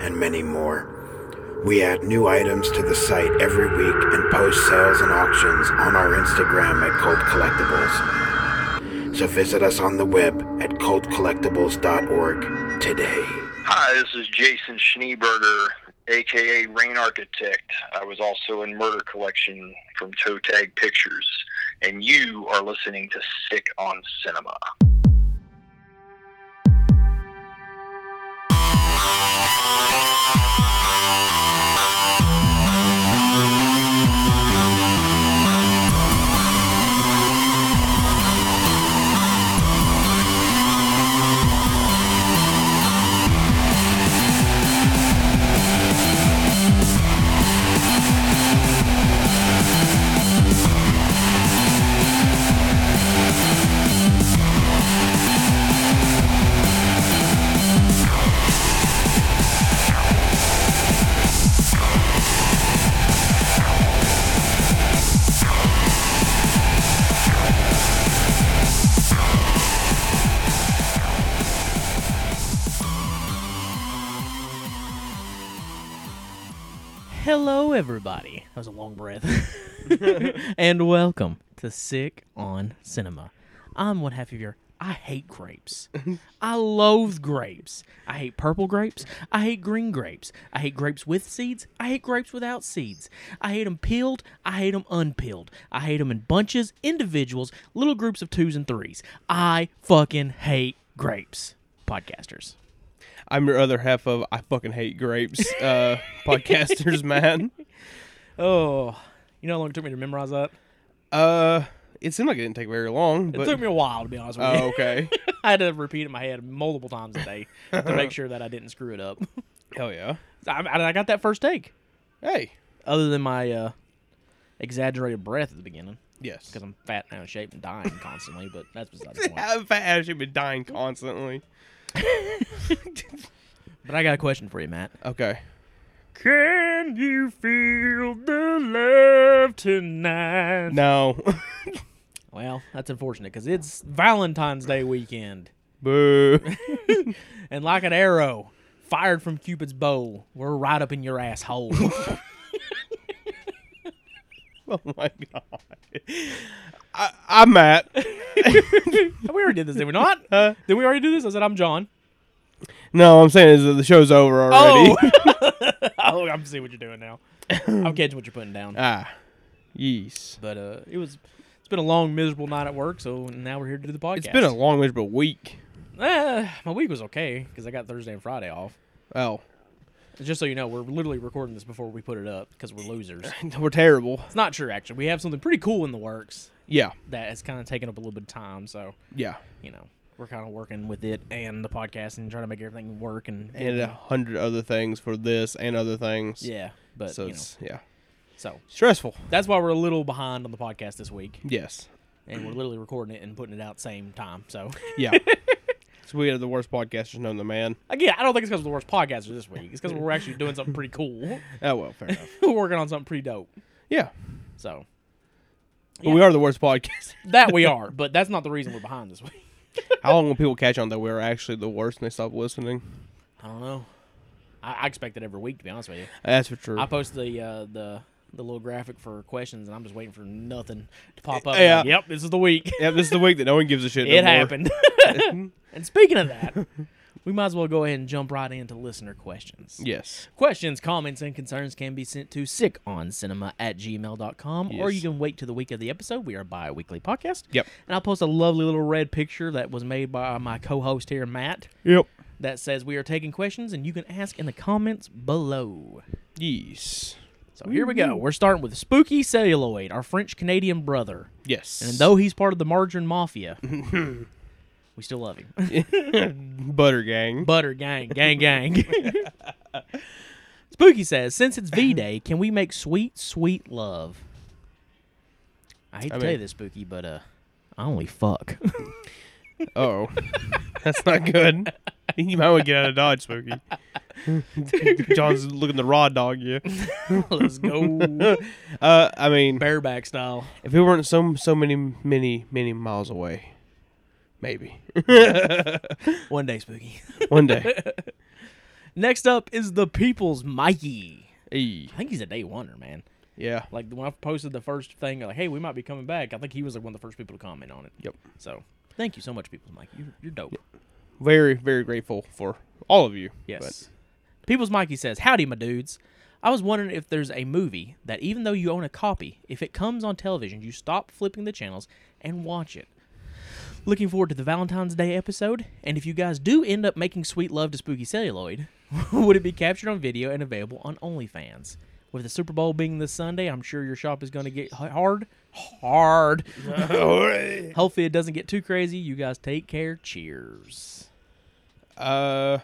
and many more. We add new items to the site every week and post sales and auctions on our Instagram at Cult Collectibles. So visit us on the web at cultcollectibles.org today. Hi, this is Jason Schneeberger aka Rain Architect. I was also in Murder Collection from Toe Tag Pictures, and you are listening to Sick on Cinema. Hello, everybody. That was a long breath. and welcome to Sick on Cinema. I'm one half of your. I hate grapes. I loathe grapes. I hate purple grapes. I hate green grapes. I hate grapes with seeds. I hate grapes without seeds. I hate them peeled. I hate them unpeeled. I hate them in bunches, individuals, little groups of twos and threes. I fucking hate grapes. Podcasters. I'm your other half of I fucking hate grapes uh, podcasters, man. Oh, you know how long it took me to memorize that? Uh, it seemed like it didn't take very long, It but took me a while to be honest with you. oh, okay, I had to repeat it in my head multiple times a day to make sure that I didn't screw it up. hell yeah. I, I I got that first take, Hey, other than my uh, exaggerated breath at the beginning yes. because I'm fat and out of shape and dying constantly. But that's beside the point. I've actually been dying constantly. But I got a question for you, Matt. Okay, Can you feel the love tonight? no, Well, that's unfortunate because it's Valentine's Day weekend, boo. and like an arrow fired from Cupid's bow, we're right up in your asshole. Oh my god. I, I'm Matt. we already did this, did we not? Huh? did we already do this? I said I'm John. No, I'm saying is that the show's over already. Oh, I'm seeing what you're doing now. I'm catching what you're putting down. ah, yees. But uh, it was it's been a long, miserable night at work, so now we're here to do the podcast. It's been a long miserable week. uh, my week was okay because I got Thursday and Friday off. Oh, Just so you know, we're literally recording this before we put it up because we're losers. we're terrible. It's not true, actually. We have something pretty cool in the works Yeah, that has kind of taken up a little bit of time, so yeah. you know we're kind of working with it and the podcast and trying to make everything work and And uh, a hundred other things for this and other things. yeah. But So you know, it's yeah. so Stressful. that's why we're a little behind on the podcast this week, Yes. and we're literally recording it and putting it out same time. So. Yeah. so we had the worst podcasters known the man. Again, I don't think it's because we're the worst podcasters this week. It's because we're actually doing something pretty cool. Oh well, fair enough. we're working on something pretty dope. Yeah. So But we are the worst podcast. that we are, but that's not the reason we're behind this week. How long will people catch on that we're actually the worst and they stop listening? I don't know. I, I expect it every week, to be honest with you. That's for true. I post the uh, the the little graphic for questions, and I'm just waiting for nothing to pop up. Yeah. Like, yep, this is the week. yeah, this is the week that no one gives a shit. no it more. happened. and speaking of that, we might as well go ahead and jump right into listener questions. Yes. Questions, comments, and concerns can be sent to sickoncinema at gmail.com, or you Yes. can wait to the week of the episode. We are a bi weekly podcast. Yep. And I'll post a lovely little red picture that was made by my co host here, Matt, Yep. that says we are taking questions, and you can ask in the comments below. Yes. So here we go. We're starting with Spooky Celluloid, our French Canadian brother. Yes. And though he's part of the Margarine Mafia, we still love him. Butter gang. Butter gang, gang, gang. Spooky says, since it's V Day, can we make sweet, sweet love? I hate to I tell you mean- this, Spooky, but uh, I only fuck. Oh, that's not good. You might want to get out of dodge, Spooky. John's looking the raw dog you. Let's go Uh, I mean, bareback style. if we weren't so so many many many miles away, maybe One day, Spooky. one day. Next up is the People's Mikey. Hey, I think he's a day oneer, man. yeah, Like when I posted the first thing, like, "Hey, we might be coming back." I think he was like one of the first people to comment on it. Yep. So thank you so much, People's Mikey. You're, you're dope. very very grateful for all of you. Yes. People's Mikey says, Howdy, my dudes. I was wondering if there's a movie that, even though you own a copy, if it comes on television, you stop flipping the channels and watch it. Looking forward to the Valentine's Day episode, and if you guys do end up making sweet love to Spooky Celluloid, would it be captured on video and available on OnlyFans? With the Super Bowl being this Sunday, I'm sure your shop is going to get h- hard. Hard. But, Hopefully, it doesn't get too crazy. You guys take care. Cheers. uh,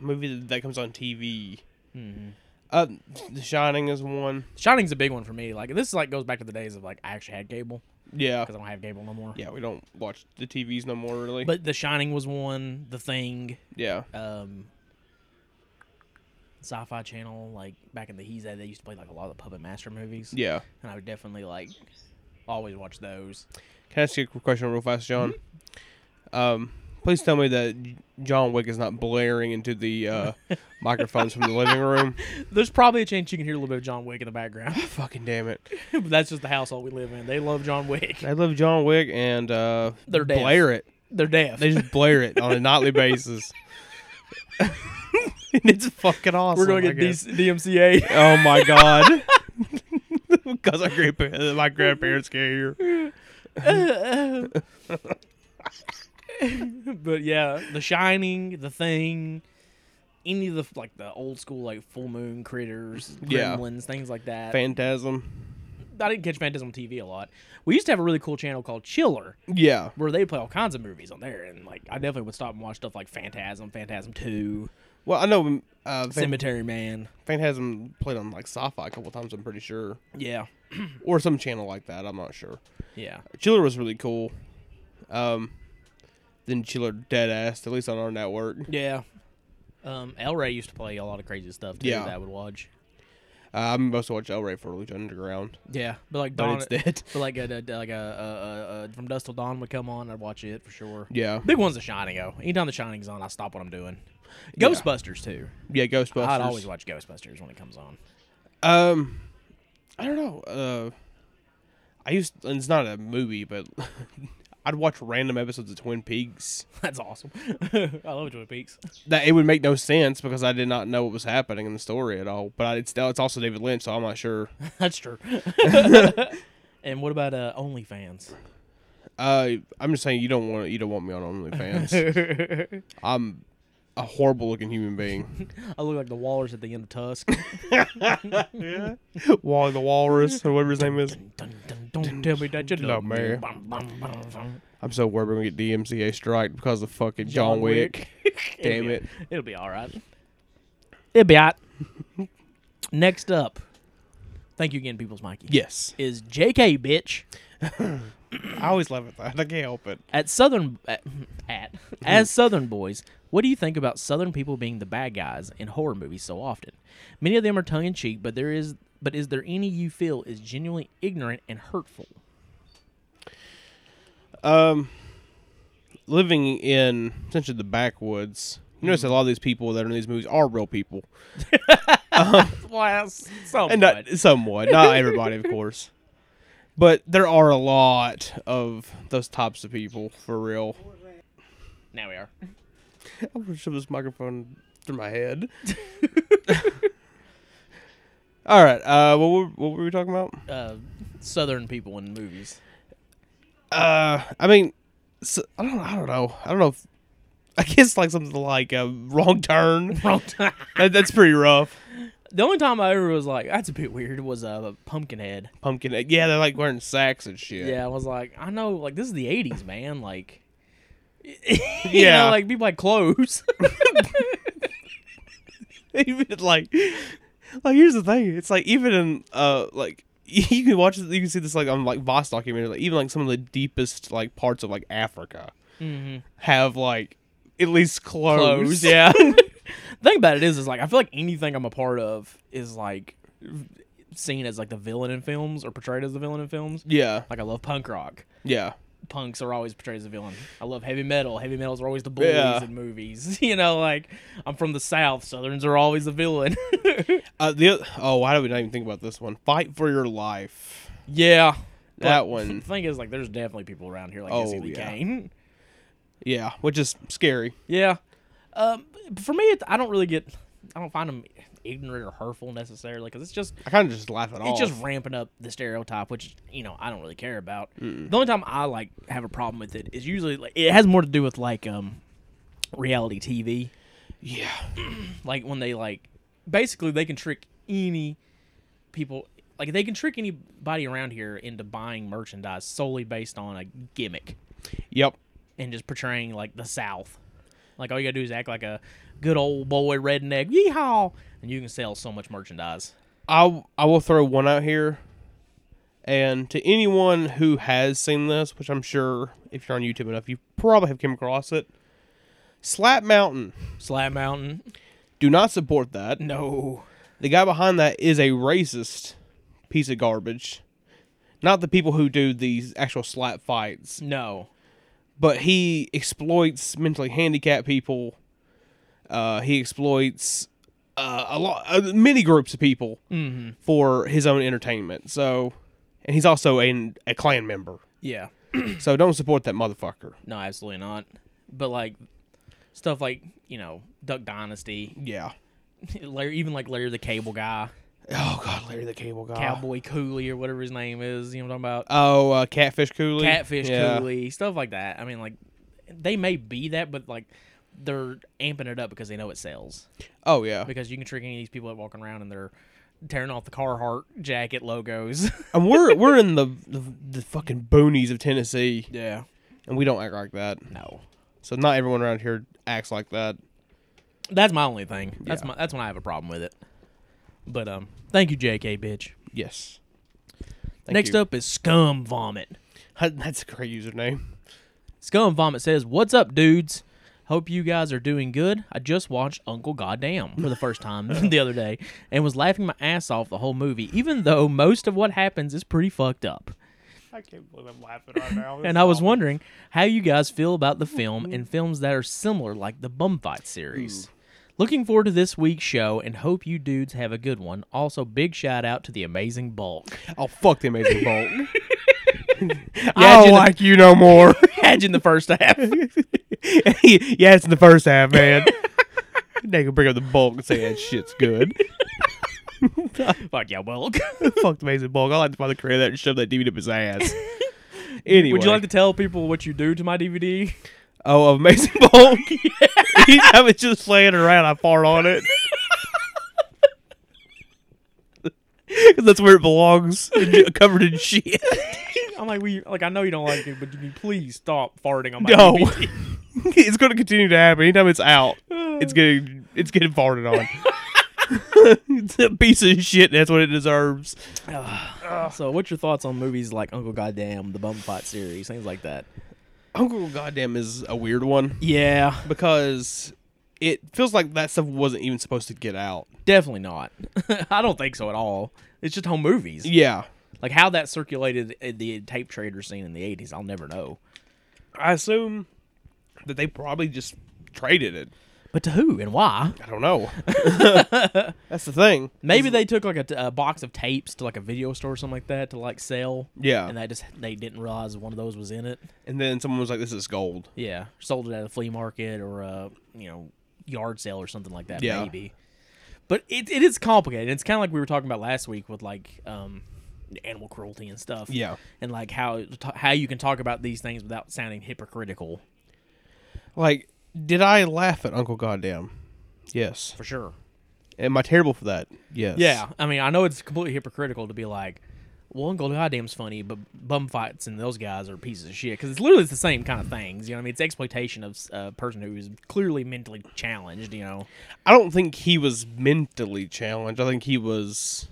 movie that comes on TV. Mm-hmm. Uh, The Shining is one. Shining's a big one for me. Like this, like goes back to the days of like I actually had cable. Yeah, because I don't have cable no more. yeah. We don't watch the TVs no more really. But The Shining was one. The Thing, yeah, um, Sci-Fi Channel, like back in the he's they used to play like a lot of the Puppet Master movies. yeah. and I would definitely like always watch those. Can I ask you a quick question real fast, John? Mm-hmm. Um, please tell me that John Wick is not blaring into the uh, microphones from the living room. There's probably a chance you can hear a little bit of John Wick in the background. Fucking damn it! but that's just the household we live in. They love John Wick. I love John Wick and uh, They're deaf. blare it. They're deaf. They just blare it on a nightly basis. and it's fucking awesome. We're going I to get guess. DC DMCA. Oh my god! Because our grandpa- my grandparents can't hear. but yeah, The Shining, The Thing, any of the like the old school like Full Moon Critters, Yeah. Gremlins, things like that. Phantasm. I didn't catch Phantasm on TV a lot. We used to have a really cool channel called Chiller Yeah. where they play all kinds of movies on there, and like I definitely would stop and watch stuff like Phantasm, Phantasm Two, Well, I know uh, Phan- Cemetery Man. Phantasm played on like sci-fi a couple times. I'm pretty sure. Yeah, or some channel like that. I'm not sure. yeah. Chiller was really cool. Um, then Chiller dead assed at least on our network. Yeah. Um, El Rey used to play a lot of crazy stuff too Yeah. that I would watch. Uh, I'm supposed to watch El Rey for Lucha Underground, Yeah, but like but Dawn, it's dead. but like a, a- like a, a, a, a from Dust Till Dawn would come on, I'd watch it for sure. Yeah, Big one's The Shining. Oh, anytime The Shining's on, I stop what I'm doing. Yeah. Ghostbusters too. yeah, Ghostbusters. I'd always watch Ghostbusters when it comes on. Um, I don't know. Uh, I used and it's not a movie, but I'd watch random episodes of Twin Peaks. That's awesome. I love Twin Peaks. That it would make no sense because I did not know what was happening in the story at all. But I, it's it's also David Lynch, so I'm not sure. That's true. and what about uh, OnlyFans? Uh, I'm just saying you don't want you don't want me on OnlyFans. I'm a horrible looking human being. I look like the Wallers at the end of Tusk. Wally the Walrus or whatever his name is. Dun, dun, don't tell me that you love Love me. me. Bum, bum, bum, bum. I'm so worried we're gonna get DMCA strike because of fucking John, Wick. It'll Damn be- it. It'll be all right. It'll be all right. Next up, thank you again, People's Mikey. Yes. Is JK, bitch. I always love it that. I can't help it. at Southern at, at as Southern boys, what do you think about Southern people being the bad guys in horror movies so often? Many of them are tongue in cheek, but there is but is there any you feel is genuinely ignorant and hurtful? Um living in essentially the backwoods, you notice that a lot of these people that are in these movies are real people. Well, And not somewhat. Not everybody, of course. But there are a lot of those types of people for real. now we are. I'm gonna shove this microphone through my head. All right. Uh, what were, what were we talking about? Uh, Southern people in movies. Uh, I mean, s I don't. I don't know. I don't know. If, I guess like something like a wrong turn. Wrong time. that, that's pretty rough. The only time I ever was like, that's a bit weird, was uh, Pumpkinhead. Pumpkin. egg. Yeah, they're like wearing sacks and shit. Yeah. I was like, I know, like, this is the 80s, man. Like, you Yeah. know, like, people like clothes. even like, like here's the thing. It's like even in uh like you can watch you can see this like on like Voss documentary. Like even like some of the deepest like parts of like Africa have like at least clothes. Clothes. Yeah. thing about it is, is like I feel like anything I'm a part of is like seen as like the villain in films or portrayed as the villain in films. yeah. Like I love punk rock. Yeah. Punks are always portrayed as a villain. I love heavy metal. Heavy metals are always the bullies Yeah. in movies. You know, like I'm from the South. Southerns are always the villain. Uh, the oth- oh, why did we not even think about this one? Fight for your life. yeah. That But one. The thing is, like, there's definitely people around here like Oh, Jesse Lee yeah. Kane. Yeah, which is scary. Yeah. Um, for me, it, I don't really get. I don't find them ignorant or hurtful necessarily because it's just I kind of just laugh at all. it's just ramping up the stereotype, which you know I don't really care about. The only time I like have a problem with it is usually like it has more to do with like um reality TV, yeah, like when they like basically they can trick any people like they can trick anybody around here into buying merchandise solely based on a gimmick yep. and just portraying like the South. Like all you gotta do is act like a good old boy redneck, yeehaw, and you can sell so much merchandise. I I will throw one out here, and to anyone who has seen this, which I'm sure if you're on YouTube enough, you probably have come across it. Slap Mountain. Slap Mountain, Do not support that. no, The guy behind that is a racist piece of garbage. Not the people who do these actual slap fights. no, but he exploits mentally handicapped people. Uh, he exploits uh, a lot, uh, many groups of people Mm-hmm. for his own entertainment. So, and he's also an, a clan member. yeah. So don't support that motherfucker. No, absolutely not. But like stuff like you know Duck Dynasty, Yeah. Larry, even like Larry the Cable Guy, Oh God, Larry the Cable Guy. Cowboy Cooley or whatever his name is. You know what I'm talking about? Oh, uh, Catfish Cooley. Catfish Yeah. Cooley, stuff like that. I mean, like they may be that, but like they're amping it up because they know it sells. Oh yeah. Because you can trick any of these people that walking around and they're tearing off the Carhartt jacket logos. And we're we're in the, the the fucking boonies of Tennessee, yeah. and we don't act like that. No. So not everyone around here acts like that. That's my only thing. That's Yeah. my that's when I have a problem with it. But um, thank you, J.K. Bitch. Yes. Next up is Scum Vomit. up, that's a great username. Scum Vomit says, What's up, dudes? Hope you guys are doing good. I just watched Uncle Goddamn for the first time the other day and was laughing my ass off the whole movie, even though most of what happens is pretty fucked up. I can't believe I'm laughing right now. And I was wondering how you guys feel about the film and films that are similar, like the Bumfight series. Looking forward to this week's show and hope you dudes have a good one. Also, big shout out to the amazing Bulk. Oh fuck the Amazing Bulk. Imagine, the- you no more. imagine the first half. yeah, it's in the first half, man. they can bring up the Bulk and say that shit's good. Fuck yeah, Bulk. fuck the Amazing Bulk. I like to find the creator that shove that DVD up his ass. Anyway, Would you like to tell people what you do to my DVD? oh of Amazing Bulk? I was just playing around. I fart on it. 'Cause That's where it belongs, covered in shit. I'm like, we like I know you don't like it, but can you please stop farting on my No, DVD? it's going to continue to happen. Anytime it's out, it's getting it's getting farted on. it's a piece of shit. That's what it deserves. So, what's your thoughts on movies like Uncle Goddamn, the Bum Fight series, things like that? Uncle Goddamn is a weird one Yeah, because it feels like that stuff wasn't even supposed to get out. definitely not. I don't think so at all. It's just home movies. Yeah, Like how that circulated in the tape trader scene in the '80s, I'll never know. I assume that they probably just traded it. But to who and why? I don't know. That's the thing. Maybe they took like a, t- a box of tapes to like a video store or something like that to like sell. Yeah, And they just they didn't realize one of those was in it. and then someone was like, "This is gold." Yeah, sold it at a flea market or a you know yard sale or something like that. Yeah. Maybe, but it, it is complicated. It's kind of like we were talking about last week with like um, animal cruelty and stuff. Yeah. and like how how you can talk about these things without sounding hypocritical. Like, did I laugh at Uncle Goddamn? Yes. For sure. Am I terrible for that? Yes. Yeah, I mean, I know it's completely hypocritical to be like, Well, Uncle Goddamn's funny, but bum fights and those guys are pieces of shit because it's literally the same kind of things. You know, what I mean, it's exploitation of s- a person who is clearly mentally challenged. You know, I don't think he was mentally challenged. I think he was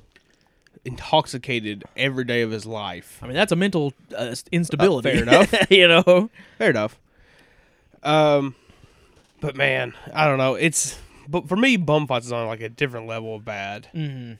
intoxicated every day of his life. I mean that's a mental uh, s- instability. fair enough. you know, Fair enough. Um, but man, I don't know. It's but for me, bum fights is on like a different level of bad mm-hmm.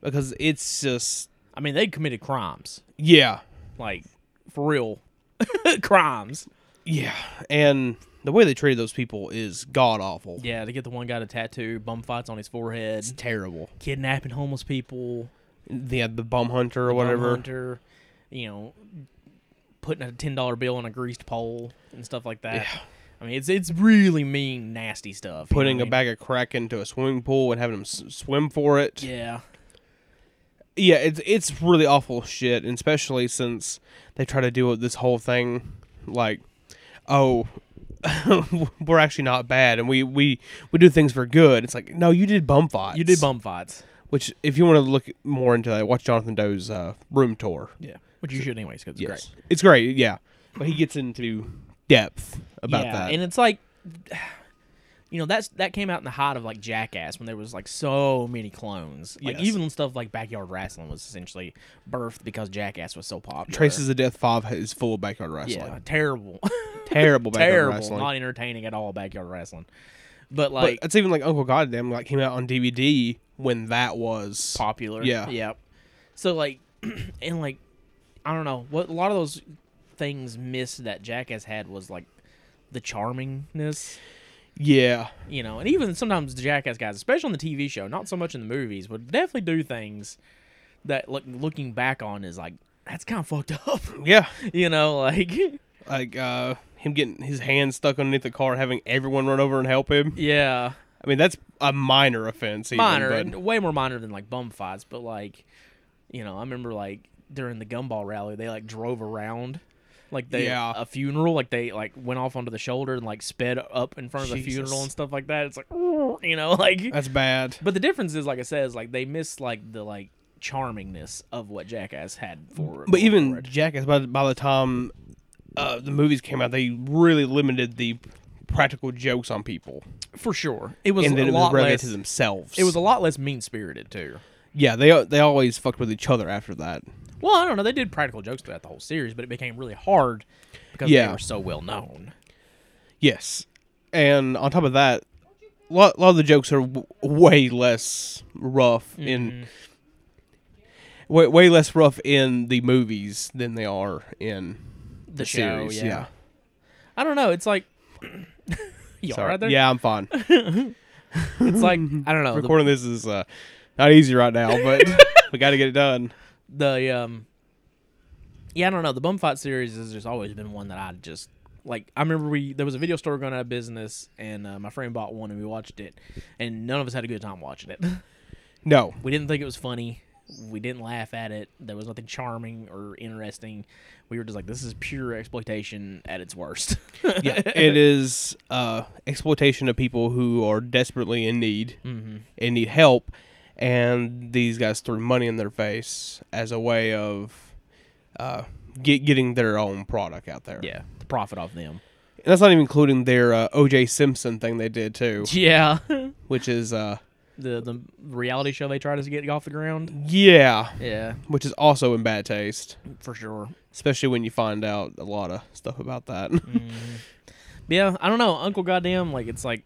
because it's just I mean they committed crimes, yeah, like for real crimes. yeah, and the way they treated those people is god awful. Yeah, to get the one guy to tattoo bum fights on his forehead, It's terrible. kidnapping homeless people, They had the bum hunter or bum whatever. hunter, you know, putting a ten dollar bill on a greased pole and stuff like that. I mean, it's it's really mean, nasty stuff. you know Putting what a I mean? bag of crack into a swimming pool and having them s- swim for it. Yeah, yeah, it's it's really awful shit, and especially since they try to do it- this whole thing like, oh, we're actually not bad, and we we we do things for good. It's like, no, you did bum fights. you did bum fights. Which, if you want to look more into that, watch Jonathan Doe's uh, room tour. Yeah, which you should anyways because it's great. it's great. Yeah, but he gets into depth about yeah, that. and it's like. You know that's that came out in the height of like Jackass when there was like so many clones. Like Yes. even stuff like backyard wrestling was essentially birthed because Jackass was so popular. Traces of Death Five is full of backyard wrestling. yeah, terrible. Terrible backyard terrible, wrestling. not entertaining at all. Backyard wrestling, but but like it's even like Uncle Goddamn like came out on DVD when that was popular. Yeah. yep. So like, and like, I don't know what a lot of those things missed that Jackass had was like the charmingness, Yeah. you know, and even sometimes the Jackass guys, especially on the TV show, not so much in the movies, would definitely do things that look looking back on is like that's kind of fucked up, Yeah. you know, like like uh him getting his hand stuck underneath the car and having everyone run over and help him. yeah. I mean that's a minor offense even, minor, but- and way more minor than like bum fights. But like, you know, I remember like during the gumball rally, they like drove around, like they Yeah. a funeral, like they like went off onto the shoulder and like sped up in front of the funeral Jesus. and stuff like that. It's like, you know, like. that's bad. But the difference is, like I said, is like they miss like the like charmingness of what Jackass had for. But even forward. Jackass by, the- by the time uh the movies came out, they really limited the practical jokes on people. for sure, it was and then a it was lot relegated less. to themselves. It was a lot less mean spirited too. Yeah, they they always fucked with each other after that. Well, I don't know. They did practical jokes throughout the whole series, but it became really hard because Yeah. they were so well known. Yes. And on top of that, a lot, lot of the jokes are w- way less rough in Mm-hmm. way, way less rough in the movies than they are in the, show. series. yeah. I don't know. It's like you all Sorry. right there. Yeah, I'm fine. it's like I don't know. The, Recording this is uh, not easy right now, but we got to get it done. the um, yeah, I don't know. The bum fight series has just always been one that I just like. I remember we there was a video store going out of business, and uh, my friend bought one, and we watched it, and none of us had a good time watching it. No. we didn't think it was funny. We didn't laugh at it. There was nothing charming or interesting. We were just like, this is pure exploitation at its worst. Yeah, it is uh, exploitation of people who are desperately in need Mm-hmm. and need help, and these guys threw money in their face as a way of uh, get, getting their own product out there. yeah, the profit off them. and that's not even including their uh, O.J. Simpson thing they did too, Yeah, which is uh, the the reality show they tried to get off the ground. yeah, Yeah, which is also in bad taste, for sure. especially when you find out a lot of stuff about that. Mm. Yeah, I don't know, Uncle Goddamn. Like it's like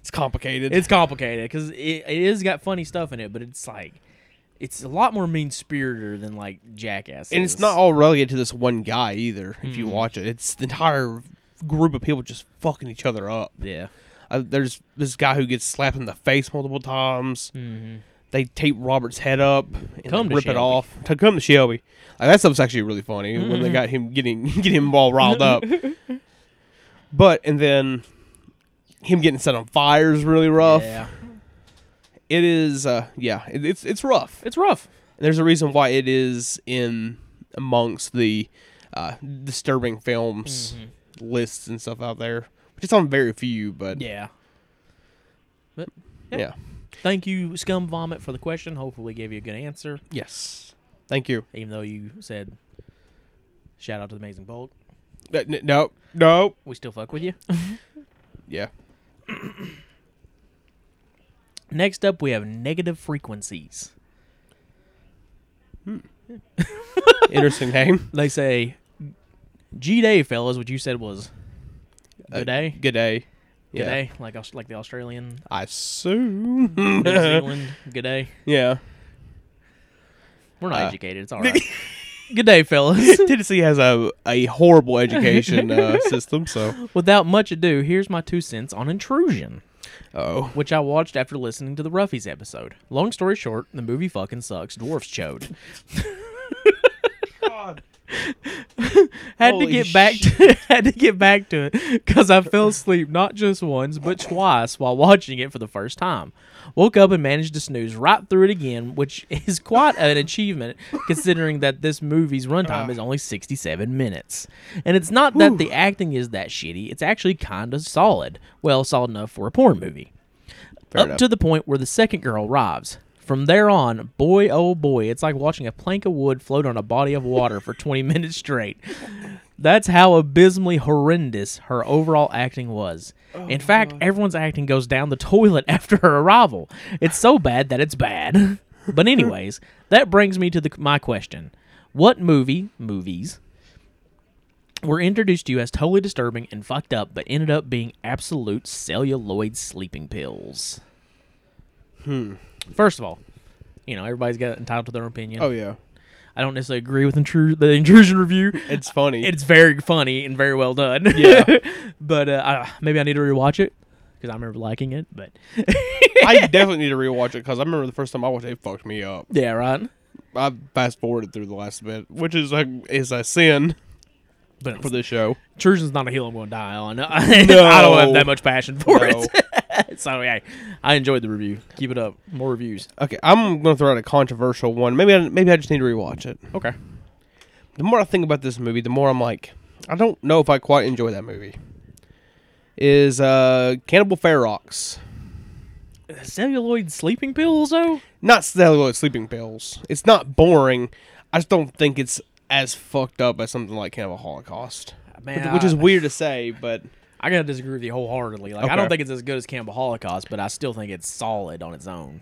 it's complicated. it's complicated because it, it is got funny stuff in it, but it's like it's a lot more mean spirited than like Jackass. and it's not all relegated to this one guy either. If Mm-hmm. you watch it, it's the entire group of people just fucking each other up. Yeah, Uh, there's this guy who gets slapped in the face multiple times. They tape Robert's head up and Mm-hmm. Come like, to rip it Shelby. off. To come to Shelby, like that stuff's actually really funny when Mm-hmm. they got him getting getting him all riled up. But and then him getting set on fire is really rough. yeah, It is, uh, yeah, it, it's it's rough. it's rough. There's a reason why it is in amongst the uh, disturbing films lists and stuff out there, which is on very few, but yeah. Mm-hmm. Yeah. But Thank you, Scum Vomit, for the question. Hopefully, we gave you a good answer. Yes. Thank you. even though you said shout out to the Amazing Bulk. Uh, n- No, no. We still fuck with you. Yeah. Next up, we have negative frequencies. Interesting name. They say, "G day, fellas," what you said was Uh, good day, Good day. good Yeah. day, like Aus- like the Australian, I assume. New Zealand, good day. yeah. We're not Uh, educated. It's all right. good day, fellas. Tennessee has a, a horrible education uh, system, so. Without much ado, here's my two cents on intrusion. Oh. which I watched after listening to the Ruffies episode. Long story short, the movie fucking sucks. Dwarfs chode. had Holy to get back to had to get back to it because I fell asleep not just once but twice while watching it for the first time. Woke up and managed to snooze right through it again, which is quite an achievement considering that this movie's runtime is only 67 minutes. And it's not that the acting is that shitty; it's actually kind of solid. Well, solid enough for a porn movie Fair up enough. to the point where the second girl arrives. From there on, boy oh boy, it's like watching a plank of wood float on a body of water for 20 minutes straight. That's how abysmally horrendous her overall acting was. Oh, In fact, everyone's acting goes down the toilet after her arrival. It's so bad that it's bad. but anyways, that brings me to the, my question. What movie, movies, were introduced to you as totally disturbing and fucked up, but ended up being absolute celluloid sleeping pills. Hmm. First of all, you know everybody's got entitled to their opinion. Oh, yeah. I don't necessarily agree with intru- the intrusion review. It's funny. It's very funny and very well done. Yeah. but uh, I, maybe I need to rewatch it because I remember liking it. But I definitely need to rewatch it because I remember the first time I watched it, it fucked me up. yeah, right. I fast forwarded through the last bit, which is a, is a sin But for this show. intrusion's not a hill I'm going to die on. I don't have that much passion for No. it. so yeah, I enjoyed the review. Keep it up. More reviews. Okay, I'm gonna throw out a controversial one. Maybe I, maybe I just need to rewatch it. Okay. The more I think about this movie, the more I'm like, I don't know if I quite enjoy that movie. Is uh Cannibal Ferox? celluloid sleeping pills though Not celluloid sleeping pills. It's not boring. I just don't think it's as fucked up as something like Cannibal Holocaust, man which is I, weird to say, but I gotta disagree with you wholeheartedly like i Okay. don't think it's as good as cannibal holocaust but i still think it's solid on its own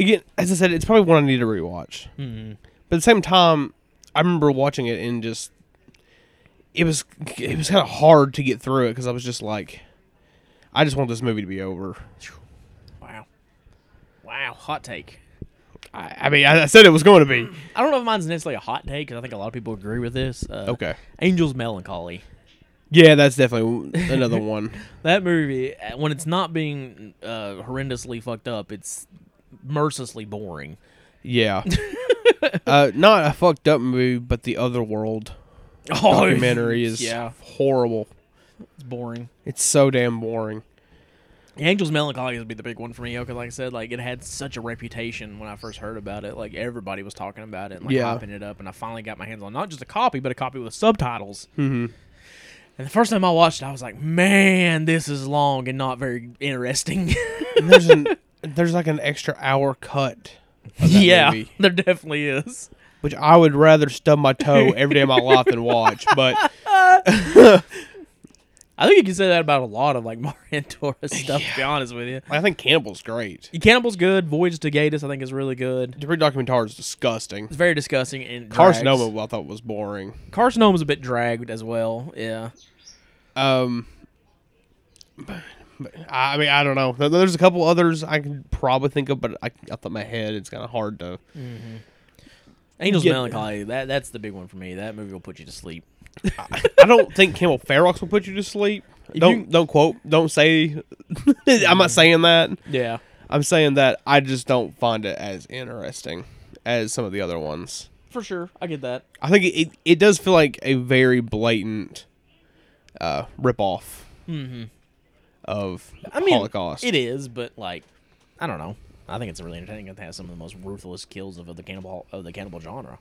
again, as I said, it's probably one I need to rewatch. mm But at the same time, I remember watching it and just it was it was kind of hard to get through it because I was just like, I just want this movie to be over. wow wow hot take I, I mean, I, I said it was going to be i don't know if mine's necessarily a hot take because i think a lot of people agree with this uh, okay. angel's melancholy Yeah, that's definitely another one. that movie uh, when it's not being uh, horrendously fucked up it's mercilessly boring Yeah, uh, not a fucked up movie, but the Other World documentary is Oh, yeah horrible. it's boring It's so damn boring. Angel's Melancholy would be the big one for me, because like I said, like it had such a reputation when I first heard about it. Like everybody was talking about it, and like Yeah. hyping it up, and I finally got my hands on not just a copy, but a copy with subtitles. Mm-hmm. And the first time I watched it, I was like, "Man, this is long and not very interesting." And there's an there's like an extra hour cut. of that yeah, movie. there definitely is. which I would rather stub my toe every day of my life than watch. But I think you can say that about a lot of like Marian Torres stuff. To be honest with you, I think Cannibal's great. Cannibal's good. Voyage to Gatus, I think, is really good. The documentary is disgusting. It's very disgusting and drags. Carcinoma, I thought was boring. Carcinoma's a bit dragged as well. Yeah. Um, but, but I I mean, I don't know. There- There's a couple others I can probably think of, but I, I thought my head it's kind of hard to. Angel's Yeah. Melancholy. That that's the big one for me. That movie will put you to sleep. I don't think Campbell Ferox will put you to sleep. Don't you- don't quote. Don't say. I'm not saying that. Yeah. I'm saying that I just don't find it as interesting as some of the other ones. For sure. I get that. I think it, it, it does feel like a very blatant uh, ripoff of Mm-hmm. I mean Holocaust. It is, but like I don't know. I think it's really entertaining. It has some of the most ruthless kills of the cannibal of the cannibal genre.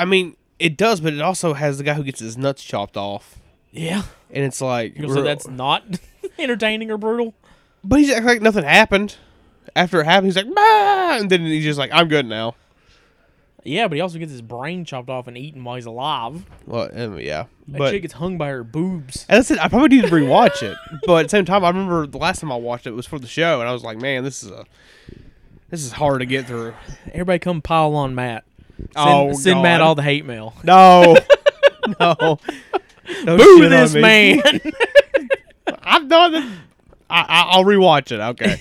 I mean, it does, but it also has the guy who gets his nuts chopped off, Yeah. and it's like, So that's not entertaining or brutal. but he's acting like nothing happened. After it happened, he's like, bah! and then he's just like, I'm good now. Yeah, but he also gets his brain chopped off and eaten while he's alive. Well, um, yeah, That but chick gets hung by her boobs. and that's it. I probably need to rewatch it, but at the same time, I remember the last time I watched it was for the show, and I was like, man, this is a this is hard to get through. Everybody come pile on Matt. Send, Oh, send Matt God. all the hate mail. No, no, Don't Boo shit on this me. man. I'm not. I, I, I'll rewatch it. Okay.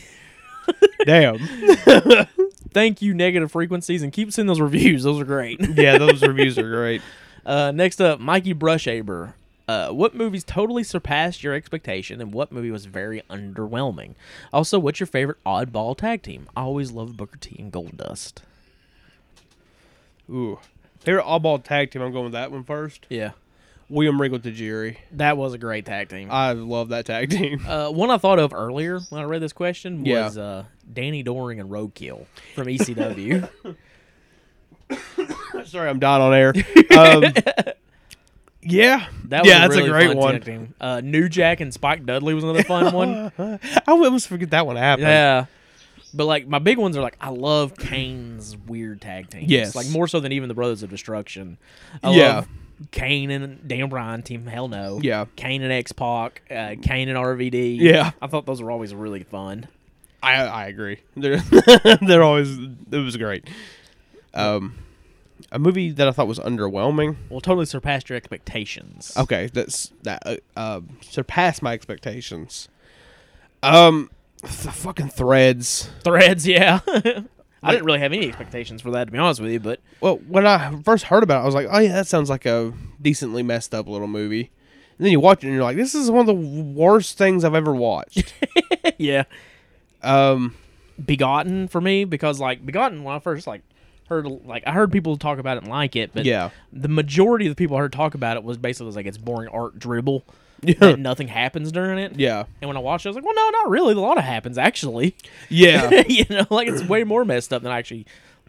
Damn. Thank you, negative frequencies, and keep sending those reviews. Those are great. Yeah, those reviews are great. Uh, next up, Mikey Brushaber. Uh, what movies totally surpassed your expectation, and what movie was very underwhelming? Also, what's your favorite oddball tag team? I always loved Booker T and Goldust. Ooh, favorite oddball tag team. I'm going with that one first. Yeah, William Regal to Jerry. that was a great tag team. I love that tag team. Uh, one I thought of earlier when I read this question Yeah. was uh, Danny Doring and Roadkill from E ECW. Sorry, I'm dying on air. Um, yeah, That was yeah, that's really a great fun one. tag team. Uh, New Jack and Spike Dudley was another fun one. I almost forget that one happened. Yeah. But like my big ones are like I love Kane's weird tag teams. Yes. Like more so than even the Brothers of Destruction. I Yeah. love Kane and Dan Bryan team, hell no. Yeah. Kane and X Pac, uh, Kane and RVD. Yeah. I thought those were always really fun. I I agree. They're they're always it was great. Um, a movie that I thought was underwhelming. Well, totally surpassed your expectations. Okay, that's that uh, uh, surpassed my expectations. Um, the fucking threads. Threads, yeah. I didn't really have any expectations for that to be honest with you, but Well, when I first heard about it, I was like, "Oh yeah, that sounds like a decently messed up little movie." And then you watch it, and you're like, "This is one of the worst things I've ever watched." yeah. um, Begotten for me because like Begotten when I first like heard like I heard people talk about it and like it, but Yeah. the majority of the people I heard talk about it was basically was like it's boring art dribble. that nothing happens during it. yeah, And when I watched it, I was like, well, no, not really. A lot of happens actually. yeah. you know, like it's way more messed up than I actually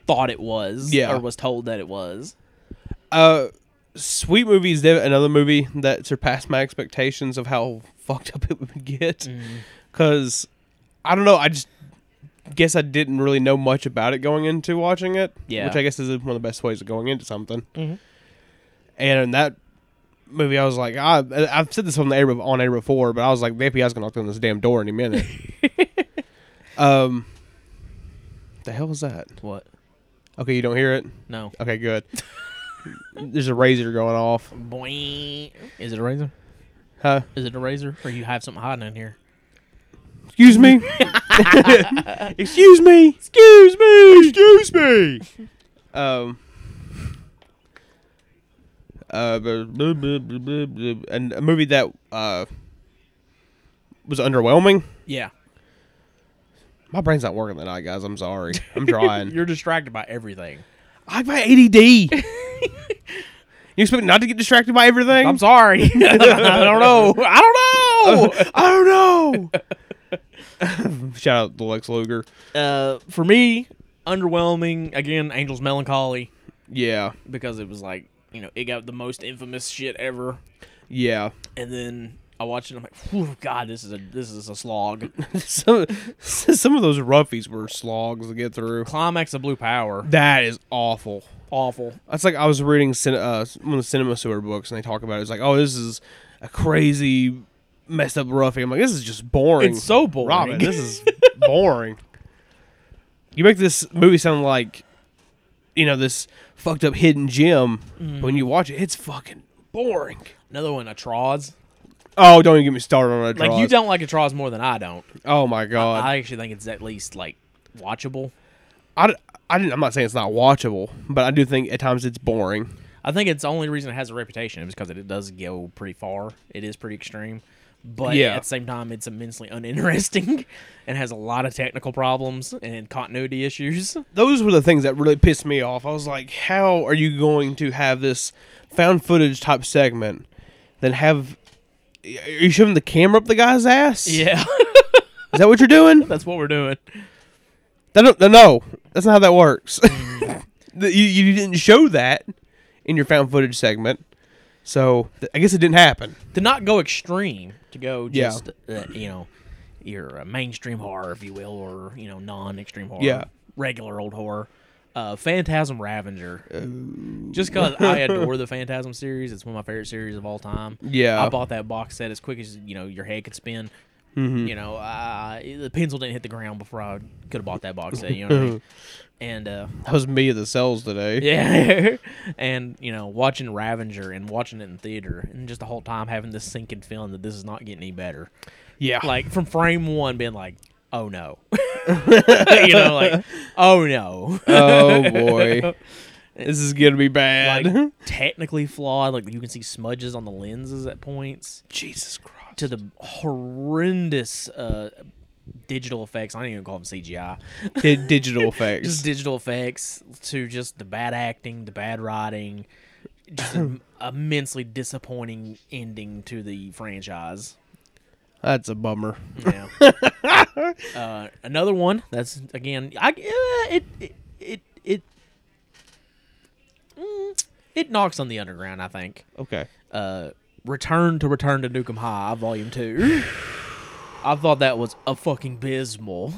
thought it was. Yeah. Or was told that it was. uh, Sweet Movie is de- another movie that surpassed my expectations of how fucked up it would get. Because I don't know, I just guess I didn't really know much about it going into watching it. Yeah. which I guess is one of the best ways of going into something. And in that movie, I was like, I, I've said this on the air be- on air before, but I was like, the API's gonna knock on this damn door any minute. um, the hell is that? What? Okay, you don't hear it. No. Okay, good. There's a razor going off. Boing. Is it a razor? Huh? Is it a razor? Or you have something hiding in here? Excuse me. Excuse me. Excuse me. Excuse me. Um. Uh, blah, blah, blah, blah, blah, blah, and a movie that uh was underwhelming. Yeah. My brain's not working tonight, guys. I'm sorry. I'm trying. You're distracted by everything. I got ADD. you expect me not to get distracted by everything? I'm sorry. I don't know. I don't know. I don't know. Shout out to Lex Luger. Uh, for me, underwhelming. Again, Angel's Melancholy. Yeah, because it was like you know it got the most infamous shit ever yeah. and then i watched it and i'm like whew god this is a this is a slog some some of those roughies were slogs to get through. climax of blue power That is awful. awful That's like I was reading cin- uh, one of the cinema sewer books, and they talk about it. it's like, oh, this is a crazy messed up roughie. I'm like, this is just boring. It's so boring. Robin. This is boring. You make this movie sound like, you know, this fucked up hidden gem. Mm. But when you watch it, it's fucking boring. another one atroz Oh, don't even get me started on that. like you don't like atroz more than i don't Oh my god. i actually think it's at least like watchable I, d- I didn't, I'm not saying it's not watchable, but I do think at times it's boring. i think it's the only reason it has a reputation is because it does go pretty far it is pretty extreme but Yeah. at the same time it's immensely uninteresting and has a lot of technical problems and continuity issues Those were the things that really pissed me off. I was like, how are you going to have this found footage type segment then have are you shoving the camera up the guy's ass? yeah Is that what you're doing? that's what we're doing That don't, no, that's not how that works. The- you, you didn't show that in your found footage segment. So th- I guess it didn't happen. to not go extreme, to go Yeah. just uh, you know your uh, mainstream horror, if you will, or you know non-extreme horror, Yeah. regular old horror. uh, Phantasm Ravenger. Just because I adore the Phantasm series, it's one of my favorite series of all time. Yeah. I bought that box set as quick as you know your head could spin. Mm-hmm. You know, uh, the pencil didn't hit the ground before I could have bought that box set. You know what I mean? And uh, That was me at the cells today. yeah, and you know, watching Ravenger and watching it in theater, and just the whole time having this sinking feeling that this is not getting any better. Yeah. Like from frame one, being like, "Oh no," you know, like, "Oh no." oh boy, this is gonna be bad. like technically flawed. Like you can see smudges on the lenses at points Jesus Christ. to the horrendous uh, digital effects. I don't even call them CGI. Di- digital effects. just digital effects to just the bad acting, the bad writing, just an immensely disappointing ending to the franchise. That's a bummer. Yeah. uh, another one that's again, I uh, it it it. it mm, it knocks on the underground, I think. Okay. uh, Return to Return to Nukem High, Volume 2. I thought that was a fucking bismal.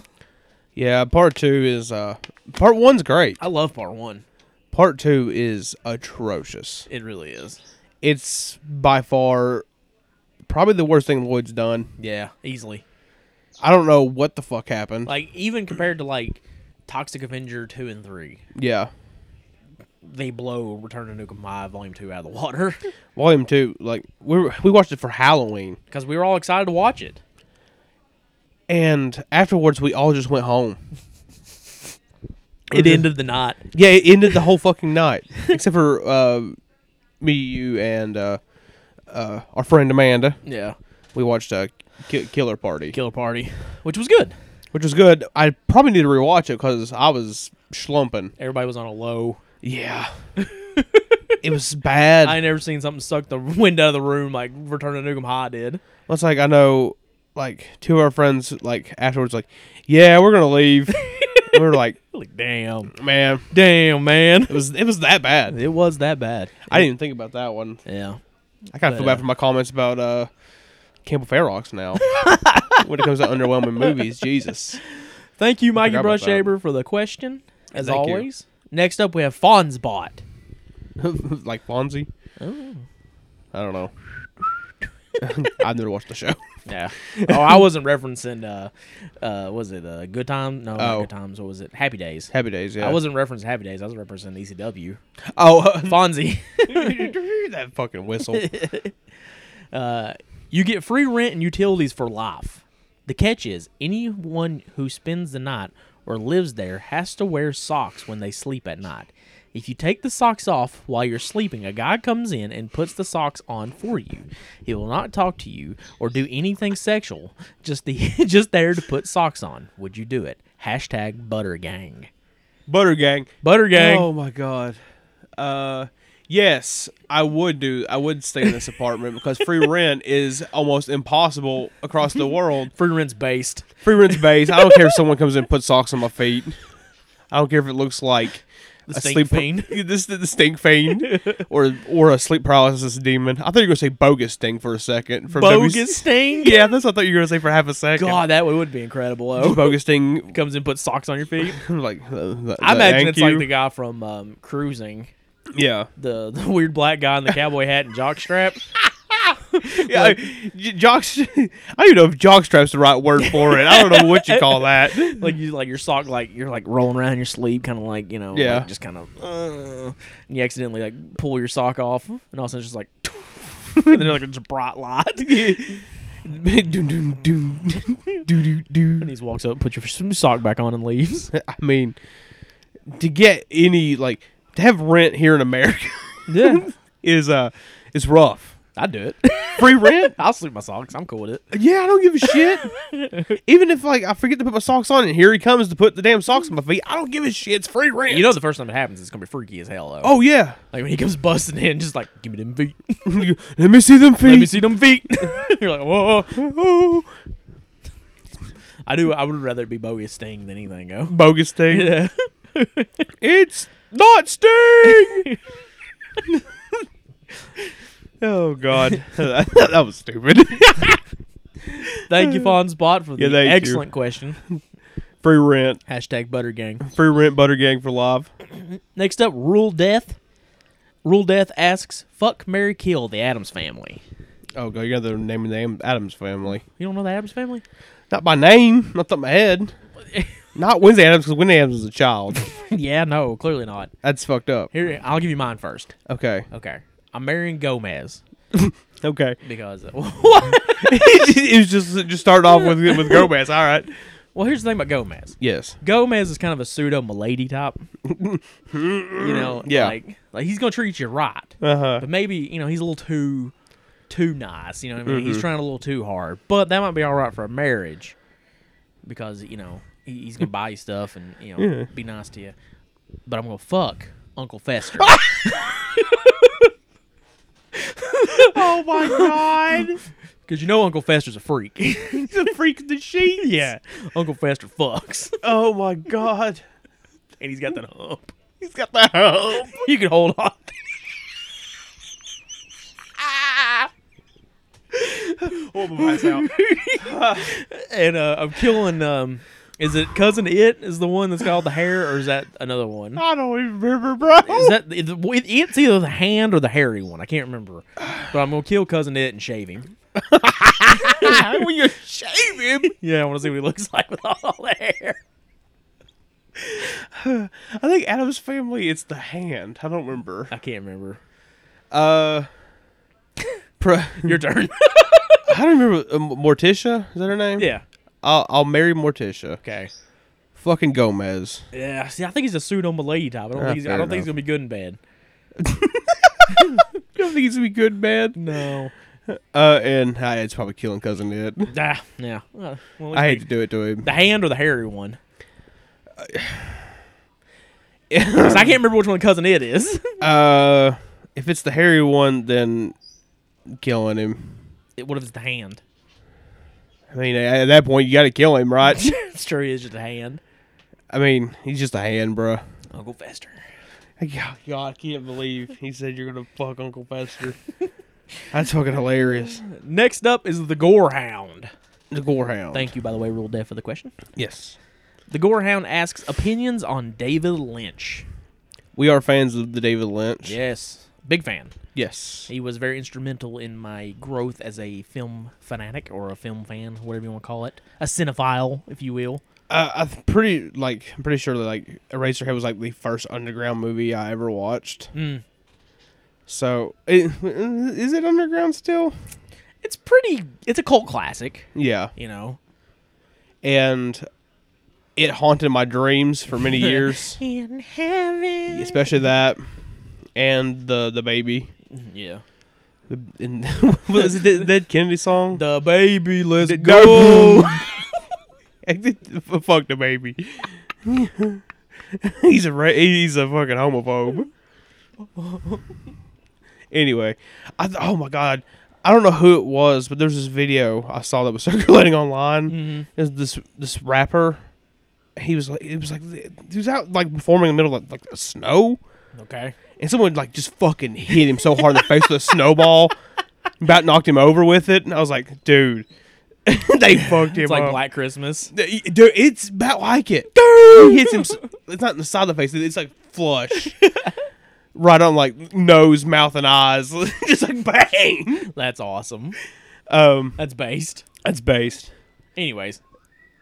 Yeah, part two is uh, part one's great. I love part one. Part two is atrocious. It really is. It's by far probably the worst thing Lloyd's done. Yeah, easily. I don't know what the fuck happened. Like, even compared to, like, Toxic Avenger 2 and 3, yeah, they blow Return to Nukem High, Volume 2 out of the water. volume two. Like we were, we watched it for Halloween, Because we were all excited to watch it. and afterwards we all just went home. Mm-hmm. It ended the night. Yeah, it ended the whole fucking night, except for uh, me, you, and uh, uh, our friend Amanda. Yeah. We watched a ki- Killer Party, Killer Party, which was good. which was good. I probably need to rewatch it because I was schlumping. Everybody was on a low. Yeah, it was bad. I I, ain't never seen something suck the wind out of the room like Return to Nukem High did. was like, I know, like two of our friends, like afterwards, like, yeah, we're gonna leave. we were like, Like, damn. man, Damn, man. it was it was that bad. It was that bad. I didn't even think about that one. Yeah. I kind of But, feel uh, bad for my comments about uh, Campbell Fairlocks now. when it comes to underwhelming movies, Jesus. Thank you, Mikey forgot about Brushaber, for the question. As Thank you. always. Next up, we have Fonzbot. like Fonzie. Oh. I don't know. I've never watched the show. Yeah. oh, I wasn't referencing. Uh, uh, was it uh, Good Times? No, not Oh. Good Times. What was it? Happy Days. Happy Days, yeah. I wasn't referencing Happy Days. I was referencing ECW. Oh, uh, Fonzie, that fucking whistle. you get free rent and utilities for life. The catch is anyone who spends the night or lives there has to wear socks when they sleep at night. If you take the socks off while you're sleeping, a guy comes in and puts the socks on for you. He will not talk to you or do anything sexual. Just the just there to put socks on. Would you do it? Hashtag Butter Gang. Butter Gang. Butter Gang. Oh my god. Uh yes, I would do I would stay in this apartment because free rent is almost impossible across the world. Free rent's based. Free rent's base. I don't care if someone comes in and puts socks on my feet. I don't care if it looks like a stink sleep fiend. this the stink fiend, or or a sleep paralysis demon. I thought you were gonna say bogus sting for a second. From Bogus WC Sting. Yeah, that's what I thought you were gonna say for half a second. God, that would be incredible. Oh. bogus sting. Comes and puts socks on your feet. Like uh, th- I imagine thank it's like you. the guy from um, Cruising, yeah. the the weird black guy in the cowboy hat and jockstrap. Yeah, I, j- jocks. I don't even know if jockstrap's the right word for it. I don't know what you call that. like you, like your sock, like you're like rolling around in your sleeve, kind of like you know, like, Yeah. just kind of, uh, and you accidentally like pull your sock off, and all of a sudden it's just like, and then like it's a bright light. Dun, dun, dun. Do, do, do. and he just walks up, puts your s- sock back on, and leaves. I mean, to get any like to have rent here in America yeah, is uh is rough. I'd do it. Free rent? I'll sleep my socks. I'm cool with it. yeah, I don't give a shit. Even if like I forget to put my socks on and here he comes to put the damn socks on my feet, I don't give a shit. It's free rent. You know, the first time it happens, it's gonna be freaky as hell. Though. Oh yeah. like when he comes busting in, just like give me them feet, Let me see them feet. let me see them feet. you're like, whoa. Oh, I do. I would rather it be Bogus Sting than anything. Oh, bogus thing. yeah. It's not Sting. oh God, that, that was stupid. Thank you, Fawn Spot, for the Yeah, thank you. excellent question. Free rent. Hashtag Butter Gang. Free rent butter gang for live. Next up, Rule Death. Rule Death asks, "Fuck Mary Kill the Adams Family." Oh god, you got the name of the Am- Adams family. You don't know the Adams Family? Not by name, not top of my head. Not Wednesday Adams, because Wednesday Adams was a child. yeah, no, clearly not. That's fucked up. Here, I'll give you mine first. Okay. Okay, I'm marrying Gomez Okay. because what? it was just it just start off with with Gomez. All right. well, here's the thing about Gomez. Yes. Gomez is kind of a pseudo milady type. you know, Yeah. like, like he's gonna treat you right, Uh huh. but maybe you know he's a little too too nice. You know what I mean? He's trying a little too hard, but that might be all right for a marriage because you know he, he's gonna buy you stuff and you know be nice to you. But I'm gonna fuck Uncle Fester. Oh my god. Because you know Uncle Fester's a freak. He's a freak of the sheets. yeah. Uncle Fester fucks. Oh my god. And he's got that hump. He's got the hump. You can hold on. Pull my eyes out. And uh, I'm killing. Um, is it cousin It is the one that's got all the hair, or is that another one? I don't even remember, bro. Is that it, it's either the hand or the hairy one? I can't remember. But I'm gonna kill cousin It and shave him. when you shave him? Yeah, I want to see what he looks like with all the hair. I think Adam's family. It's the hand. I don't remember. I can't remember. Uh. Pro- Your turn. I don't remember. Uh, Morticia is that her name? yeah. I'll, I'll marry Morticia. Okay. Fucking Gomez. Yeah. See, I think he's a pseudo Malady type. I don't, Yeah, think, he's, I fair don't think he's enough. gonna be good in bed. You don't think he's gonna be good, man? No. Uh, and uh, it's probably killing cousin it. Ah, yeah. Well, well, I hate to do it to him. The hand or the hairy one? 'Cause I can't remember which one cousin it is. Uh, if it's the hairy one, then killing him. It- what if it's the hand? I mean, at that point, you gotta kill him, right? it's true, it is just a hand. I mean, he's just a hand, bruh. Uncle Fester. God, I can't believe he said you're gonna fuck Uncle Fester. That's fucking hilarious. Next up is the Gorehound. The Gorehound. Thank you, by the way, Rule Dev, for the question. yes. The Gorehound asks opinions on David Lynch. We are fans of the David Lynch. Yes. Big fan. Yes. He was very instrumental in my growth as a film fanatic or a film fan, whatever you want to call it. A cinephile, if you will. Uh, I'm pretty like I'm pretty sure that like Eraserhead was like the first underground movie I ever watched. Mm. So it, is it underground still? It's pretty, it's a cult classic, Yeah, you know. and it haunted my dreams for many years, In heaven. especially that and the the baby. Yeah. And was it the Dead Kennedy song? The baby, let's Fuck the baby. he's a ra- he's a fucking homophobe. anyway, I th- oh my god, I don't know who it was, but there's this video I saw that was circulating online. Mm-hmm. There's this this rapper. He was like, it was like he was out like performing in the middle of like the snow, Okay. and someone like just fucking hit him so hard in the face with a snowball, about knocked him over with it. And I was like, dude, they fucked him It's like up. Black Christmas. Th- y- Dude, it's about like it. He hits him. s- It's not in the side of the face. It's like flush, right on like nose, mouth, and eyes. Just like bang. That's awesome. Um, That's based. that's based. Anyways,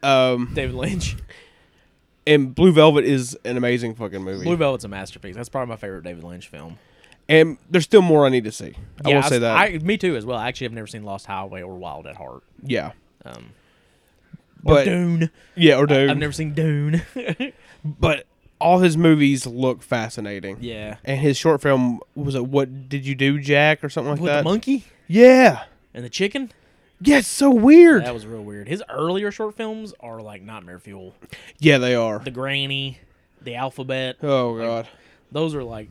Um, David Lynch. and Blue Velvet is an amazing fucking movie. Blue Velvet's a masterpiece. That's probably my favorite David Lynch film. and there's still more I need to see. I will s- say that. I, me too, as well. I actually have never seen Lost Highway or Wild at Heart. yeah, Um, or but Dune. yeah, or Dune. I've never seen Dune. but all his movies look fascinating. yeah. And his short film was it "What Did You Do, Jack" or something like With that. the monkey Yeah, and the chicken. yeah, it's so weird. That was real weird. His earlier short films are like Nightmare Fuel, yeah, they are. The Granny, The Alphabet. Oh god, Those are like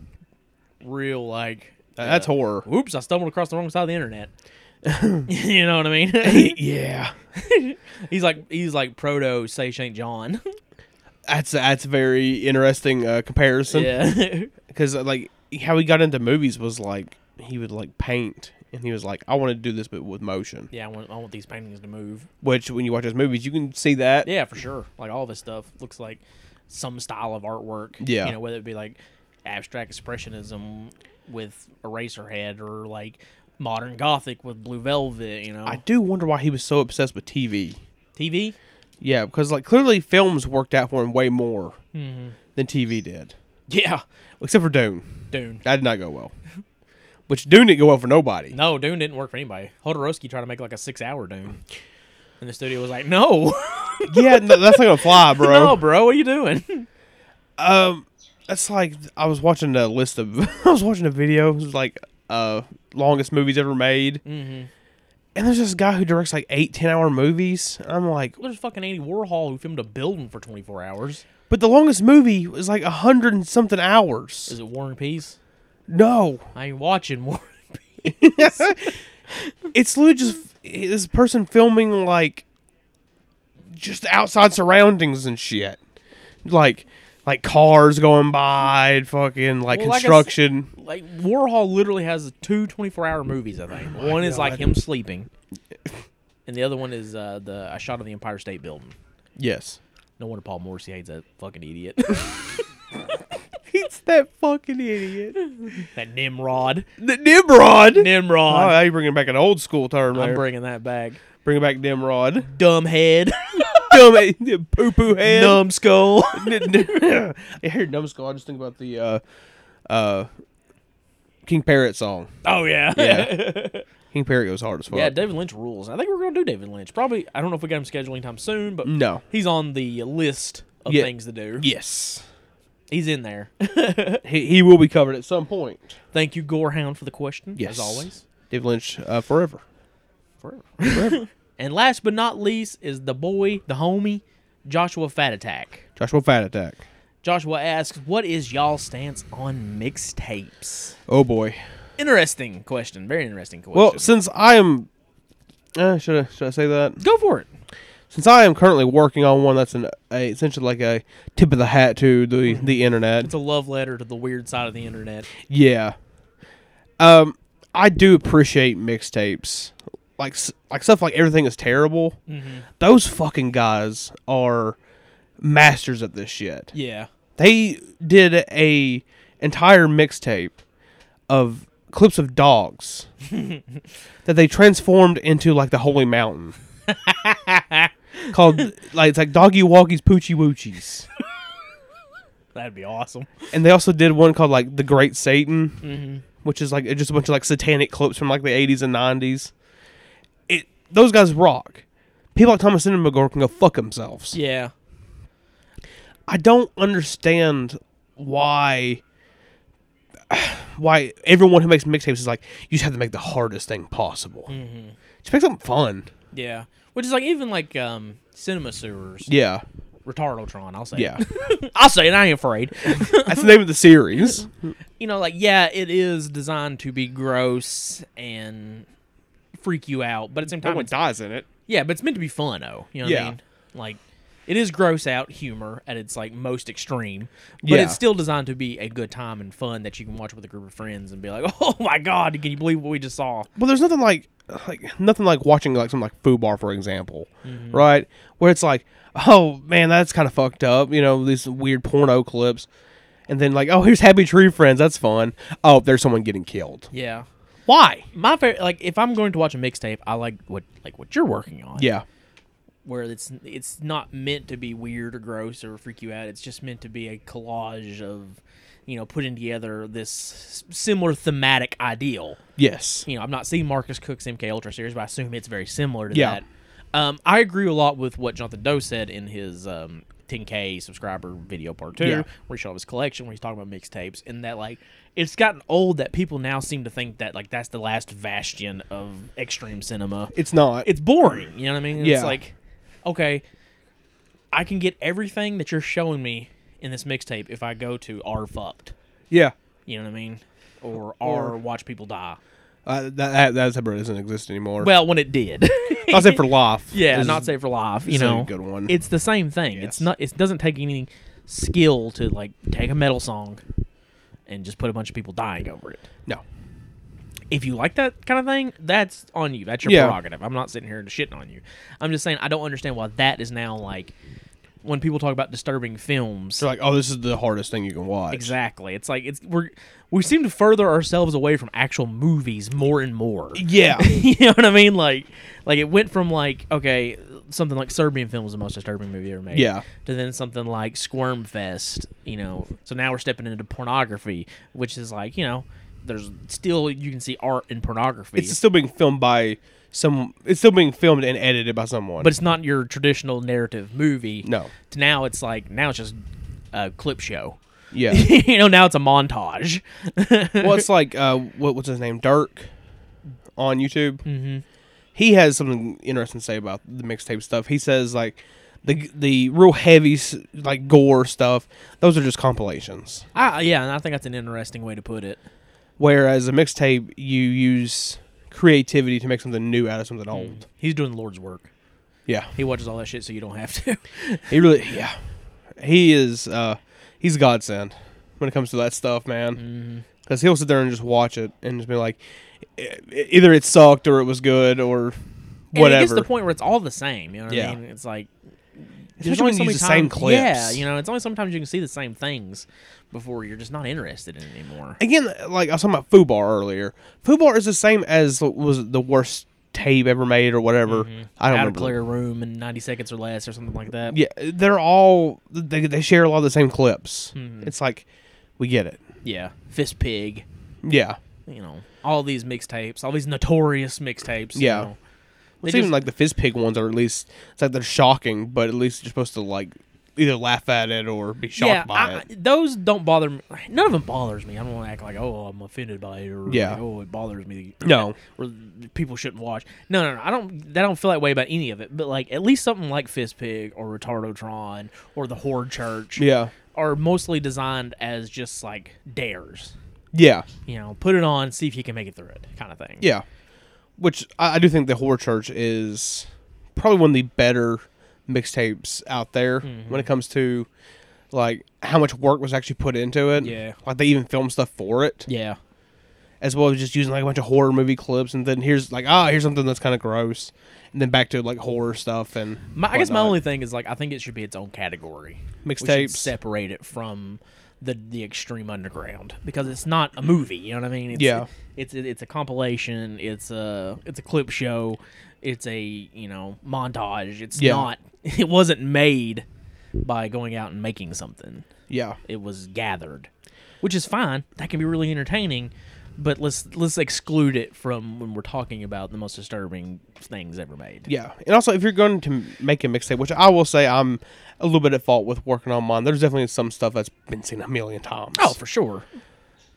real like. That- that's horror. Oops, I stumbled across the wrong side of the internet. you know what I mean? Yeah, he's like he's like proto say Saint John. that's that's a very interesting uh, comparison uh, yeah. because like how he got into movies was like he would like paint and he was like, "I want to do this, but with motion." Yeah, I want, I want these paintings to move. Which, when you watch those movies, you can see that. Yeah, for sure. Like all this stuff looks like some style of artwork. Yeah. You know, whether it be like abstract expressionism with Eraserhead or like modern gothic with blue velvet, you know. I do wonder why he was so obsessed with TV. TV? Yeah, because like clearly films worked out for him way more Mm-hmm. than TV did, Yeah. except for Dune. Dune. That did not go well. Which Dune didn't go well for nobody. No, Dune didn't work for anybody. Hodorowski tried to make like a six hour Dune. And the studio was like, No. yeah, no, that's not gonna fly, bro. no, bro, what are you doing? Um, it's like I was watching a list of I was watching a video. It was like uh longest movies ever made. Mm-hmm. And there's this guy who directs like eight ten hour movies. I'm like, There's fucking Andy Warhol who filmed a building for twenty four hours. but the longest movie was like a hundred and something hours. Is it War and Peace? No, I ain't watching War and Peace. it's literally just this person filming like just outside surroundings and shit, like like cars going by and fucking like Well, like I s- construction. like Warhol literally has two 24 hour movies. I Oh think one is like him sleeping, and the other one is uh, the I shot on the Empire State Building. yes, No wonder Paul Morrissey hates that fucking idiot, it's that fucking idiot. that Nimrod. The Nimrod. Oh, Nimrod. now you're bringing back an old school term. I'm there. bringing that back. bringing back Nimrod. Dumbhead, Dumb poo poo head. numbskull. I heard numbskull. I just think about the uh, uh, King Parrot song. Oh yeah. Yeah. King Parrot goes hard as fuck. Yeah, David Lynch rules. I think we're gonna do David Lynch. Probably. I don't know if we got him scheduled anytime soon, but no. he's on the list of Yeah. things to do. Yes. He's in there. He, he will be covered at some point. Thank you, Gorehound, for the question. Yes. As always. Dave Lynch uh, forever. And last but not least is the boy, the homie, Joshua Fat Attack. Joshua Fat Attack. Joshua asks, "What is y'all stance on mixtapes?" Oh boy. Interesting question. Very interesting question. Well, since I am, uh, should I, should I say that? go for it. Since I am currently working on one that's an a, essentially like a tip of the hat to the the internet. It's a love letter to the weird side of the internet. Yeah. Um, I do appreciate mixtapes, like s- like stuff like everything is terrible. Those fucking guys are masters at this shit. Yeah. They did a entire mixtape of clips of dogs that they transformed into like the Holy Mountain. called like it's like doggy walkies poochie woochies That'd be awesome. and they also did one called like the Great Satan, which is like just a bunch of like satanic clips from like the eighties and nineties. It those guys rock. People like Thomas and McGore can go fuck themselves. Yeah. I don't understand why why everyone who makes mixtapes is like you just have to make the hardest thing possible. Just make something fun. Yeah. Which is like even like um cinema sewers. Yeah, Retardotron, I'll say. it. yeah. I'll say it, I ain't afraid. That's the name of the series. you know, like yeah, it is designed to be gross and freak you out, but at the same time it's dies in it. Yeah, but it's meant to be fun, though. You know what I Yeah. mean? Like, it is gross out humor at its like most extreme, but Yeah. it's still designed to be a good time and fun that you can watch with a group of friends and be like, "Oh my god, can you believe what we just saw?" Well, there's nothing like like nothing like watching like something like Fubar, for example, right? Where it's like, oh man, that's kind of fucked up, you know, these weird porno clips, and then like, oh, here's Happy Tree Friends, that's fun. Oh, there's someone getting killed. Yeah, Why? my favorite. Like, if I'm going to watch a mixtape, I like what like what you're working on. Yeah, where it's it's not meant to be weird or gross or freak you out. It's just meant to be a collage of, you know, putting together this s- similar thematic ideal. yes, you know, I've not seen Marcus Cook's MK Ultra series, but I assume it's very similar to Yeah. that. Um, I agree a lot with what Jonathan Doe said in his um, 10K subscriber video part two, Yeah. where he showed off his collection, where he's talking about mixtapes, and that like it's gotten old that people now seem to think that like that's the last bastion of extreme cinema. it's not. It's boring, you know what I mean? It's Yeah. like, okay, I can get everything that you're showing me in this mixtape if I go to R fucked, yeah, you know what I mean, or R watch people die. uh, that that that separate doesn't exist anymore. Well, when it did. I said for life. Yeah, This not is- safe for life. You it's a know, good one. It's the same thing. It's Yes. not. It doesn't take any skill to like take a metal song and just put a bunch of people dying over it. No, if you like that kind of thing, that's on you. That's your Yeah. prerogative. I'm not sitting here and shitting on you. I'm just saying I don't understand why that is now like when people talk about disturbing films. They're like, oh, this is the hardest thing you can watch. Exactly. It's like it's we're we seem to further ourselves away from actual movies more and more. Yeah. you know what I mean? Like, like it went from like okay, something like Serbian film was the most disturbing movie ever made. Yeah. To then something like Squirm Fest. You know. So now we're stepping into pornography, which is like you know, there's still you can see art in pornography. It's still being filmed by some. It's still being filmed and edited by someone. but it's not your traditional narrative movie. No. To Now it's like now it's just a clip show. yeah. you know, now it's a montage. well, it's like uh, what, what's his name, Dirk, on YouTube. Mm-hmm. He has something interesting to say about the mixtape stuff. He says like the the real heavy s- like gore stuff. Those are just compilations. Ah, yeah, and I think that's an interesting way to put it. Whereas a mixtape, you use creativity to make something new out of something Mm. old. He's doing the Lord's work. Yeah, He watches all that shit, so you don't have to. he really yeah. He is uh, he's a godsend when it comes to that stuff, Mm-hmm. man. Because he'll sit there and just watch it and just be like, e- e- either it sucked or it was good or. And Whatever. It gets to the point where it's all the same. You know what Yeah. I mean? It's like Especially when you use the same times- Yeah, clips. you know, it's only sometimes you can see the same things before you're just not interested in it anymore. again, like I was talking about Fubar earlier. Fubar is the same as the- was the worst tape ever made or whatever. I don't Out of remember. clear room in 90 seconds or less, or something like that. Yeah, they're all they, they share a lot of the same clips. Mm-hmm. It's like we get it. yeah. Fist pig. Yeah, You know, all these mixtapes, all these notorious mixtapes. Yeah. You know. They it's even just- like the fizz pig ones are at least it's like they're shocking, but at least you're supposed to like either laugh at it or be shocked yeah, by I, it. those don't bother me. None of them bothers me. I don't want to act like, oh, I'm offended by it, or Yeah. like, oh, it bothers me. No. or people shouldn't watch. No, no, no. I don't. I don't feel that way about any of it. But like, at least something like Fist Pig or Retardotron or the Horde Church, Yeah, are mostly designed as just like dares. yeah, You know, put it on, see if you can make it through it, kind of thing. yeah. Which I, I do think the horror church is probably one of the better mixtapes out there Mm-hmm. when it comes to like how much work was actually put into it. Yeah. Like they even filmed stuff for it. yeah. As well as just using like a bunch of horror movie clips and then here's like, ah, here's something that's kinda gross. And then back to like horror stuff and My, I guess my whatnot. only thing is like I think it should be its own category. We should Mixtapes. separate it from the the extreme underground because it's not a movie. You know what I mean? It's, Yeah. It's it's a compilation. It's a it's a clip show. It's a you know montage. It's Yeah. not. It wasn't made by going out and making something. Yeah. It was gathered, which is fine. That can be really entertaining. But let's let's exclude it from when we're talking about the most disturbing things ever made. Yeah, and also if you're going to m- make a mixtape, which I will say I'm a little bit at fault with working on mine. There's definitely some stuff that's been seen a million times. Oh, for Mm. sure.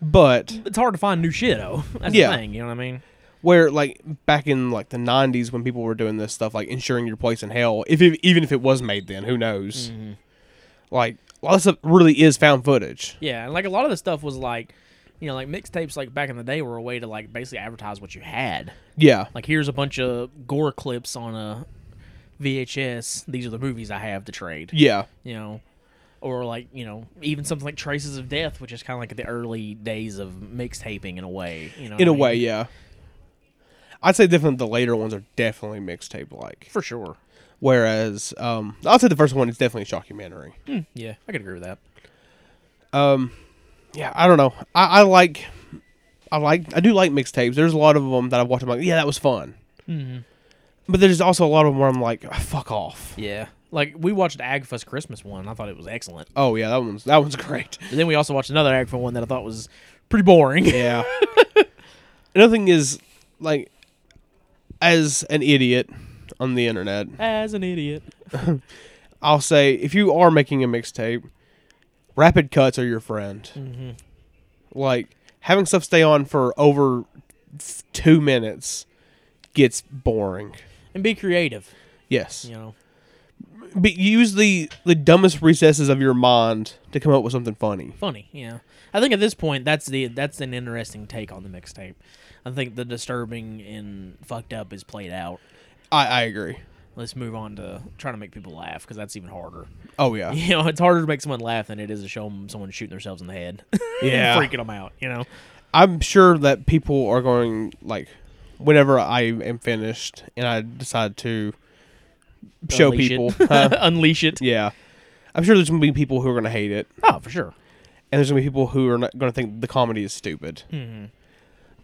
but it's hard to find new shit though. That's Yeah. the thing, you know what I mean? where like back in like the '90s when people were doing this stuff, like ensuring your place in hell, if it, even if it was made then, who knows? Mm-hmm. Like a lot of stuff really is found footage. Yeah, and like a lot of the stuff was like, you know, like mixtapes like back in the day were a way to like basically advertise what you had. Yeah, Like here's a bunch of gore clips on a VHS. These are the movies I have to trade. yeah, You know, or like you know even something like Traces of Death, which is kind of like the early days of mixtaping in a way. You know, in what a I way, mean? yeah. I'd say definitely the later ones are definitely mixtape like, for sure. whereas um, I'll say the first one is definitely a documentary. Yeah, I could agree with that. yeah, I don't know. I, I like, I like, I do like mixtapes. There's a lot of them that I've watched. I'm like, yeah, that was fun. But there's also a lot of them where I'm like, "Ah, fuck off. Yeah, like we watched Agfa's Christmas one. I thought it was excellent. Oh yeah, that one's that one's great. But then we also watched another Agfa one that I thought was pretty boring. Yeah. Another thing is, like, as an idiot on the internet, As an idiot. I'll say if you are making a mixtape, rapid cuts are your friend. Like having stuff stay on for over f- two minutes gets boring. and be creative. Yes. You know, but use the the dumbest recesses of your mind to come up with something funny. funny. You know, I think at this point that's the that's an interesting take on the mixtape. I think the disturbing and fucked up is played out. I, I agree. Let's move on to trying to make people laugh because that's even harder. Oh yeah, You know, it's harder to make someone laugh than it is to show 'em someone shooting themselves in the head, Yeah. freaking them out. You know, I'm sure that people are going like whenever I am finished and I decide to show Unleash people. it. huh? Unleash it. yeah. I'm sure there's gonna be people who are gonna hate it, Oh, for sure. and there's gonna be people who are not gonna think the comedy is stupid. Mm-hmm.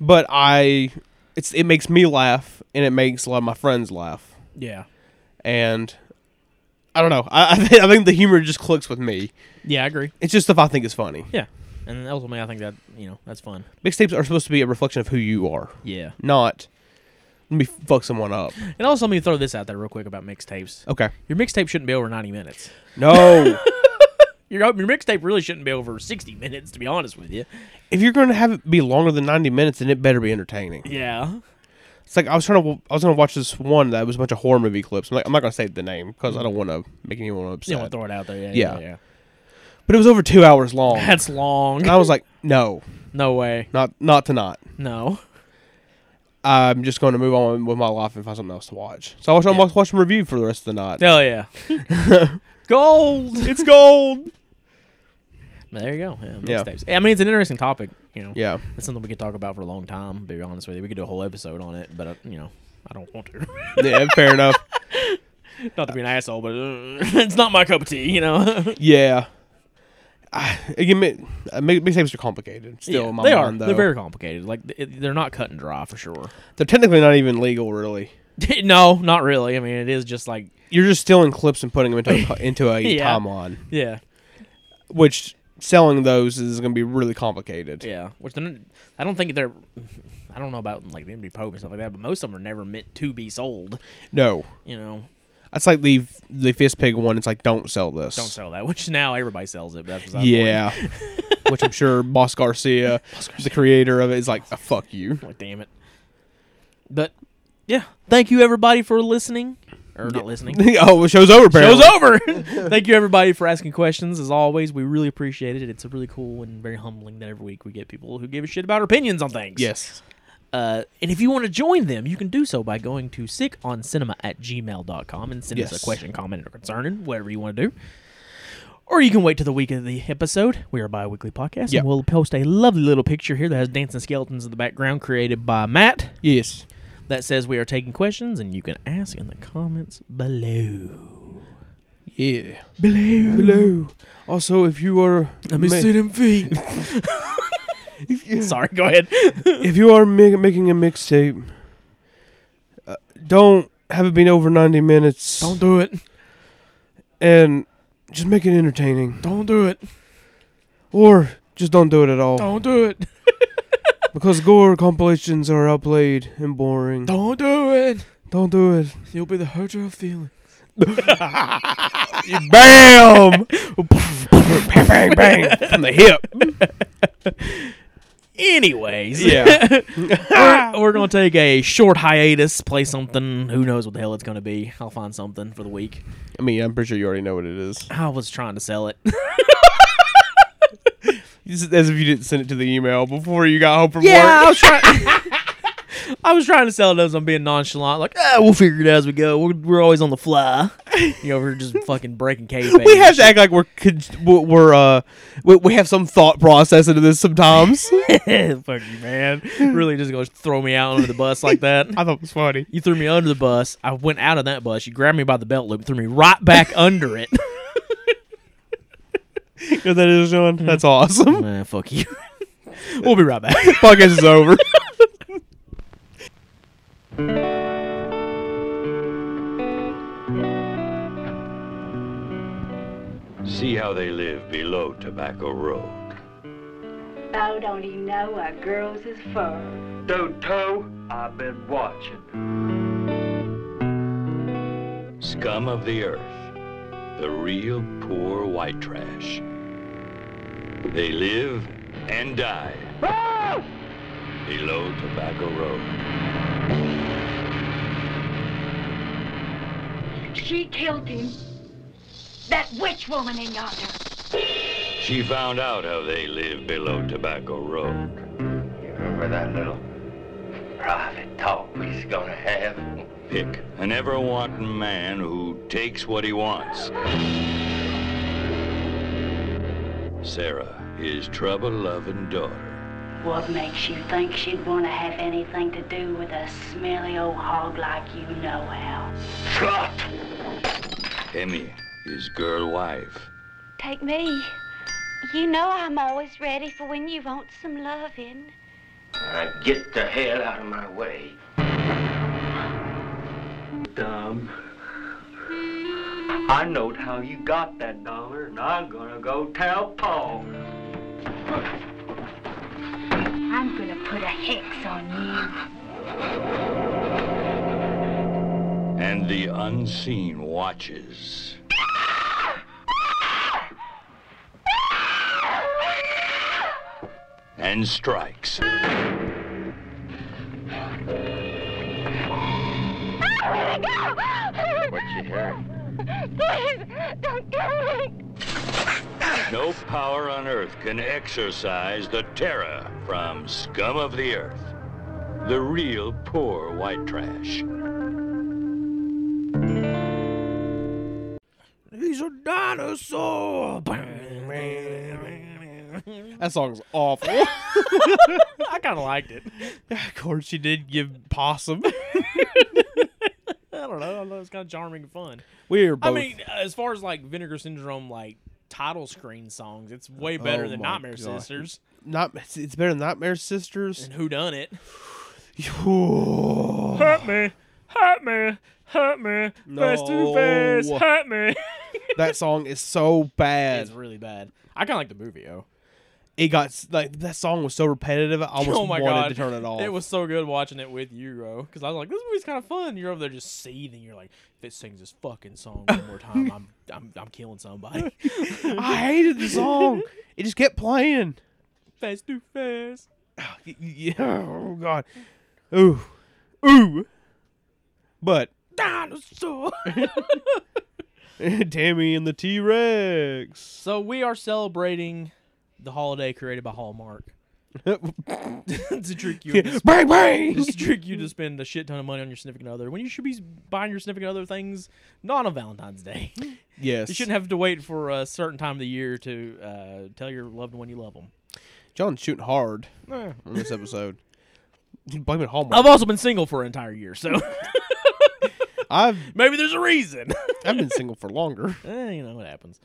But I, it's it makes me laugh, and it makes a lot of my friends laugh, Yeah. and I don't know. I I, think- I think the humor just clicks with me. Yeah, I agree. It's just stuff I think is funny. Yeah. And ultimately, I think that, you know, that's fun. Mixtapes are supposed to be a reflection of who you are, Yeah. not let me fuck someone up. And also, let me throw this out there real quick about mixtapes. Okay. Your mixtape shouldn't be over 90 minutes. No. Your, your mixtape really shouldn't be over 60 minutes, to be honest with you. if you're going to have it be longer than 90 minutes, then it better be entertaining. Yeah. It's like I was trying to I was going to watch this one that was a bunch of horror movie clips. I'm like I'm not going to say the name because I don't want to make anyone You upset. don't want to throw it out there. Yeah. Yeah. Yeah. yeah. but it was over 2 hours long. and That's long. I was like, "No, No way. not not tonight. No. I'm just going to move on with my life and find something else to watch." So I watched Yeah. watch watched a review for the rest of the night. Hell yeah. Gold. It's gold. There you go. Yeah, Yeah. mixtapes. I mean, it's an interesting topic. You know, yeah. it's something we could talk about for a long time. To be honest with you, we could do a whole episode on it, but uh, you know, I don't want to. Yeah, fair enough. not to be an asshole, but uh, it's not my cup of tea. You know, Yeah. I, again, mi- uh, mi- mixtapes are complicated. Still, Yeah, in my they mind, are. Though. They're very complicated. Like th- it, they're not cut and dry for sure. They're technically not even legal, really. no, not really. I mean, it is just like You're just stealing clips and putting them into a, co- into a Yeah. timeline, yeah, which selling those is going to be really complicated. yeah. Which they're, not- I don't think they're. I don't know about like the MD Pope and stuff like that, but most of them are never meant to be sold. No, You know, that's like the the fist pig one. It's like don't sell this. don't sell that. Which now everybody sells it. But that's beside the point. Yeah, which I'm sure Boss Garcia, the creator of it, is like, "Ah, fuck you. Like, damn it. But yeah, thank you everybody for listening or not listening. oh, well, show's over. Apparently. Show's over. thank you everybody for asking questions. As always, we really appreciate it. It's really cool and very humbling that every week we get people who give a shit about our opinions on things. Yes. Uh, and if you want to join them, you can do so by going to sickoncinema at gmail.com and send us a Yes. question, comment, or concern, whatever you want to do. Or you can wait till the week of the episode. We are a bi weekly podcast, Yep. and we'll post a lovely little picture here that has dancing skeletons in the background created by Matt Yes. that says we are taking questions, and you can ask in the comments below. Yeah. Below. Hello. Also, if you are ma- them feet. Sorry, go ahead. if you are ma- making a mixtape, uh, don't have it be over 90 minutes. do it. and just make it entertaining, Don't do it. or just don't do it at all do it. because gore compilations are outplayed and boring. Don't do it. Don't do it. You'll be the hurter of feelings. Bam! bang, bang, bang from the hip. Anyways, Yeah. we're, we're gonna take a short hiatus, play something. Who knows what the hell it's gonna be? I'll find something for the week. I mean, I'm pretty sure you already know what it is. I was trying to sell it. Just as if you didn't send it to the email before you got home from Yeah, I work. was trying. I was trying to sell it as I'm being nonchalant, like, ah, we'll figure it out as we go. We're, we're always on the fly. You know, we're just fucking breaking kayfabe. We have to act like we're con- we're uh we, we have some thought process into this sometimes. Fuck you, man. Really just gonna throw me out under the bus like that. I thought it was funny. You threw me under the bus. I went out of that bus. You grabbed me by the belt loop, threw me right back under it. You know what that is, John? Mm-hmm. That's awesome. Man, fuck you. we'll be right back. Podcast is over. See how they live below Tobacco Road. Oh, don't he know what girls is for? Don't toe, I've been watching. Scum of the earth. The real poor white trash. They live and die below Tobacco Road. She killed him. That witch woman in yonder. She found out how they live below Tobacco Road. You remember that little private talk we was gonna have? Pick an ever wanting man who takes what he wants. Sarah, his trouble loving daughter. What makes you think she'd want to have anything to do with a smelly old hog like you know how? Emmy, his girl wife. Take me. You know I'm always ready for when you want some loving. Now get the hell out of my way. Dumb. I knowed how you got that dollar, and I'm gonna go tell Paul. I'm gonna put a hex on you. And the unseen watches. And strikes. Ah, What you hearing? Please, don't kill me. No power on earth can exorcise the terror from scum of the earth. The real poor white trash. He's a dinosaur. That song is awful. I kind of liked it. of course, you did give possum. I don't know. I thought it was kind of charming and fun. We are both. I mean, as far as like Vinegar Syndrome, like title screen songs, it's way better Oh than my Nightmare God. Sisters not. It's, it's better than Nightmare Sisters. and Who Done It. that me, hurt me, hurt me, No. hurt me. song is so bad. It's really bad. I kind of like the movie, though. It got s- like that song was so repetitive. I almost oh my wanted god, to turn it off. It was so good watching it with you, bro. Because I was like, this movie's kind of fun. You're over there just seething. You're like, if it sings this fucking song one more time, I'm I'm, I'm killing somebody. I hated the song. it just kept playing. fast too fast. Y- y- Oh god. Ooh. Ooh. But Dinosaur. Tammy and the T Rex. so we are celebrating the holiday created by Hallmark to trick you. into bang bang. Just trick you to spend a shit ton of money on your significant other when you should be buying your significant other things not on Valentine's Day. Yes. You shouldn't have to wait for a certain time of the year to uh, tell your loved one you love them. John's shooting hard on this episode. You blame it Hallmark. I've also been single for an entire year, so I've maybe there's a reason. I've been single for longer. Eh, you know, it happens.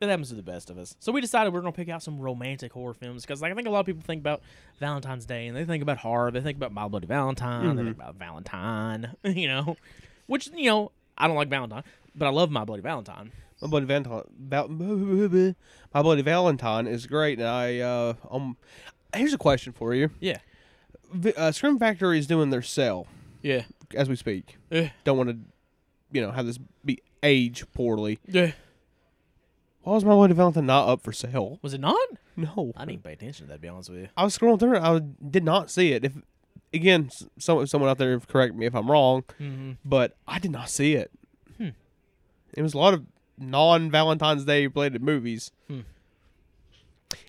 It happens to the best of us. So we decided we're going to pick out some romantic horror films because like, I think a lot of people think about Valentine's Day and they think about horror. They think about My Bloody Valentine. They think about Valentine, you know, which, you know, I don't like Valentine, but I love My Bloody Valentine. My bloody Valentine. Val- My bloody Valentine is great, and I uh um. Here's a question for you. Yeah. Vi- Uh, Scream Factory is doing their sale Yeah. Eh, as we speak. Yeah. Don't want to, you know, have this be age poorly. Yeah. Why was my bloody Valentine not up for sale? Was it not? No, I didn't pay attention to that, to be honest with you. I was scrolling through it. I did not see it. If again, s- some someone out there correct me if I'm wrong, but I did not see it. It was a lot of non Valentine's Day related movies.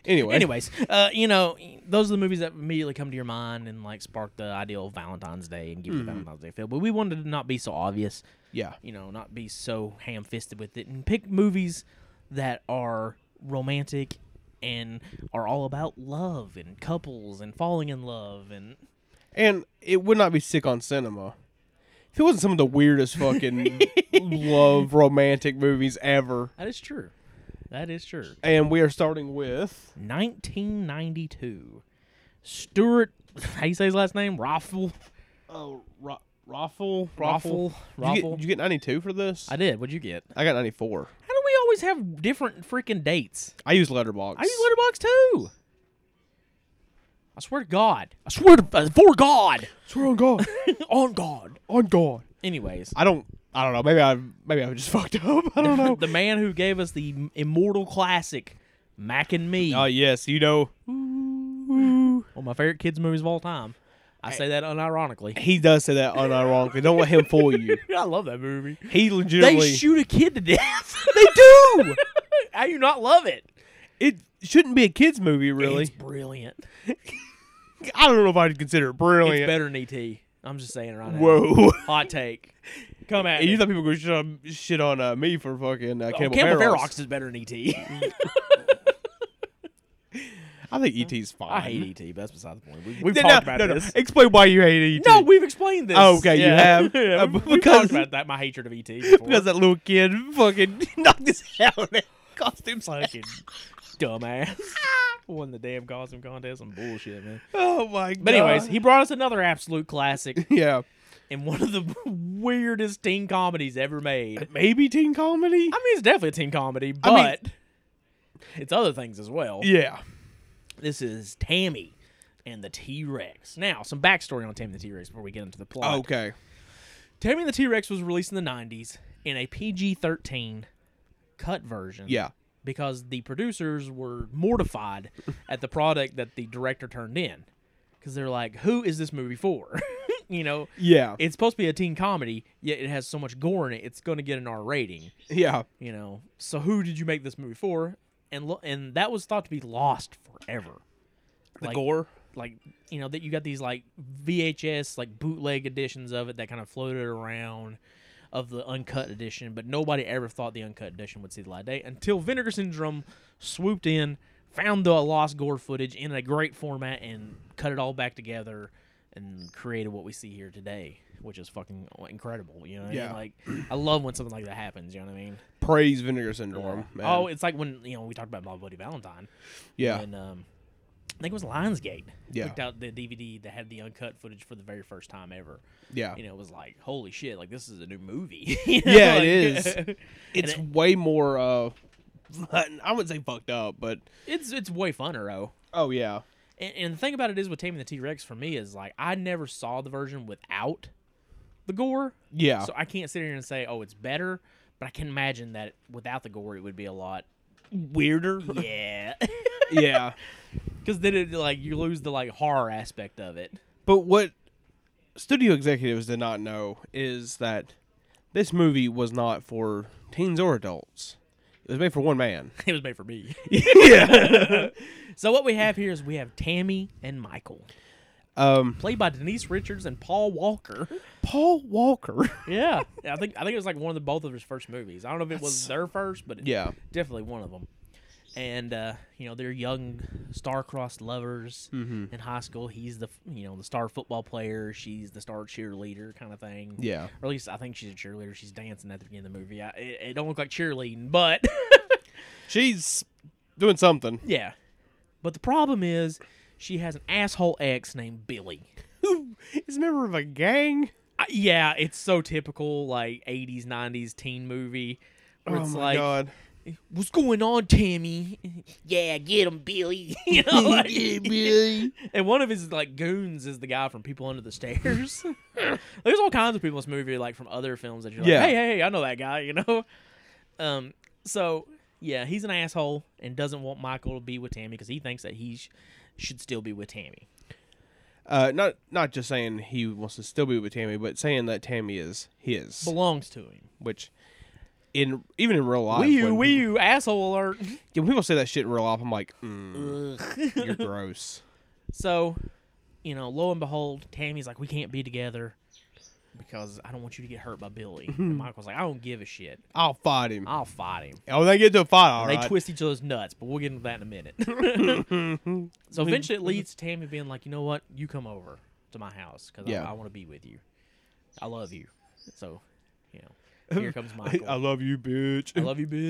Anyway, Anyways, uh, you know, those are the movies that immediately come to your mind and like spark the ideal of Valentine's Day and give you the Valentine's Day feel. But we wanted to not be so obvious, yeah, you know, not be so ham fisted with it and pick movies that are romantic and are all about love and couples and falling in love and and it would not be sick on cinema if it wasn't some of the weirdest fucking love romantic movies ever. that is true. That is true. And we are starting with 1992. Stuart, how you say his last name? Raffle. oh, Ra- Raffle, Raffle. Did you get- Raffle. Did you get 92 for this? I did. What'd you get? I got 94. How do we always have different freaking dates? I use Letterbox. I use Letterbox too. I swear to God. I swear to uh, for God. Swear on God. on God. on God. Anyways, I don't. I don't know. Maybe I. Maybe I just fucked up. I don't know. the man who gave us the m- immortal classic Mac and Me, Oh yes, you know one of my favorite kids movies of all time. I say that unironically. he does say that unironically. don't let him fool you. I love that movie. He They legitimately. shoot a kid to death. They do. How you not love it? it shouldn't be a kids movie, really. It's brilliant. I don't know if I'd consider it It's brilliant. better than ET. I'm just saying it right now. Whoa. Hot take. Come at And you me. thought people were gonna shit on, shit on uh, me for fucking uh, Oh, Campbell, Campbell Ferox. Ferox is better than ET. I think ET's fine. I hate ET, but that's beside the point. We, No, we've no, talked about no, no. this. Explain why you hate E ET. No, we've explained this. Oh, okay, you Yeah. have? yeah, Uh, we- b- we've because- talked about that. My hatred of ET. Before. because that little kid fucking knocked his head out. Costumes. fucking dumbass won the damn costume contest. Some bullshit, man. Oh my god. But anyways, he brought us another absolute classic yeah, in one of the weirdest teen comedies ever made. maybe teen comedy. I mean, it's definitely a teen comedy, but I mean- it's other things as well. yeah. This is Tammy and the T Rex. Now, some backstory on Tammy and the T Rex before we get into the plot. Okay. Tammy and the T Rex was released in the 90s in a PG 13 cut version. Yeah. Because the producers were mortified at the product that the director turned in. Because they're like, who is this movie for? you know, Yeah. it's supposed to be a teen comedy, yet it has so much gore in it, it's going to get an R rating. yeah. You know, so who did you make this movie for? And lo- and that was thought to be lost forever. The Like- gore. Like you know that you got these like VHS like bootleg editions of it that kind of floated around of the uncut edition, but nobody ever thought the uncut edition would see the light of day until Vinegar Syndrome swooped in, found the lost gore footage in a great format and cut it all back together and created what we see here today, which is fucking incredible. You know, what I mean? Yeah. like I love when something like that happens. You know what I mean? Praise Vinegar Syndrome. Man. Oh, it's like when you know we talked about My Bloody Valentine, yeah. and um, I think it was Lionsgate. Yeah. Looked out the DVD that had the uncut footage for the very first time ever. yeah. You know, it was like, holy shit, like this is a new movie. You know, Yeah, it like- is. it's way more. uh I wouldn't say fucked up, but It's it's way funner though. oh yeah, And, and the thing about it is with Taming the T Rex for me is like I never saw the version without the gore, yeah, so I can't sit here and say oh it's better, but I can imagine that without the gore it would be a lot weirder. yeah. yeah. Because then it like you lose the like horror aspect of it. But what studio executives did not know is that this movie was not for teens or adults. It was made for one man. It was made for me. yeah. so what we have here is we have Tammy and Michael, Um, played by Denise Richards and Paul Walker. Paul Walker. Yeah, I think I think it was like one of the both of his first movies. I don't know if it was their first, but it- Yeah. definitely one of them. And uh, you know they're young, star-crossed lovers in high school. He's the you know the star football player. She's the star cheerleader kind of thing. Yeah. or at least I think she's a cheerleader. She's dancing at the beginning of the movie. I, it, it don't look like cheerleading, but She's doing something. Yeah. But the problem is she has an asshole ex named Billy. Who is a member of a gang? I, yeah, it's so typical like 80s 90s teen movie where oh it's my like god. what's going on, Tammy? yeah, get him, Billy. you know, like- and one of his like goons is the guy from People Under the Stairs. There's all kinds of people in this movie, like from other films that you're like, Yeah. hey, hey, hey, I know that guy, you know. Um, so yeah, he's an asshole and doesn't want Michael to be with Tammy because he thinks that he sh- should still be with Tammy. Uh, not not just saying he wants to still be with Tammy, but saying that Tammy is his, Belongs to him. which in even in real life, Wee you, when wee people, you, asshole alert. yeah, when people say that shit in real life, I'm like, mm, you're gross. So, you know, lo and behold, Tammy's like, we can't be together because I don't want you to get hurt by Billy. and Michael's like, I don't give a shit. I'll fight him. I'll fight him. Oh, they get to a fight, all And right. they twist each other's nuts, but we'll get into that in a minute. so eventually it leads to Tammy being like, you know what? You come over to my house because Yeah. I, want to be with you. I love you. So, you know, here comes Michael. I love you, bitch. I love you, Never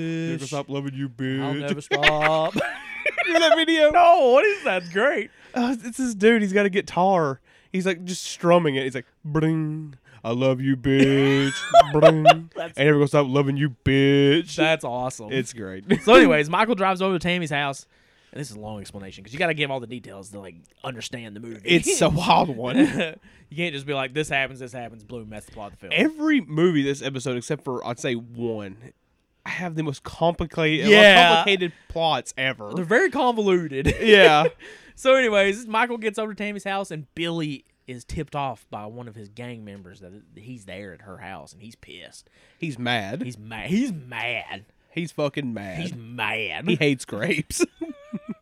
bitch. stop loving you, bitch. I'll never stop. that video. no, what is that? It's great. Uh, it's this dude. He's got a guitar. He's like just strumming it. He's like, bring. I love you, bitch. bring. Ain't never gonna stop loving you, bitch. That's awesome. it's great. So, anyways, Michael drives over to Tammy's house, and this is a long explanation because you got to give all the details to like understand the movie. it's a wild you one. can't just be like, "This happens, this happens." Bloom, that's the plot of the film. Every movie this episode, except for I'd say one, I have the most complicated, Yeah. complicated plots ever. They're very convoluted. yeah. so, anyways, Michael gets over to Tammy's house, and Billy is tipped off by one of his gang members that he's there at her house, and he's pissed. He's mad. He's, He's mad. He's mad. fucking mad. He's mad. he hates grapes.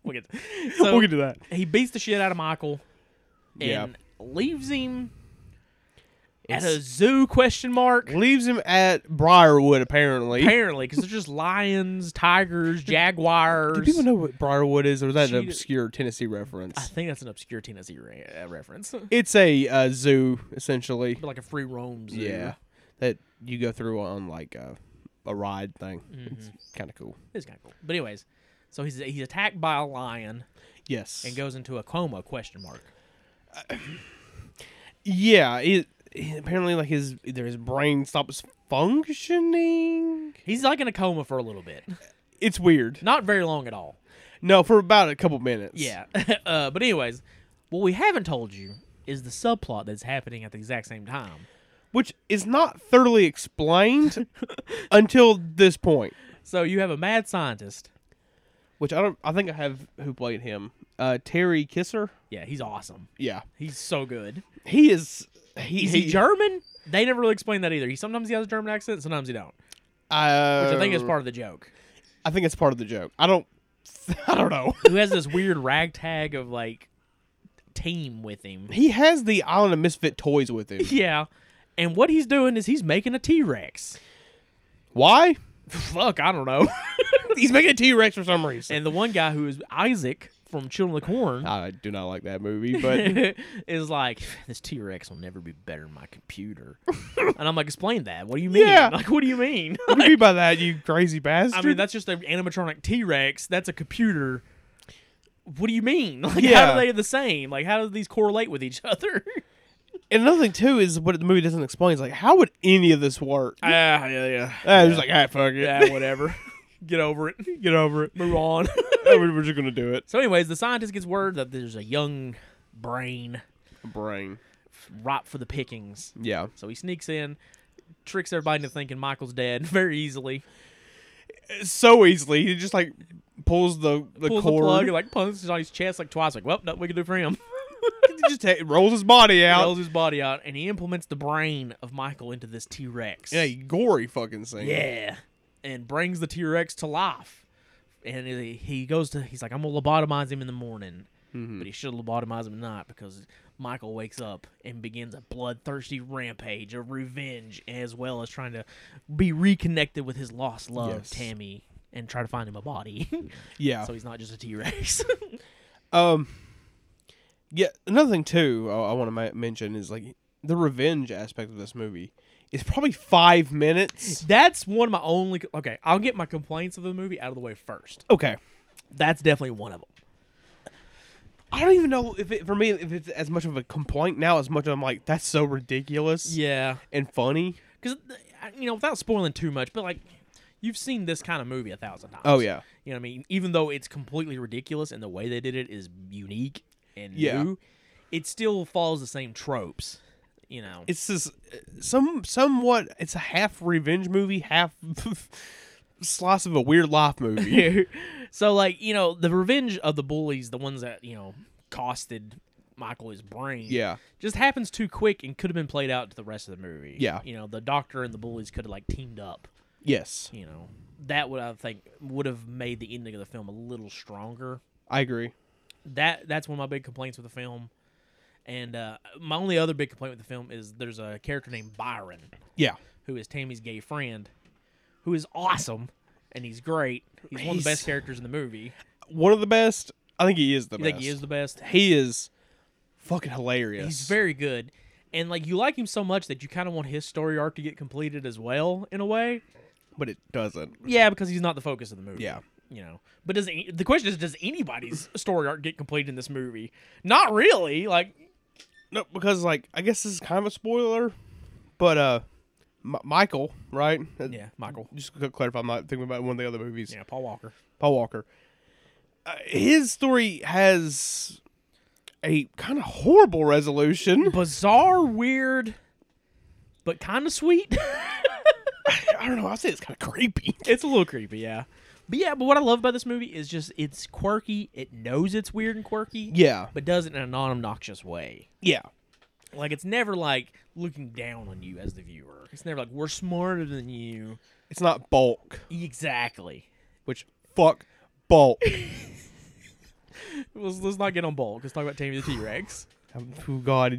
We'll get- so we'll get to that. he beats the shit out of Michael, and Yeah. leaves him. at a zoo? Question mark. Leaves him at Briarwood, apparently. Apparently, because they're just lions, tigers, jaguars. Do people know what Briarwood is, or is that an She- obscure Tennessee reference? I think that's an obscure Tennessee re- uh, reference, but it's a uh, zoo, essentially. like a free roam zoo. Yeah, that you go through on like a, a ride thing. It's Mm-hmm. kind of cool. it's kind of cool. But anyways, so he's he's attacked by a lion Yes. and goes into a coma? Question mark. Yeah. It, it- apparently, like his either his brain stops functioning. He's like in a coma for a little bit, It's weird. not very long at all. No, for about a couple minutes. Yeah. uh, but anyways, what we haven't told you is the subplot that's happening at the exact same time. Which is not thoroughly explained until this point. So you have a mad scientist. Which I don't. I think I have who played him. Uh, Terry Kisser. Yeah, he's awesome. Yeah. He's so good. He is. He, Is he German? They never really explain that either. He sometimes he has a German accent, sometimes he don't. Uh, Which I think is part of the joke. I think it's part of the joke. I don't. I don't know. Who has this weird ragtag of like team with him? He has the Island of Misfit toys with him. Yeah. And what he's doing is he's making a T Rex. Why? Fuck, I don't know. He's making a T Rex for some reason. and the one guy who is Isaac from Children of the Corn I do not like that movie, but is like, this T Rex will never be better than my computer. and I'm like, explain that. What do you mean? Yeah. Like, what do you mean? what do you mean by that, you crazy bastard? I mean, that's just an animatronic T Rex. That's a computer. What do you mean? Like, how Yeah. are they the same? Like, how do these correlate with each other? and another thing too is what the movie doesn't explain is like how would any of this work? I, yeah, yeah, yeah. was just like, ah, fuck it. Yeah, whatever. Get over it. Get over it. Move on. We're we're just gonna do it. so, anyways, the scientist gets word that there's a young brain Brain. ripe for the pickings. Yeah. So he sneaks in, tricks everybody into thinking Michael's dead very easily. So easily, he just like pulls the the pulls cord, the plug and like punches on his chest like twice. Like, well, nothing we can do for him. He just ta- rolls his body out. Rolls his body out and he implements the brain of Michael into this T Rex. Yeah, you gory fucking thing. Yeah. And brings the T Rex to life. And he he goes to, he's like, I'm going to lobotomize him in the morning. But he should lobotomize him at night because Michael wakes up and begins a bloodthirsty rampage of revenge as well as trying to be reconnected with his lost love, Yes. Tammy, and try to find him a body. Yeah. so he's not just a T Rex. Um, yeah. Another thing too, I, I want to ma- mention is like the revenge aspect of this movie is probably five minutes. That's one of my only. Okay, I'll get my complaints of the movie out of the way first. Okay, That's definitely one of them. I don't even know if it for me if it's as much of a complaint now as much I'm like that's so ridiculous Yeah, and funny. because uh, you know, without spoiling too much, but like, you've seen this kind of movie a thousand times. Oh, yeah. You know what I mean? Even though it's completely ridiculous and the way they did it is unique and Yeah. new, it still follows the same tropes. You know, It's this some somewhat it's a half revenge movie, half slice of a weird life movie. so like you know, the revenge of the bullies, the ones that you know costed Michael his brain. yeah, just happens too quick and could have been played out to the rest of the movie. Yeah. You know, the doctor and the bullies could have like teamed up, yes, you know. That would I think would have made the ending of the film a little stronger. I agree. That that's one of my big complaints with the film. And uh, my only other big complaint with the film is there's a character named Byron Yeah, who is Tammy's gay friend who is awesome and he's great. He's, one of the He's- best characters in the movie. one of the best. I think he is the You best. think he is the best? he is fucking hilarious. He's very good. And like you like him so much that you kind of want his story arc to get completed as well in a way. but it doesn't. Yeah, because he's not the focus of the movie. Yeah. You know, but does any, the question is does anybody's story arc get complete in this movie? Not really. Like, No, because like I guess this is kind of a spoiler, but uh, M- Michael, right? Uh, yeah, Michael. Just to clarify, I'm not thinking about one of the other movies. Yeah, Paul Walker. Paul Walker. Uh, his story has a kind of horrible resolution. Bizarre, weird, but kind of sweet. I don't know. I say it's kind of creepy. it's a little creepy, yeah. But yeah, but what I love about this movie is just it's quirky. It knows it's weird and quirky. Yeah. But does it in a non obnoxious way. Yeah. Like, it's never like looking down on you as the viewer. It's never like, we're smarter than you. It's not bulk, Exactly. which fuck bulk. Let's, let's not get on bulk. Let's talk about Tammy the T Rex. Um, oh God,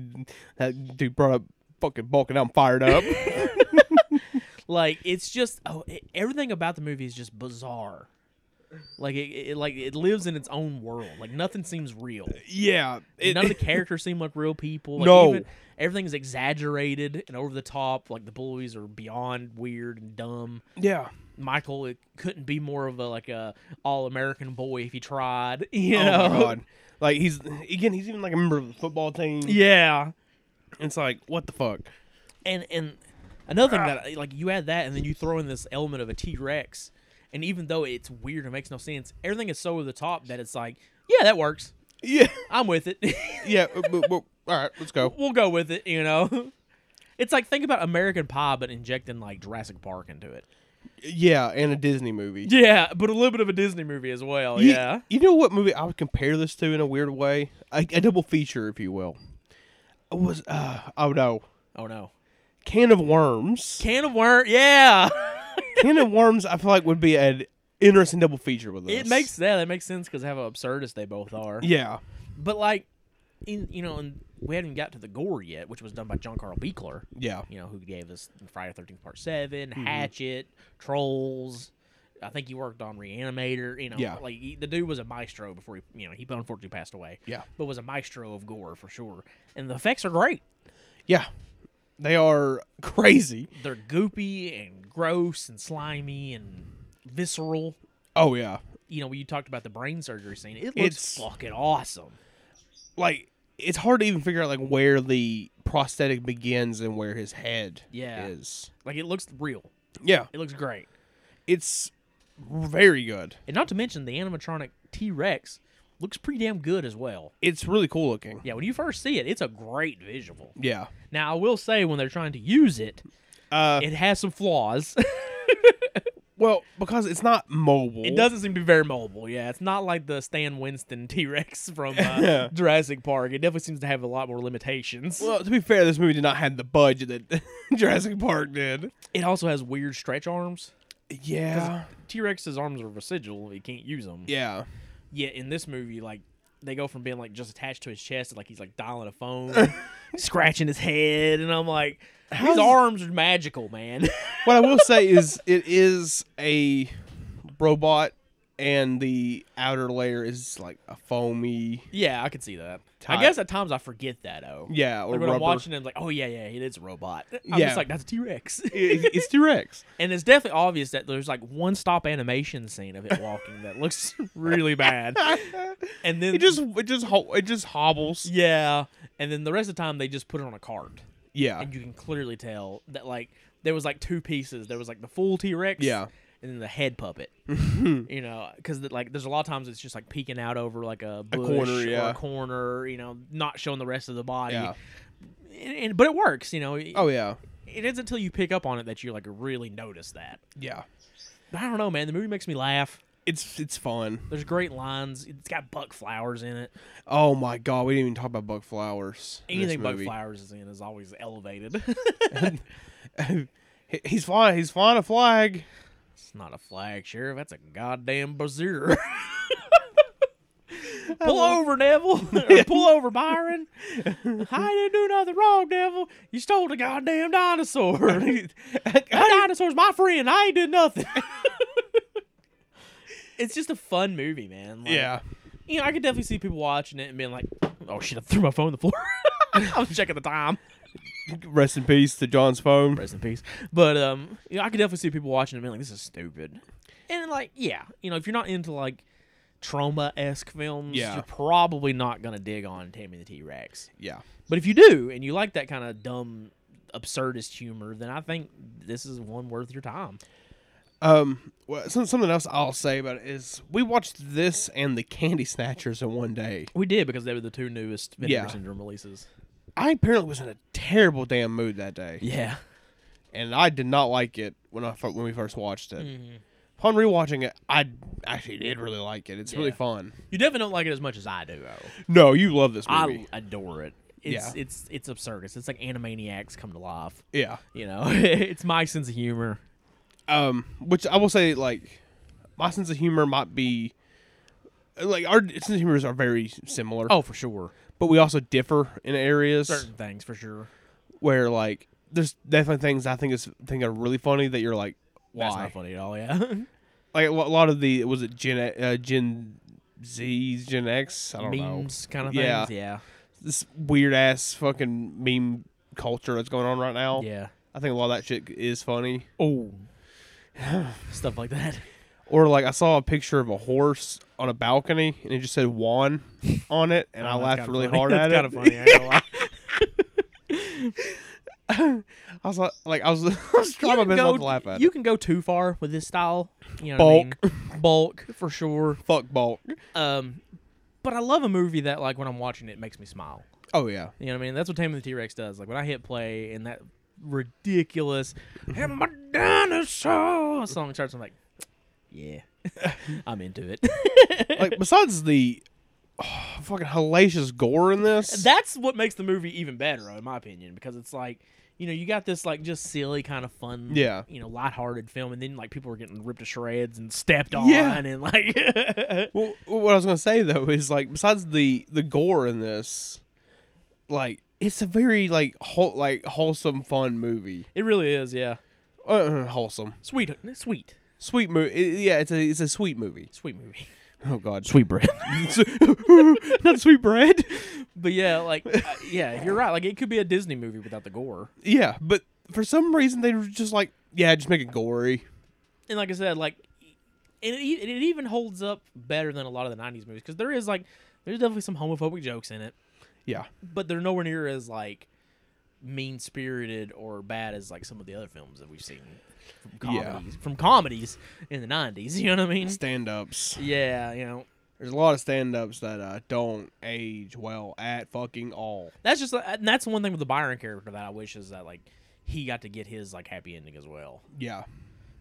that dude brought up fucking bulking. I'm fired up. Like it's just oh, e- everything about the movie is just bizarre. Like it, it, like it lives in its own world. Like nothing seems real. yeah. It, None of the characters seem like real people. Like, No. even- everything's exaggerated and over the top. Like the bullies are beyond weird and dumb. yeah. Michael it couldn't be more of a like a all American boy if he tried. You Oh know? my god. Like he's again, he's even like a member of the football team. Yeah. It's like what the fuck. and and another thing that like you add that and then you throw in this element of a t-rex and even though it's weird and makes no sense everything is so over the top that it's like yeah that works Yeah. i'm with it Yeah. but- but- but- all right, let's go. we'll go with it you know it's like think about american pie but injecting like jurassic park into it Yeah, and a Disney movie. yeah but a little bit of a disney movie as well You- yeah You, know what movie I would compare this to in a weird way? A, a double feature, if you will. It was uh oh no. oh no Can of Worms. can of worms yeah Can of Worms I feel like would be an interesting double feature with this. it makes yeah, that makes sense because how absurdist they both are Yeah. but like in you know and we haven't even got to the gore yet which was done by john carl beekler Yeah. you know, who gave us Friday Thirteenth Part 7 Mm-hmm. Hatchet, Trolls. I think he worked on Reanimator. You know, Yeah. like he, the dude was a maestro before he, you know, he unfortunately passed away. Yeah. but was a maestro of gore for sure. And the effects are great. Yeah. They are crazy. They're goopy and gross and slimy and visceral. Oh yeah. You know, when you talked about the brain surgery scene, it looks It's- fucking awesome. Like it's hard to even figure out like where the prosthetic begins and where his head Yeah. is. Like it looks real. Yeah. It looks great. It's very good. And not to mention the animatronic T Rex looks pretty damn good as well. It's really cool looking. Yeah, when you first see it, it's a great visual. Yeah. Now, I will say when they're trying to use it, Uh it has some flaws. well, because it's not mobile. it doesn't seem to be very mobile. Yeah, it's not like the Stan Winston T Rex from uh, Jurassic Park. It definitely seems to have a lot more limitations. Well, to be fair, this movie did not have the budget that Jurassic Park did. it also has weird stretch arms. Yeah. T Rex's arms are residual; he can't use them. Yeah. Yet in this movie, like they go from being like just attached to his chest, to, like he's like dialing a phone, scratching his head, and I'm like, his How's- arms are magical, man. What I will say is it is a robot and the outer layer is like a foamy Yeah, I could see that. Type. I guess at times I forget that though. Yeah, or like when I'm rubber. watching it, I'm like, oh yeah, yeah, it is a robot. I'm Yeah. just like, that's a T Rex, it, it's T-Rex. and it's definitely obvious that there's like one stop animation scene of it walking that looks really bad, and then It just it just ho- it just hobbles. yeah, and then the rest of the time they just put it on a cart, Yeah. and you can clearly tell that like there was like two pieces. There was like the full T Rex, Yeah. and then the head puppet. you know, because like there's a lot of times it's just like peeking out over like a, bush corner, or yeah. a corner. You know, not showing the rest of the body. Yeah. And, and- but it works. You know, Oh yeah. it isn't until you pick up on it that you like really notice that. Yeah. But I don't know, man. The movie makes me laugh. It's it's fun. There's great lines. It's got Buck Flowers in it. Oh my god, we didn't even talk about Buck Flowers. in this Anything Buck movie. Flowers is in is always elevated. He- He's flying. He's flying a flag. It's not a flag, Sheriff. That's a goddamn brazier. pull over, Neville. Or pull over, Byron. I didn't do nothing wrong, Neville. You stole the goddamn dinosaur. that dinosaur's my friend. I ain't did nothing. it's just a fun movie, man. Like, Yeah. You know, I could definitely see people watching it and being like, oh shit, I threw my phone on the floor. I was checking the time. Rest in peace to John's phone. Rest in peace. But um, you know, I could definitely see people watching it and being like, "This is stupid," and like, yeah, you know, if you're not into like trauma esque films, Yeah. you're probably not gonna dig on Tammy the T Rex. Yeah. But if you do and you like that kind of dumb, absurdist humor, then I think this is one worth your time. Um, well, some, something else I'll say about it is we watched this and the Candy Snatchers in one day. We did because they were the two newest Vinegar Yeah. Syndrome releases. I apparently was in a terrible damn mood that day, Yeah, and I did not like it when I fir- when we first watched it. Mm-hmm. Upon rewatching it, I actually did really like it. It's really Yeah. fun. you definitely don't like it as much as I do. Though. No, you love this I movie. adore it. It's it's it's absurd. It's like Animaniacs come to life. yeah. You know, it's my sense of humor. Um, which I will say, like, my sense of humor might be like our sense of humors are very similar, Oh, for sure. but we also differ in areas. certain things for sure. where like there's definitely things I think is think are really funny that you're like why That's not funny at all. Yeah. like a lo- lot of the was it Gen uh, Gen Z's Gen X I don't know Memes kind of Yeah. things. Yeah. this weird ass fucking meme culture that's going on right now. Yeah. I think a lot of that shit is funny. Oh. Stuff like that. Or like I saw a picture of a horse on a balcony and it just said Juan on it, and I Oh, that's kinda laughed really funny. hard That's at kinda it. funny, I ain't gonna lie. I was like, like I was, I was trying my can best not go- to laugh at you it. can go too far with this style. You know what I mean? bulk for sure. Fuck bulk. Um, but I love a movie that like when I'm watching it, it makes me smile. Oh yeah. You know what I mean? That's what Tame of the T Rex does. Like when I hit play and that ridiculous "I'm a dinosaur" song starts, I'm like, yeah, I'm into it. Like besides the oh, fucking hellacious gore in this, That's what makes the movie even better, in my opinion, because it's like. You know, you got this like just silly kind of fun, Yeah. You know, lighthearted film, and then like people were getting ripped to shreds and stepped on, Yeah. and like, Well, what I was gonna say though is like besides the the gore in this, like it's a very like whole like wholesome fun movie. it really is, yeah. Uh, wholesome, Sweet, sweet, sweet movie. yeah, it's a it's a sweet movie. sweet movie. Oh god, Sweet bread, not sweet bread. but yeah, like, uh, yeah, you're right. Like, it could be a Disney movie without the gore. Yeah, but for some reason they were just like yeah, just make it gory. And like I said, like, and it, e- and it even holds up better than a lot of the '90s movies because there is like, there's definitely some homophobic jokes in it, Yeah, but they're nowhere near as like mean spirited or bad as like some of the other films that we've seen from Yeah. comedies from comedies in the '90s. You know what I mean? stand ups. Yeah, you know. There's a lot of stand ups that uh, don't age well at fucking all. That's just and that's one thing with the Byron character that I wish is that like he got to get his like happy ending as well Yeah,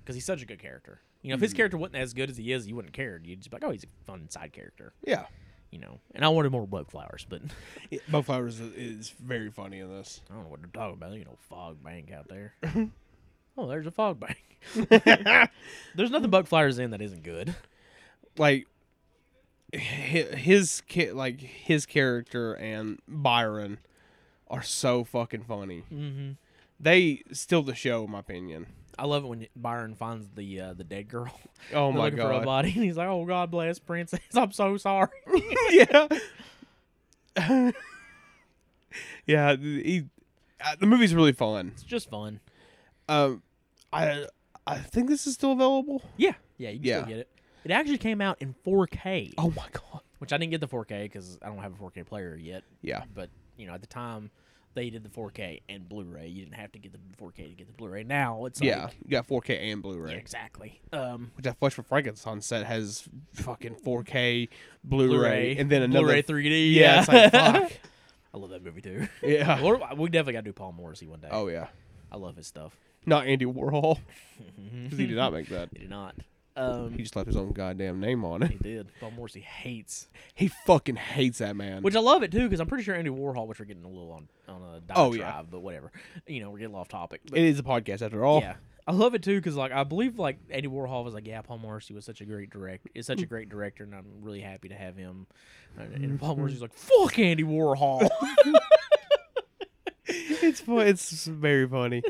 because he's such a good character. You know, if his character wasn't as good as he is, you wouldn't care. You'd just be like, oh, he's a fun side character. yeah. You know, and I wanted more bug flowers, but Buck Flowers is, is very funny in this. I don't know what they're talking about. You know, fog bank out there. oh, there's a fog bank. there's nothing bug flowers in that isn't good. like hi- his ki- like his character and Byron are so fucking funny. Mm-hmm. They steal the show, in my opinion. I love it when Byron finds the uh, the dead girl. Oh They're my looking for a god! body, and he's like, "Oh God bless princess, I'm so sorry." yeah, yeah. th- He, uh, the movie's really fun. it's just fun. Um, I I think this is still available. Yeah, yeah, you can Yeah. still get it. It actually came out in 4K, Oh my god! which I didn't get the 4K because I don't have a 4K player yet. Yeah, But you know, at the time, they did the 4K and Blu-ray. You didn't have to get the 4K to get the Blu-ray. Now it's yeah. like, You got 4K and Blu-ray. yeah, exactly. Um, Which that Flesh for Frankenstein set has fucking 4K Blu-ray, Blu-ray and then another Blu-ray 3D. Yeah, it's like fuck. I love that movie too. Yeah. Or- we definitely got to do Paul Morrissey one day. Oh yeah. I love his stuff. Not Andy Warhol. 'Cause he did not make that. He did not. Um, He just left his own goddamn name on he it. did. Paul Morrissey hates, He fucking hates that man. which I love it too, because I'm pretty sure Andy Warhol, which we're getting a little on on a diatribe, Oh, yeah. but whatever. You know, we're getting off topic. But it is a podcast after all. Yeah. I love it too because, like, I believe like Andy Warhol was like, yeah, Paul Morrissey was such a great direct, is Mm. such a great director, and I'm really happy to have him. And, Mm-hmm. and Paul Morrissey's like, fuck Andy Warhol. It's fu- it's very funny.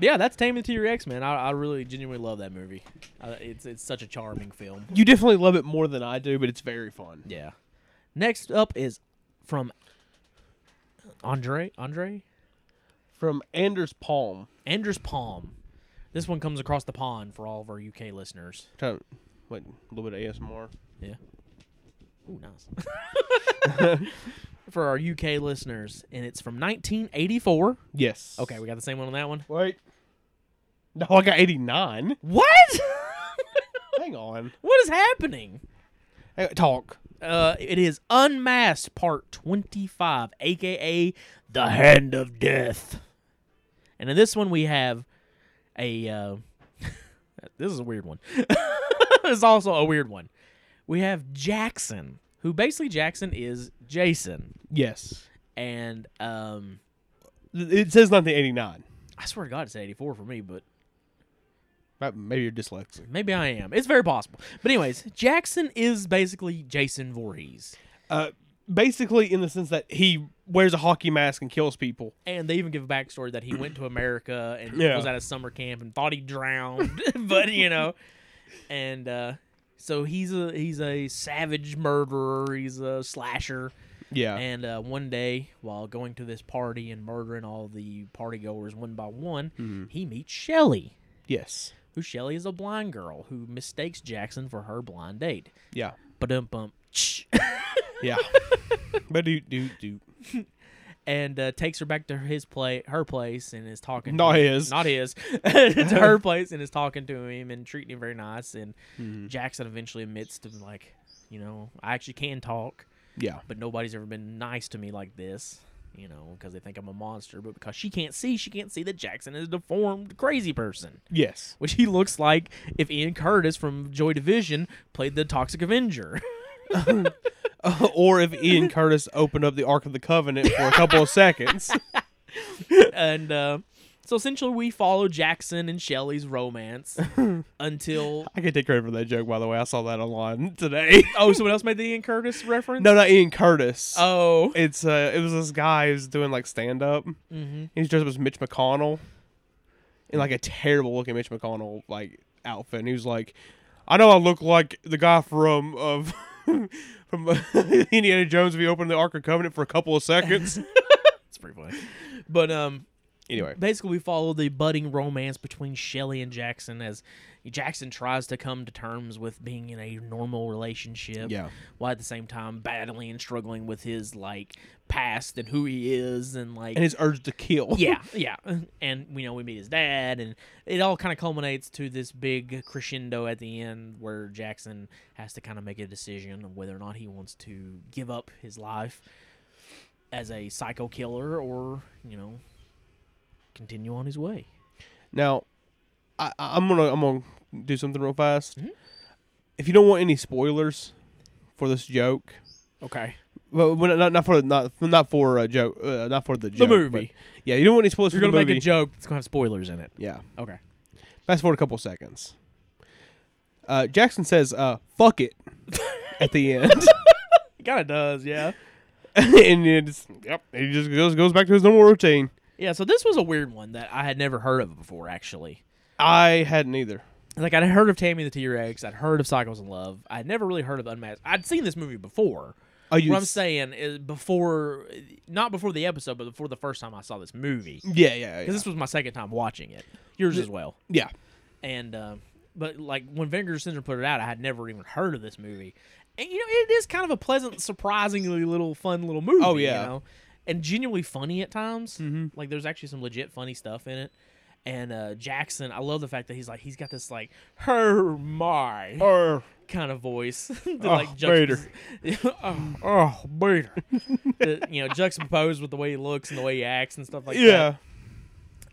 yeah, that's Tame and the T-Rex, man. I, I really genuinely love that movie. I, it's it's such a charming film. You definitely love it more than I do, but it's very fun. Yeah. Next up is from Andre Andre From Anders Palm. Anders Palm. This one comes across the pond for all of our UK listeners. Try to- Wait, a little bit of ASMR. Yeah. Ooh, nice. For our UK listeners, and it's from 1984. Yes. Okay, we got the same one on that one. Wait. No, I got 89. What? Hang on. what is happening? Hang on. Talk. Uh, it is Unmasked Part 25, aka The Hand of Death. And in this one, we have a. Uh, this is a weird one. it's also a weird one. We have Jackson, who basically Jackson is Jason. Yes. and um, Th- It says 1989. I swear to God, it's 84 for me, but Right, Uh, Maybe you're dyslexic. maybe I am. It's very possible. But anyways, Jackson is basically Jason Voorhees. Uh, basically in the sense that he wears a hockey mask and kills people. And they even give a backstory that he went to America and Yeah. was at a summer camp and thought he drowned, but you know, and uh, so he's a he's a savage murderer. He's a slasher. Yeah. And uh, one day, while going to this party and murdering all the party goers one by one, Mm-hmm. he meets Shelly, yes. who Shelly is a blind girl who mistakes Jackson for her blind date. Yeah. Ba dum bump. Yeah. but do do do. and uh, takes her back to his play, her place, and is talking. Not to his. not his, to her place, and is talking to him and treating him very nice. And Mm-hmm. Jackson eventually admits to like, you know, I actually can talk, Yeah. but nobody's ever been nice to me like this, you know, because they think I'm a monster. But because she can't see, she can't see that Jackson is a deformed, crazy person, Yes. which he looks like if Ian Curtis from Joy Division played the Toxic Avenger. or if Ian Curtis opened up the Ark of the Covenant for a couple of seconds. and uh, so essentially we follow Jackson and Shelley's romance until I can take credit for that joke, by the way. I saw that online today. oh someone else made the Ian Curtis reference. no, not Ian Curtis. Oh, it's uh, it was this guy who's doing like stand up. Mm-hmm. He's dressed up as Mitch McConnell, in like a terrible looking Mitch McConnell like outfit. And he was like, "I know I look like the guy from of from Indiana Jones if he opened the Ark of Covenant for a couple of seconds." it's pretty funny. But um, anyway, basically we follow the budding romance between Shelley and Jackson as Jackson tries to come to terms with being in a normal relationship. Yeah. While at the same time battling and struggling with his like past and who he is and like and his urge to kill. yeah, yeah, and you know we meet his dad, and it all kind of culminates to this big crescendo at the end where Jackson has to kind of make a decision on whether or not he wants to give up his life as a psycho killer or you know continue on his way. Now, I, I- I'm gonna I'm gonna do something real fast. Mm-hmm. If you don't want any spoilers for this joke, Okay. well, well, not not for not not for a joke, uh, not for the joke, movie. but- yeah, you don't want any spoilers You're for gonna the make movie. a joke that's gonna have spoilers in it. Yeah, Okay. fast forward a couple seconds. Uh, Jackson says, uh, "Fuck it," at the end, It kind of does, yeah. and it's yep, he just goes goes back to his normal routine. Yeah. So this was a weird one that I had never heard of before, actually. I hadn't either. like I'd heard of Tammy the T-Rex, I'd heard of Cycles in Love, I'd never really heard of Unmasked. I'd seen this movie before. Oh, you what I'm s- saying is before, not before the episode, but before the first time I saw this movie, because Yeah, yeah, yeah. this was my second time watching it. Yours as well. yeah. And uh, but like when Vinegar Syndrome put it out, I had never even heard of this movie. And you know, it is kind of a pleasant, surprisingly little fun little movie. Oh, you yeah. Mm-hmm. know? and genuinely funny at times. Like there's actually some legit funny stuff in it. And uh, Jackson, I love the fact that he's like he's got this like her my Or kind of voice. to, Oh, juxtapos- oh, oh Bader. That, you know, juxtaposed with the way he looks and the way he acts and stuff like yeah,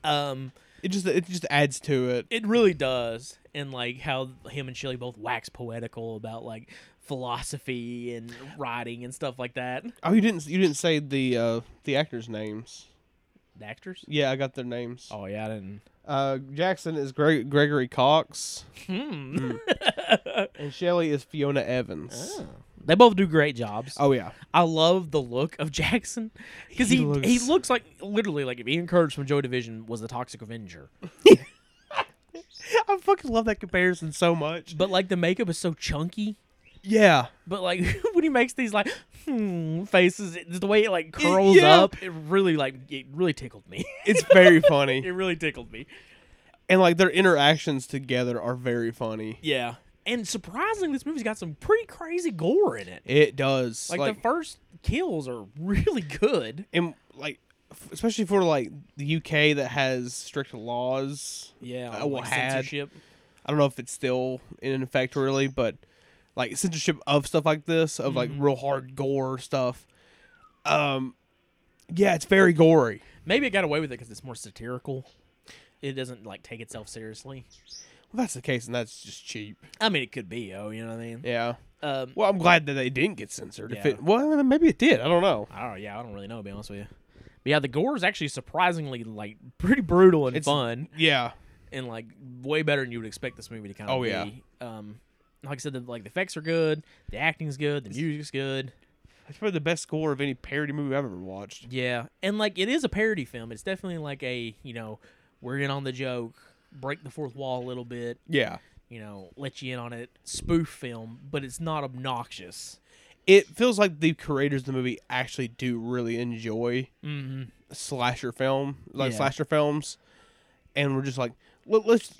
that. Um, it just it just adds to it. it really does. And like how him and Shelley both wax poetical about like philosophy and writing and stuff like that. Oh, you didn't you didn't say the uh, the actors' names. The actors? Yeah, I got their names. Oh yeah, I didn't. Uh, Jackson is Gre- Gregory Cox, Hmm. and Shelley is Fiona Evans. Oh. They both do great jobs. Oh yeah, I love the look of Jackson because he He he looks... looks- like literally like if Ian Curtis from Joy Division was the Toxic Avenger. I fucking love that comparison so much. But like the makeup is so chunky. Yeah, But like when he makes these like hmm faces, it- the way it like curls yeah. up, it really like it really tickled me. it's very it funny, really tickled me. and like their interactions together are very funny. Yeah. And surprisingly, this movie's got some pretty crazy gore in it. It does Like, the first kills are really good. and like f- especially for like the UK that has strict laws. Yeah, Uh, well, like had- censorship. I don't know if it's still in effect really, but like censorship of stuff like this, of like real hard gore stuff. Um, yeah, it's very gory. Maybe it got away with it because it's more satirical. It doesn't like take itself seriously. Well, that's the case, and that's just cheap. I mean, it could be. Oh, you know what I mean? Yeah. Um, Well, I'm glad that they didn't get censored. If Yeah. it, well, maybe it did. I don't know. I don't. Yeah, I don't really know. To be honest with you. But yeah, the gore is actually surprisingly like pretty brutal and It's- fun, Yeah. and like way better than you would expect this movie to kind of Oh, be. yeah. Um, like I said, the, like the effects are good, the acting's good, the music's good. That's probably the best score of any parody movie I've ever watched. Yeah, and like it is a parody film. It's definitely like a you know we're in on the joke, break the fourth wall a little bit, Yeah. you know, let you in on it spoof film, but it's not obnoxious. It feels like the creators of the movie actually do really enjoy Mm-hmm. slasher film, like Yeah. slasher films, and we're just like, Let, let's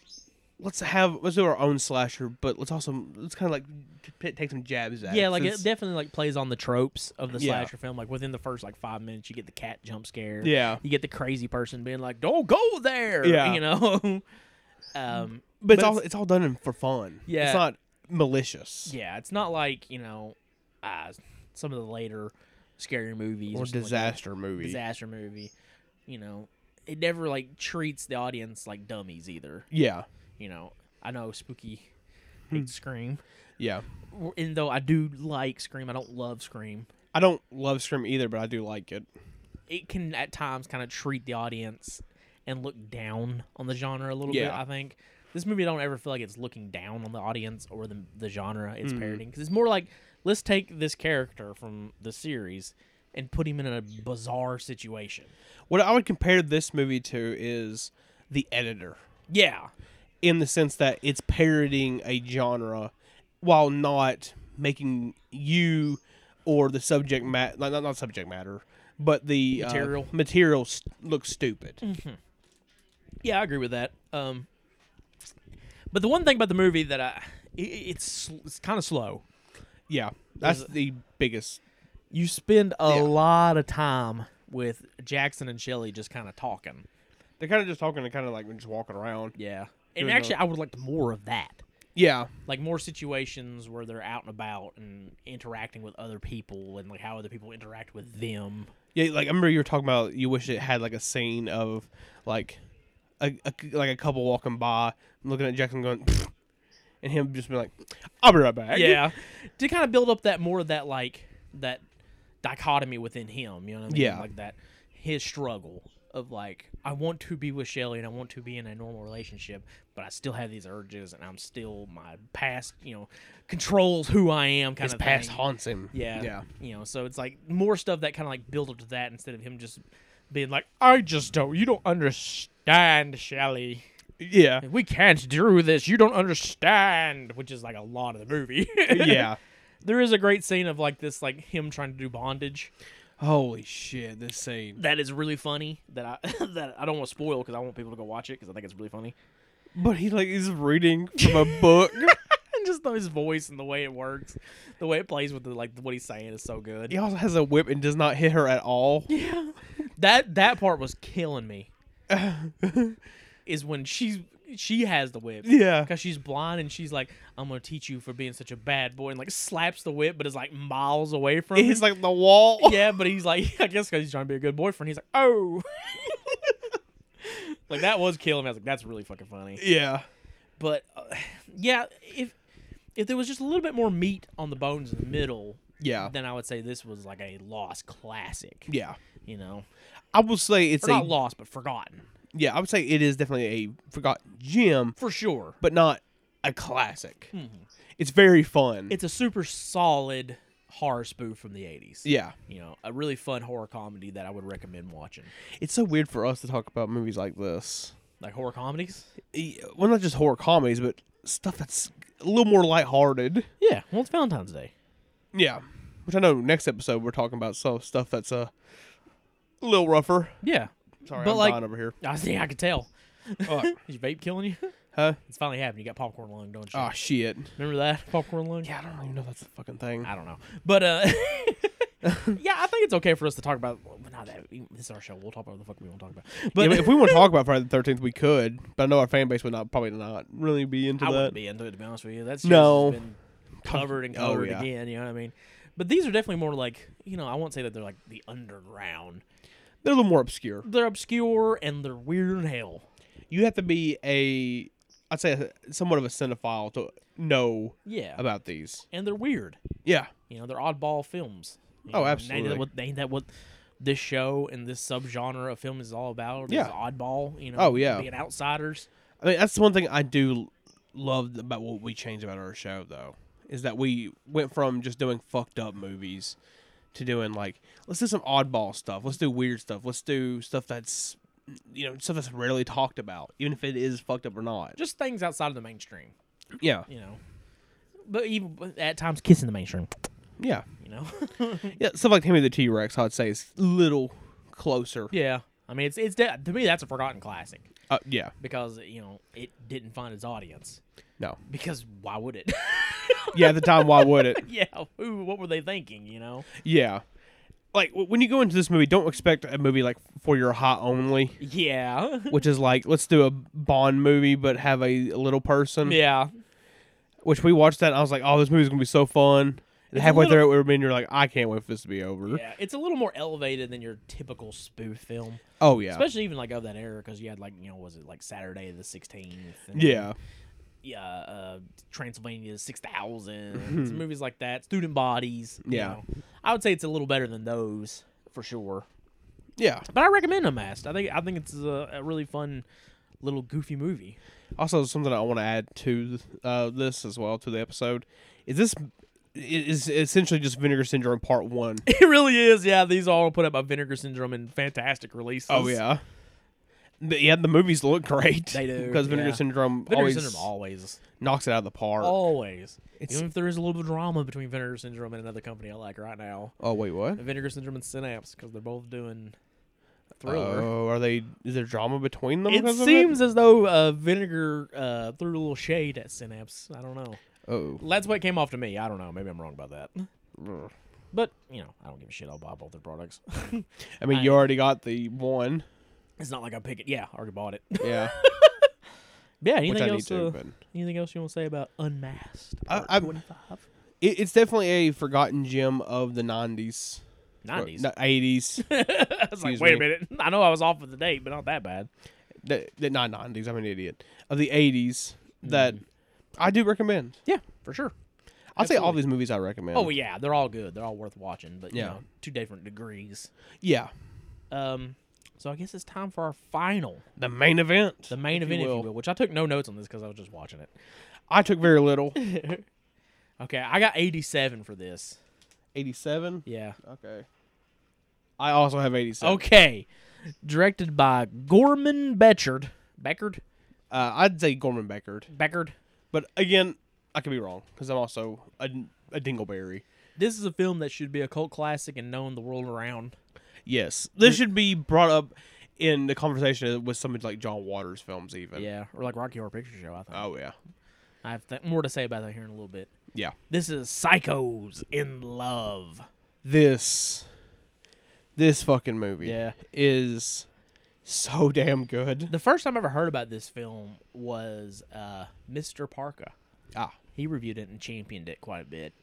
let's have let's do our own slasher, but let's also let's kind of like t- p- take some jabs at. Yeah, it, like since- it definitely like plays on the tropes of the Yeah. slasher film. Like within the first like five minutes, you get the cat jump scare. Yeah. you get the crazy person being like, "Don't go there." Yeah. you know. um, but it's all it's all done in- for fun. Yeah. it's not malicious. yeah, it's not like you know uh, some of the later scary movies or something like that. disaster movie. disaster movie. You know, it never like treats the audience like dummies either. Yeah, You know, I know spooky hates Scream, yeah. and though I do like Scream, I don't love Scream. I don't love Scream either, but I do like it. It can at times kind of treat the audience and look down on the genre a little bit. Yeah. I think this movie I don't ever feel like it's looking down on the audience or the the genre it's parodying. 'Cause because it's more like let's take this character from the series and put him in a bizarre situation. What I would compare this movie to is the editor, Yeah, in the sense that it's parodying a genre while not making you or the subject matter, not, not subject matter, but the uh, Material. material st- look stupid. Yeah, I agree with that. Um, but the one thing about the movie that I, it, it's sl- it's kind of slow. Yeah, that's the biggest. You spend a lot of time with Jackson and Shelly just kind of talking. They're kind of just talking and kind of like just walking around. Yeah, Doing and the- actually, I would like more of that. Yeah, Like more situations where they're out and about and interacting with other people, and like how other people interact with them. Yeah, like I remember you were talking about you wish it had like a scene of like a, a like a couple walking by looking at Jackson going and him just being like, I'll be right back. Yeah, to kind of build up that more of that like that dichotomy within him. You know what I mean? Yeah. like that his struggle of like I want to be with Shelly and I want to be in a normal relationship, but I still have these urges and I'm still my past. You know, controls who I am. Kind His of past thing. haunts him. Yeah, Yeah. You know, so it's like more stuff that kind of like build up to that instead of him just being like, I just don't. You don't understand, Shelly. Yeah. We can't do this. You don't understand, which is like a lot of the movie. Yeah. There is a great scene of like this, like him trying to do bondage. Holy shit, this scene. That is really funny. That I that I don't want to spoil because I want people to go watch it because I think it's really funny. But he like is reading from a book. And just his voice and the way it works, the way it plays with the like what he's saying is so good. he also has a whip and does not hit her at all. That that part was killing me. is when she's she has the whip. Yeah. Because she's blind and she's like, I'm gonna teach you for being such a bad boy and like slaps the whip, but is like miles away from him. He's like the wall. yeah, but he's like, I guess because he's trying to be a good boyfriend. He's like, oh. like, that was killing me. I was like, that's really fucking funny. Yeah. But, uh, yeah, if if there was just a little bit more meat on the bones in the middle, Yeah. then I would say this was like a lost classic. Yeah. You know? I will say it's Or not a lost, but forgotten. yeah, I would say it is definitely a forgotten gem, For sure. but not a classic. Hmm. It's very fun. It's a super solid horror spoof from the 80s. yeah. You know, a really fun horror comedy that I would recommend watching. It's so weird for us to talk about movies like this. Like horror comedies? E- Well, not just horror comedies, but stuff that's a little more lighthearted. Yeah. Well, it's Valentine's Day. Yeah. Which I know next episode we're talking about so stuff that's uh, a little rougher. Yeah. Sorry, But I'm like- dying over here. I think I could tell. Oh, Is your vape killing you? Huh? It's finally happened. You got popcorn lung, don't you? oh shit. Remember that popcorn lung? Yeah, I don't even know if that's a fucking thing. I don't know, but uh, yeah, I think it's okay for us to talk about. Well, not that this is our show. We'll talk about what the fuck we want to talk about. Yeah, But but if we want to talk about Friday the Thirteenth, we could. But I know our fan base would not probably not really be into I that. wouldn't be into it to be honest with you. That's No. just been covered and Oh, covered yeah. again. You know what I mean? But these are definitely more like you know. I won't say that they're like the underground. They're a little more obscure. They're obscure and they're weird in hell. You have to be a, I'd say, somewhat of a cinephile to know Yeah, about these. and they're weird. Yeah. You know, they're oddball films. You Oh, know, and Ain't absolutely. that, what, ain't that what this show and this subgenre of film is all about? Yeah. Is oddball, you know. Oh, yeah. Being outsiders. I mean, that's the one thing I do love about what we changed about our show, though, is that we went from just doing fucked up movies to doing like let's do some oddball stuff. Let's do weird stuff. Let's do stuff that's you know stuff that's rarely talked about, even if it is fucked up or not. Just things outside of the mainstream, yeah, you know. But even but at times, kissing the mainstream, yeah, you know. yeah. Stuff like Timmy the T Rex, I'd say is a little closer. yeah, I mean, it's it's de- to me that's a forgotten classic Uh, yeah. because you know it didn't find its audience No. because why would it? Yeah. At the time, why would it? yeah, who? What were they thinking? You know? Yeah. Like w- when you go into this movie, don't expect a movie like for your hot only, Yeah, which is like let's do a Bond movie but have a little person. yeah. Which we watched that, and I was like, oh, this movie's gonna be so fun. And a halfway little- through it, we were being you're like, I can't wait for this to be over. Yeah, it's a little more elevated than your typical spoof film, Oh yeah, especially even like of that era because you had like you know was it like Saturday the sixteenth? yeah, yeah, uh, Transylvania six thousand, movies like that, Student Bodies. you Mm-hmm. Yeah. know. I would say it's a little better than those for sure. yeah. But I recommend Unmasked. I think I think it's a, a really fun little goofy movie. Also, something I want to add to uh, this as well to the episode is this is essentially just Vinegar Syndrome Part One. It really is. Yeah, these all put out by Vinegar Syndrome and fantastic releases. oh yeah, The- yeah. The movies look great. They do, because Vinegar yeah. Syndrome Vinegar always Syndrome always, knocks it out of the park. always. It's- Even if there is a little bit of drama between Vinegar Syndrome and another company I like right now, Oh wait, what? Vinegar Syndrome and Synapse, because they're both doing thriller. Oh, are they? Is there drama between them? It because of seems as though uh, Vinegar uh, threw a little shade at Synapse. I don't know. Oh, That's what came off to me. I don't know. Maybe I'm wrong about that. But you know, I don't give a shit. I'll buy both their products. I mean, you already got the one. it's not like I pick it. Yeah, I already bought it. Yeah, yeah. which Anything I else? need to. uh, But anything else you want to say about Unmasked? I, I, it, it's definitely a forgotten gem of the '90s, or Nineties. the '80s. I was like, excuse wait a me. minute. I know I was off with the date, but not that bad. that, that not nineties. I'm an idiot. Of the eighties Hmm. that I do recommend. Yeah, for sure. I'd say all these movies I recommend. Oh yeah, they're all good. They're all worth watching. But Yeah. you know, two different degrees. yeah. Um. So I guess it's time for our final, The main event. the main event, if will. you will. Which I took no notes on this because I was just watching it. I took very little. Okay, I got 87 for this. Eighty-seven. Yeah. Okay. I also have eighty-seven. Okay. Directed by Gorman Beckard. Beckard? Uh, I'd say Gorman Beckard, Beckard. but again, I could be wrong because I'm also a, a Dingleberry. This is a film that should be a cult classic and known the world around. Yes, this should be brought up in the conversation with somebody like John Waters films, even. Yeah, Uh. or like Rocky Horror Picture Show, I think. Oh yeah. I have th- more to say about that here in a little bit. Yeah. This is Psychos in Love. This. This fucking movie. Yeah. Is. So damn good. The first time I ever heard about this film was uh, Mr. Parker. Ah. He reviewed it and championed it quite a bit.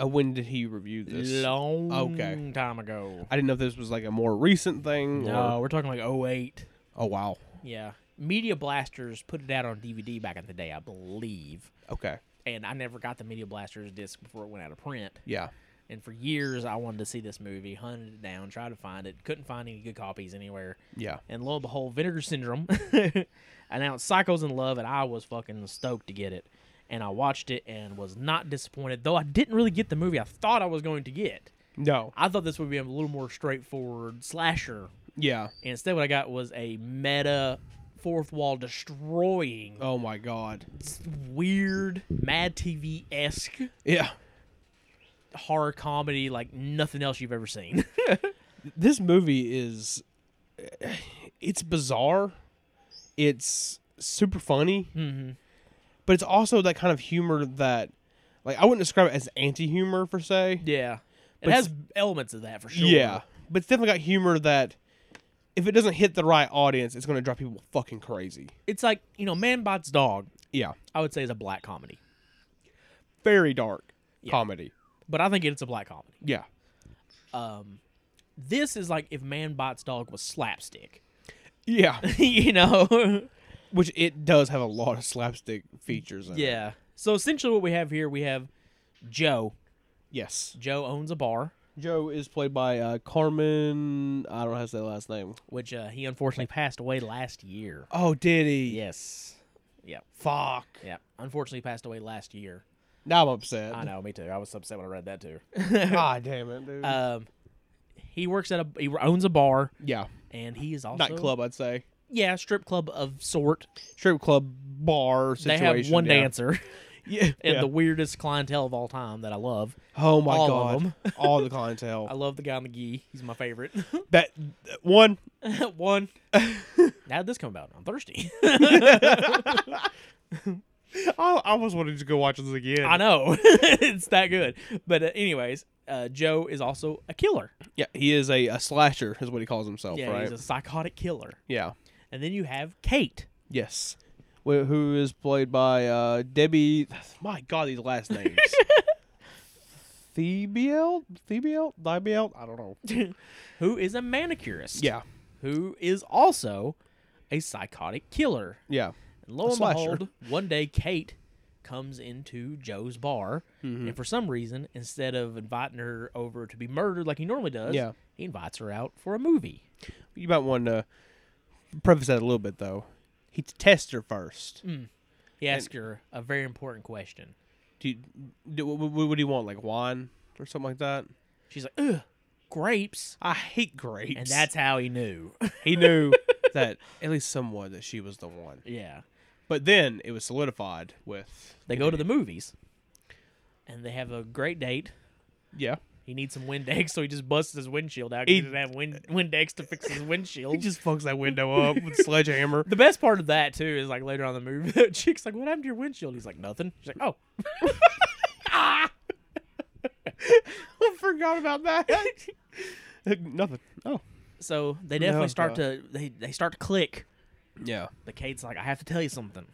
Uh, when did he review this? Oh, Long Okay. time ago. I didn't know if this was like a more recent thing. No, Or... we're talking like 08. Oh wow. Yeah. Media Blasters put it out on DVD back in the day, I believe. Okay. And I never got the Media Blasters disc before it went out of print. Yeah. And for years, I wanted to see this movie, hunted it down, tried to find it, couldn't find any good copies anywhere. Yeah. And lo and behold, Vinegar Syndrome announced Psychos in Love, and I was fucking stoked to get it. And I watched it and was not disappointed, though I didn't really get the movie I thought I was going to get. No. I thought this would be a little more straightforward slasher Yeah. And instead, what I got was a meta fourth wall destroying, Oh my god. weird, Mad TV esque Yeah. horror comedy like nothing else you've ever seen. This movie is. It's bizarre. It's super funny. Mm-hmm. But it's also that kind of humor that, like, I wouldn't describe it as anti-humor per se. yeah. It But has elements of that for sure. Yeah. But it's definitely got humor that, if it doesn't hit the right audience, it's going to drive people fucking crazy. It's like, you know, Man Bites Dog, Yeah. I would say is a black comedy. Very dark comedy. But I think it's a black comedy. Yeah. This is like if Man Bites Dog was slapstick. Yeah. you know? Which it does have a lot of slapstick features in it. yeah. So essentially what we have here, we have Joe. Yes. Joe owns a bar. Joe is played by uh, Carmen. I don't know how to say the last name. which uh, he unfortunately passed away last year. Oh, did he? Yes. Yeah. Fuck. Yeah. Unfortunately passed away last year. Now I'm upset. I know, me too. I was upset when I read that too. God damn it, Ah, dude. um, he works at a he owns a bar yeah, and he is also nightclub. I'd say Yeah, strip club of sort. strip club bar situation. they have one yeah. dancer Yeah. and yeah. the weirdest clientele of all time that I love. oh my all god, of 'em. all the I clientele. love the guy in the gi. He's my favorite. that one. One. How did this come about? I'm thirsty. I, I almost wanted to go watch this again. I know. it's that good. But uh, anyways, uh, Joe is also a killer. Yeah, he is a, a slasher, is what he calls himself, yeah, right? he's a psychotic killer. yeah. And then you have Kate. Yes. Wh- Who is played by uh, Debbie? My God, these last names. Thebiel, Thebiel, Thibiel. I don't know. who is a manicurist. Yeah, Who is also a psychotic killer. yeah, And lo and slasher. behold, one day Kate comes into Joe's bar, Mm-hmm. and for some reason, instead of inviting her over to be murdered like he normally does, Yeah. he invites her out for a movie. You might want to preface that a little bit, though. He tests her first. He asks her a very important question. Do, you, do what, what what do you want, like wine or something like that? She's like, ugh, grapes. I hate grapes. And that's how he knew. he knew that at least somewhat that she was the one. yeah. But then it was solidified with They go to the movies, and they have a great date. yeah. He needs some Windex, so he just busts his windshield out. 'cause He, He- doesn't have win- Windex to fix his windshield. He just fucks that window up with a sledgehammer. The best part of that too is like later on in the movie, the chick's like, "What happened to your windshield?" He's like, "Nothing." She's like, "Oh, I forgot about that. Nothing. Oh. so they definitely No, start uh, to they they start to click." Yeah. The Kate's like, "I have to tell you something.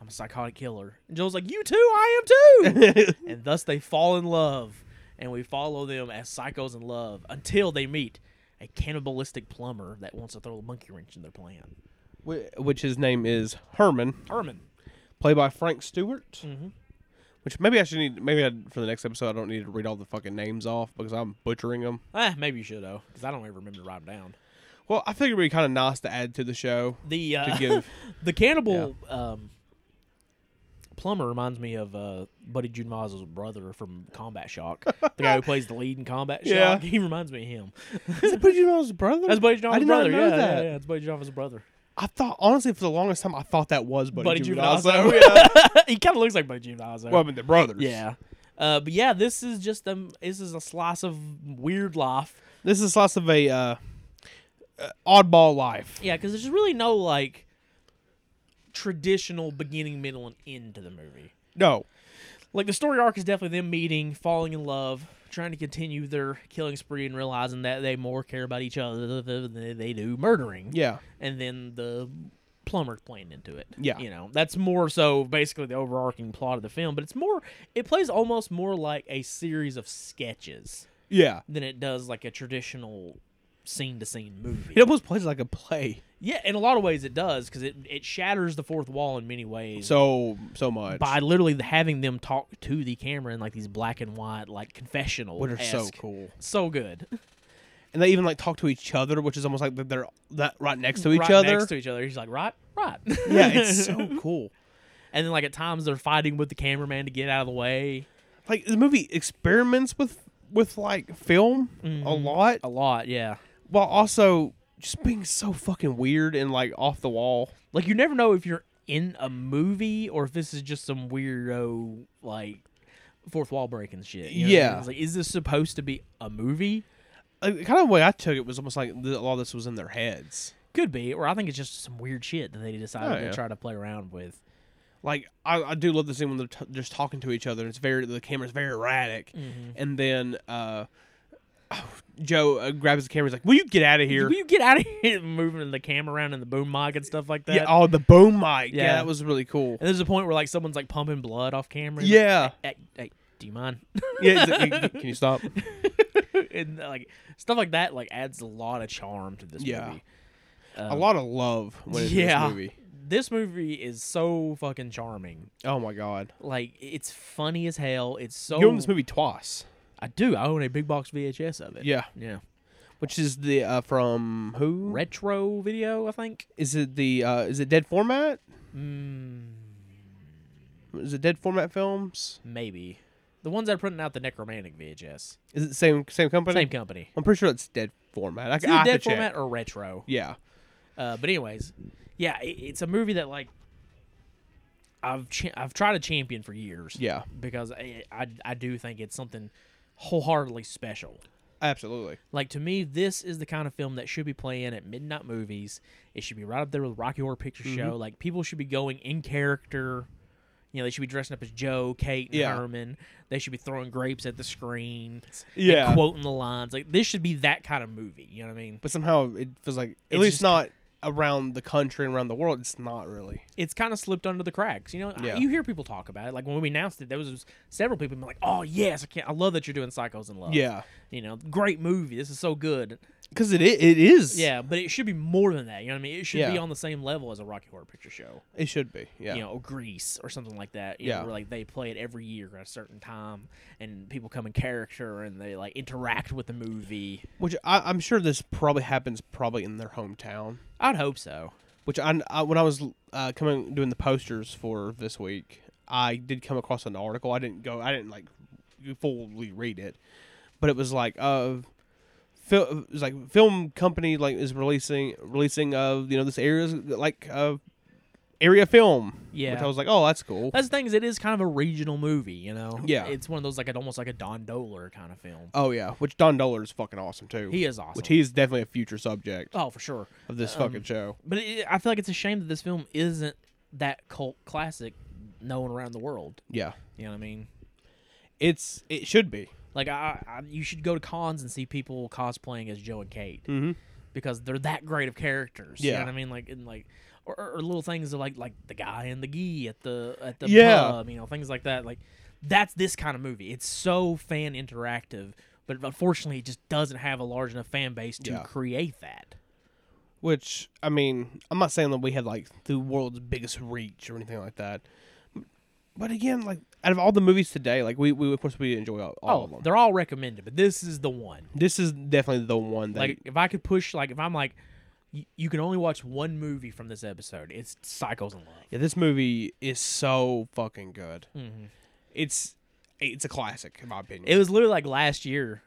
I'm a psychotic killer." And Joel's like, "You too. I am too." and thus they fall in love, and we follow them as psychos in love until they meet a cannibalistic plumber that wants to throw a monkey wrench in their plan. Which his name is Herman, Herman. played by Frank Stewart. Mm-hmm. Which maybe I should need. Maybe I, for the next episode, I don't need to read all the fucking names off because I'm butchering them. Ah, maybe you should though, because I don't even remember to write them down. Well, I figured it'd be kind of nice to add to the show. the uh, give- the cannibal um, plumber reminds me of uh, Buddy June Mazzel's brother from Combat Shock, the guy who plays the lead in Combat Shock. Yeah. He reminds me of him. Is it Buddy Jones's brother? That's Buddy June I did not brother. know yeah, that. yeah, yeah, it's Buddy June brother. I thought honestly for the longest time I thought that was Buddy, Buddy Juvenile. Juvenile. So, yeah. he kind of looks like Buddy June Mazzel. well, I mean, they're brothers. yeah. Uh, but yeah, this is just um, this is a slice of weird life. This is lots of a uh, uh, oddball life. Yeah, because there's really no like traditional beginning, middle, and end to the movie. No. like the story arc is definitely them meeting, falling in love, trying to continue their killing spree, and realizing that they more care about each other than they do murdering. Yeah. And then the plumber playing into it. Yeah. You know, that's more so basically the overarching plot of the film, but it's more, it plays almost more like a series of sketches Yeah. than it does like a traditional scene to scene movie. It almost plays like a play. Yeah, in a lot of ways it does because it, it shatters the fourth wall in many ways. So so much. by literally having them talk to the camera in like these black and white like confessional Which are so cool. so good And they even like talk to each other, which is almost like that they're that right next to each right other. next to each other he's like right right yeah, it's so cool. and then like at times they're fighting with the cameraman to get out of the way Like the movie experiments with with like film Mm-hmm. a lot a lot yeah while also just being so fucking weird and like off the wall. like you never know if you're in a movie or if this is just some weirdo like fourth wall breaking shit you know what I mean? Yeah. It's like is this supposed to be a movie Like, the kind of way I took it was almost like th- a lot of this was in their heads. could be or i think it's just some weird shit that they decided Oh, yeah. to try to play around with Like I, I do love the scene when they're t- just talking to each other. And it's very the camera's very erratic, and then uh, Joe uh, grabs the camera. He's like, "Will you get out of here?" Will you get out of here moving the camera around and the boom mic and stuff like that? Yeah, oh, the boom mic. Yeah, Yeah. that was really cool. And there's a point where like someone's like pumping blood off camera. and, like, Yeah. "Hey, hey, do you mind? yeah, it's like, can you stop? and like stuff like that like adds a lot of charm to this Yeah. movie. a lot of love went into yeah. this movie. This movie is so fucking charming. Oh my god. Like it's funny as hell. It's so You own this movie twice, I do. I own a big box VHS of it. Yeah. Yeah. which is the uh, from who? Retro video, I think. Hmm. Is it the uh, is it dead format? Is it Dead Format Films? Maybe the ones that are putting out the necromantic VHS. Is it the same same company? Same company. I'm pretty sure it's Dead Format. I, It's I either have to dead check. format or retro. Yeah. Uh, but anyways, yeah, it, it's a movie that like I've cha- I've tried to champion for years. Yeah. because I, I I do think it's something wholeheartedly special. Absolutely. Like to me, this is the kind of film that should be playing at midnight movies. It should be right up there with Rocky Horror Picture Mm-hmm. Show. Like people should be going in character. You know, they should be dressing up as Joe, Kate, and Yeah. Herman. They should be throwing grapes at the screen. and Yeah. quoting the lines. Like this should be that kind of movie. You know what I mean? But somehow it feels like at It's least just- not around the country and around the world. It's not really. it's kind of slipped under the cracks. You know, I- Yeah. you hear people talk about it. Like when we announced it, there was several people being like, "Oh yes, I can't. I love that you're doing Psychos in Love. Yeah. you know, great movie. This is so good. Because it i- it is. Yeah, but it should be more than that. You know what I mean? It should be Yeah. on the same level as a Rocky Horror Picture Show. It should be. Yeah. You know, or Grease or something like that. you know, Yeah. where like they play it every year at a certain time, and people come in character and they like interact with the movie. Which I, I'm sure this probably happens probably in their hometown. I'd hope so. Which I, I when I was uh, coming doing the posters for this week, I did come across an article. I didn't go. I didn't like fully read it, but it was like uh, fil- it was like film company like is releasing releasing of you know this area's like uh area film. Which Yeah. I was like, oh, that's cool. That's the thing is, it is kind of a regional movie. You know? Yeah. it's one of those like a- almost like a Don Doler kind of film. oh yeah. Which Don Dollar is fucking awesome too. He is awesome. Oh, Which he is definitely a future subject Oh, for sure. of this Um, fucking show. But it, I feel like it's a shame that this film isn't that cult classic known around the world. Yeah. You know what I mean? It's it should be. Like, I, I you should go to cons and see people cosplaying as Joe and Kate mm-hmm. because they're that great of characters. You Yeah. know what I mean? Like, and like, or, or little things like like the guy in the gi at the at the Yeah. pub. You know, things like that. Like, that's this kind of movie. It's so fan interactive, but unfortunately, it just doesn't have a large enough fan base to Yeah. create that. Which I mean, I'm not saying that we have like the world's biggest reach or anything like that. But again, like out of all the movies today, like we, we of course we enjoy all, all of them. Oh, they're all recommended, but this is the one. This is definitely the one that like if I could push like if I'm like y- you can only watch one movie from this episode. It's Psychos in Love. yeah, this movie is so fucking good. It's it's a classic in my opinion. Mm-hmm. It was literally like last year.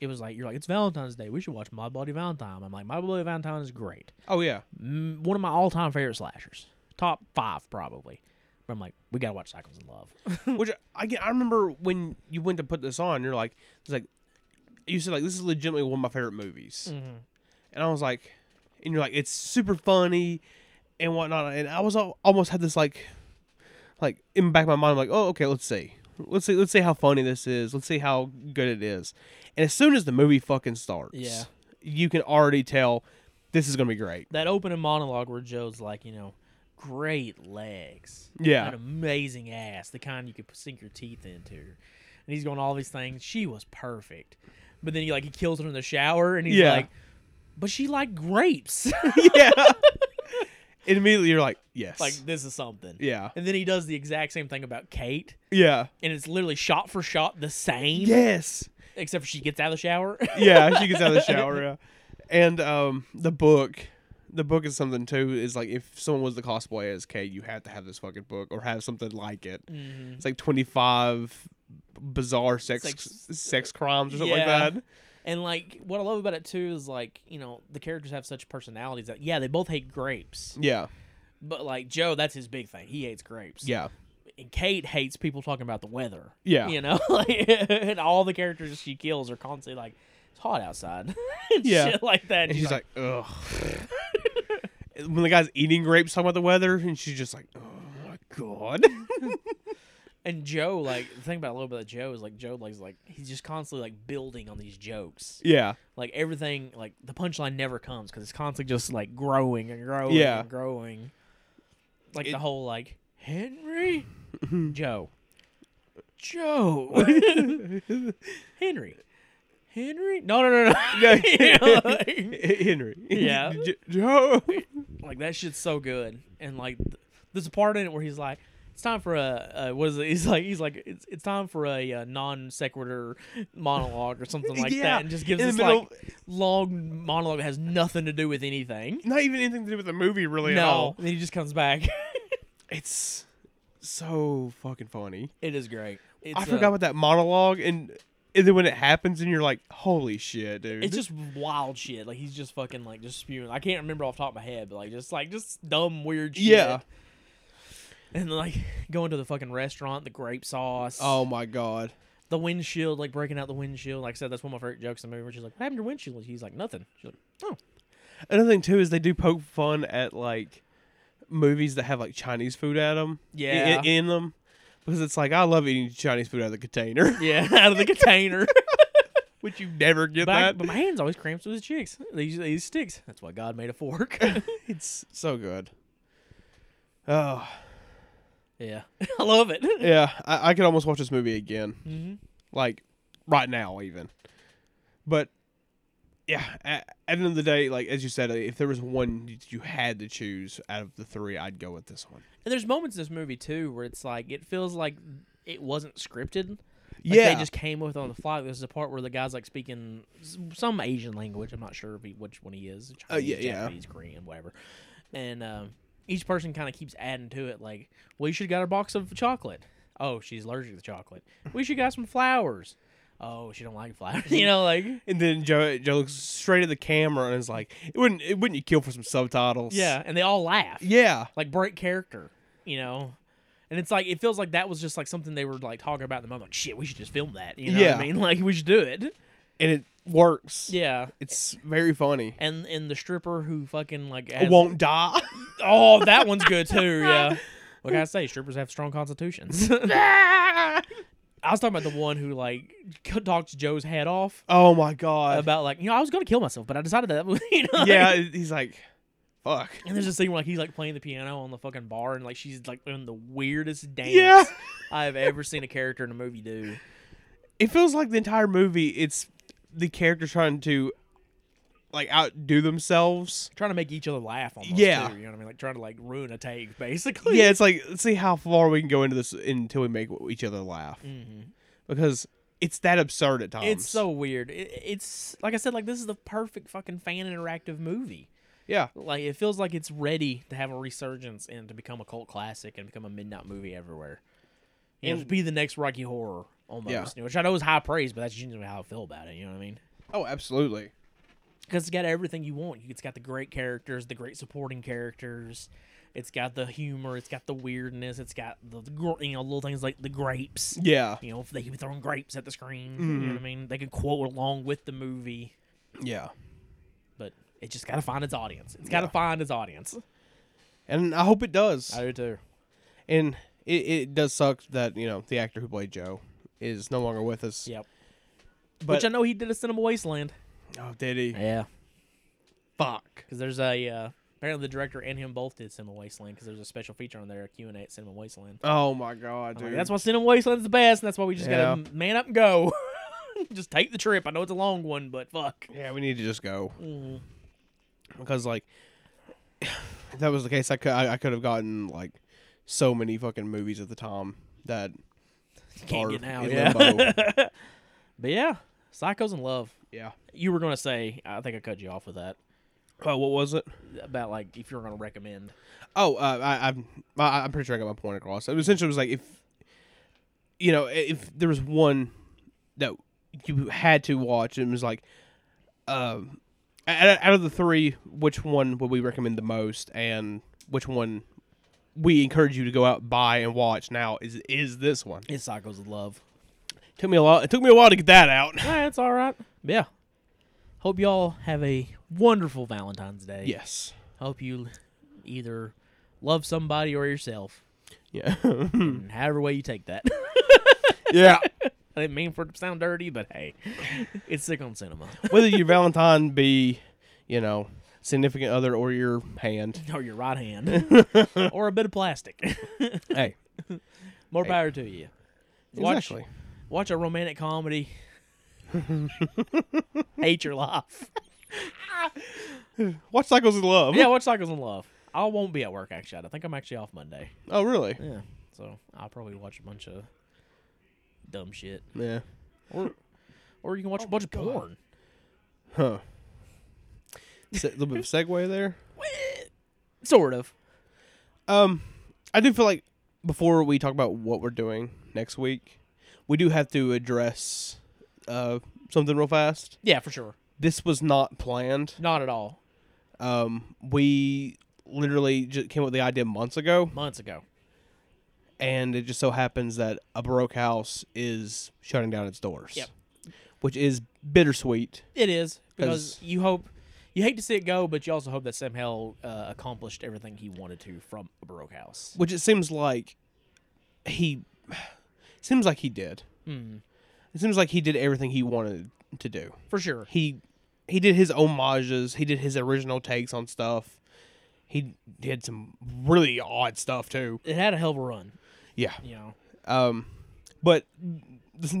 It was like you're like it's Valentine's Day. We should watch My Bloody Valentine. I'm like My Bloody Valentine is great. oh yeah, M- one of my all time favorite slashers. Top five probably. But I'm like we gotta watch Psychos in Love. which I get- I remember when you went to put this on, you're like it's like you said like this is legitimately one of my favorite movies, Mm-hmm. and I was like, and you're like it's super funny and whatnot, and I was al- almost had this like like in the back of my mind I'm like oh okay let's see let's see let's see how funny this is let's see how good it is, and as soon as the movie fucking starts, Yeah. you can already tell this is gonna be great. that opening monologue where Joe's like you know great legs. Yeah. An amazing ass, the kind you could sink your teeth into. And he's going all these things. She was perfect, but then he like he kills her in the shower, and he's Yeah. like, "But she liked grapes." yeah. And immediately you're like, yes. like this is something. Yeah. And then he does the exact same thing about Kate, yeah. and it's literally shot for shot the same. Yes. Except for she gets out of the shower. yeah, she gets out of the shower. Yeah. And um, the book, the book is something too. Is like if someone was the cosplay as Kate, you had to have this fucking book or have something like it. It's like twenty five bizarre sex Sex- sex, crimes or something Yeah. like that. And like what I love about it too is like, you know, the characters have such personalities that yeah, they both hate grapes. Yeah, But like Joe, that's his big thing. He hates grapes. yeah, and Kate hates people talking about the weather. Yeah. You know, like, and all the characters she kills are constantly like, it's hot outside. and Yeah. Shit like that. and she's like, ugh. when the guy's eating grapes, talking about the weather, and she's just like, oh my god. and Joe, like, the thing about a little bit of Joe is like, Joe, like, is, like, he's just constantly, like, building on these jokes. yeah, Like, everything, like, the punchline never comes because it's constantly just, like, growing and growing Yeah. and growing. Like, the It- whole, like, Henry? Joe. Joe. Henry. Henry? No, no, no, no. You know, like- Henry. Yeah. J- Joe. Like that shit's so good, and like th- there's a part in it where he's like, "It's time for a uh, what is it?" He's like, "He's like, it's, it's time for a, uh non sequitur monologue or something like Yeah, that," and just gives in the this middle- like long monologue that has nothing to do with anything. Oh, Not even anything to do with the movie really at No, all. then he just comes back. It's so fucking funny. It is great. It's, uh, I forgot about that monologue, and, and then when it happens, and you're like, "Holy shit, dude!" It's just wild shit. Like he's just fucking like just spewing. I can't remember off the top of my head, but like just like just dumb weird shit. Yeah. And like going to the fucking restaurant, the grape sauce. oh my god. the windshield, like breaking out the windshield. Like I said, that's one of my favorite jokes in the movie. Where she's like, "What happened to your windshield?" He's like, "Nothing." She's like, "Oh, Another thing too is they do poke fun at like movies that have like Chinese food at them. Yeah. In, them, because it's like I love eating Chinese food out of the container, yeah," out of the container. which you never get Back, that. but my hands always cramps with his cheeks. These these sticks. That's why God made a fork. it's so good. Oh yeah, I love it. yeah, I, I could almost watch this movie again, mm-hmm. like right now even. But yeah, at, at the end of the day, like as you said, if there was one that you had to choose out of the three, I'd go with this one. And there's moments in this movie too where it's like it feels like it wasn't scripted. Like, Yeah. they just came with it on the fly. There's a part where the guy's like speaking s- some Asian language. I'm not sure if he, which one he is. Chinese, Oh, yeah, yeah. Japanese, Korean, whatever. And um, each person kind of keeps adding to it. Like, we should got a box of chocolate. Oh, she's allergic to chocolate. We should got some flowers. Oh, she don't like flowers. you know, like And then Joe Joe looks straight at the camera and is like, "It wouldn't it wouldn't you kill for some subtitles?" yeah. And they all laugh. yeah, like break character, you know. And it's like it feels like that was just like something they were like talking about in the moment. Like, Shit, we should just film that. You know what Yeah. I mean? Like we should do it. and it works. Yeah. it's very funny. And and the stripper who fucking like It has- won't die. Oh, that one's good too. Yeah. What can I say? Strippers have strong constitutions. I was talking about the one who like c- talked Joe's head off oh my god! about like you know I was gonna kill myself, but I decided that you know like- yeah, he's like, "Fuck." And there's this thing where like he's like playing the piano on the fucking bar, and like she's like doing the weirdest dance Yeah. I've ever seen a character in a movie do. It feels like the entire movie. It's the characters trying to like outdo themselves. Trying to make each other laugh, almost. Yeah. too, you know what I mean. Like trying to like ruin a take, basically. Yeah, it's like let's see how far we can go into this until we make each other laugh, because it's that absurd at times. Mm-hmm. it's so weird. It, it's like I said, like this is the perfect fucking fan interactive movie. yeah. Like it feels like it's ready to have a resurgence and to become a cult classic and become a midnight movie everywhere. You know, to be the next Rocky Horror almost, Yeah. you know, which I know is high praise, but that's generally how I feel about it. You know what I mean? Oh, absolutely. because it's got everything you want. It's got the great characters, the great supporting characters. It's got the humor. It's got the weirdness. It's got the the gr- you know little things like the grapes. Yeah. You know, if they could be throwing grapes at the screen. You know Mm-hmm. what I mean? They can quote along with the movie, Yeah. but it just got to find its audience. It's got to find its audience. And I hope it does. do too. and it, it does suck that you know the actor who played Joe is no longer with us. Yep. But Which I know he did a Cinema Wasteland. oh, did he? Yeah. Fuck. Because there's a uh, apparently the director and him both did Cinema Wasteland because there's a special feature on there a Q and A at Cinema Wasteland. Oh my I'm god, like, dude. that's why Cinema Wasteland's the best, and that's why we just Yeah. gotta m- man up and go. just take the trip. I know it's a long one, but fuck. yeah, we need to just go Mm-hmm. because like if that was the case. I could I, I could have gotten like so many fucking movies at the time that Can't are get now. in Yeah. limbo. But yeah, Psychos in Love. yeah. You were gonna say, I think I cut you off with that Oh, what was it? about like if you're gonna recommend. Oh, uh, I, I'm I, I'm pretty sure I got my point across. It was essentially was like if you know if there was one that you had to watch, it was like um out out of the three, which one would we recommend the most, and which one we encourage you to go out buy and watch now is is this one. It It's Psychos in Love. took me a lot. It took me a while to get that out. That's all right. Yeah. Hope y'all have a wonderful Valentine's Day. yes. Hope you either love somebody or yourself, Yeah. and however way you take that. yeah. I didn't mean for it to sound dirty, but hey, it's sick on cinema. Whether your Valentine be, you know, significant other or your hand. or your right hand, or a bit of plastic. Hey. More power to you. Watch Exactly. watch a romantic comedy. Hate your life. Watch Cycles of Love. Yeah, watch Cycles in Love. I won't be at work actually. I think I'm actually off Monday. Oh, really? Yeah, so I'll probably watch a bunch of dumb shit, Yeah. or or you can watch a bunch of porn. Huh. A little bit of a segue there. Sort of. Um, I do feel like before we talk about what we're doing next week, we do have to address uh, something real fast. Yeah, for sure. This was not planned. Not at all. Um, we literally just came up with the idea months ago, Months ago. and it just so happens that a Baroque house is shutting down its doors. Yep. Which is bittersweet. It is because 'Cause- you hope you hate to see it go, but you also hope that Sam Hell uh, accomplished everything he wanted to from a Baroque House. which it seems like he seems like he did. It seems like he did everything he wanted to do. For sure. He he did his homages. He did his original takes on stuff. He did some really odd stuff too. It had a hell of a run, Yeah. you know. Um, but the,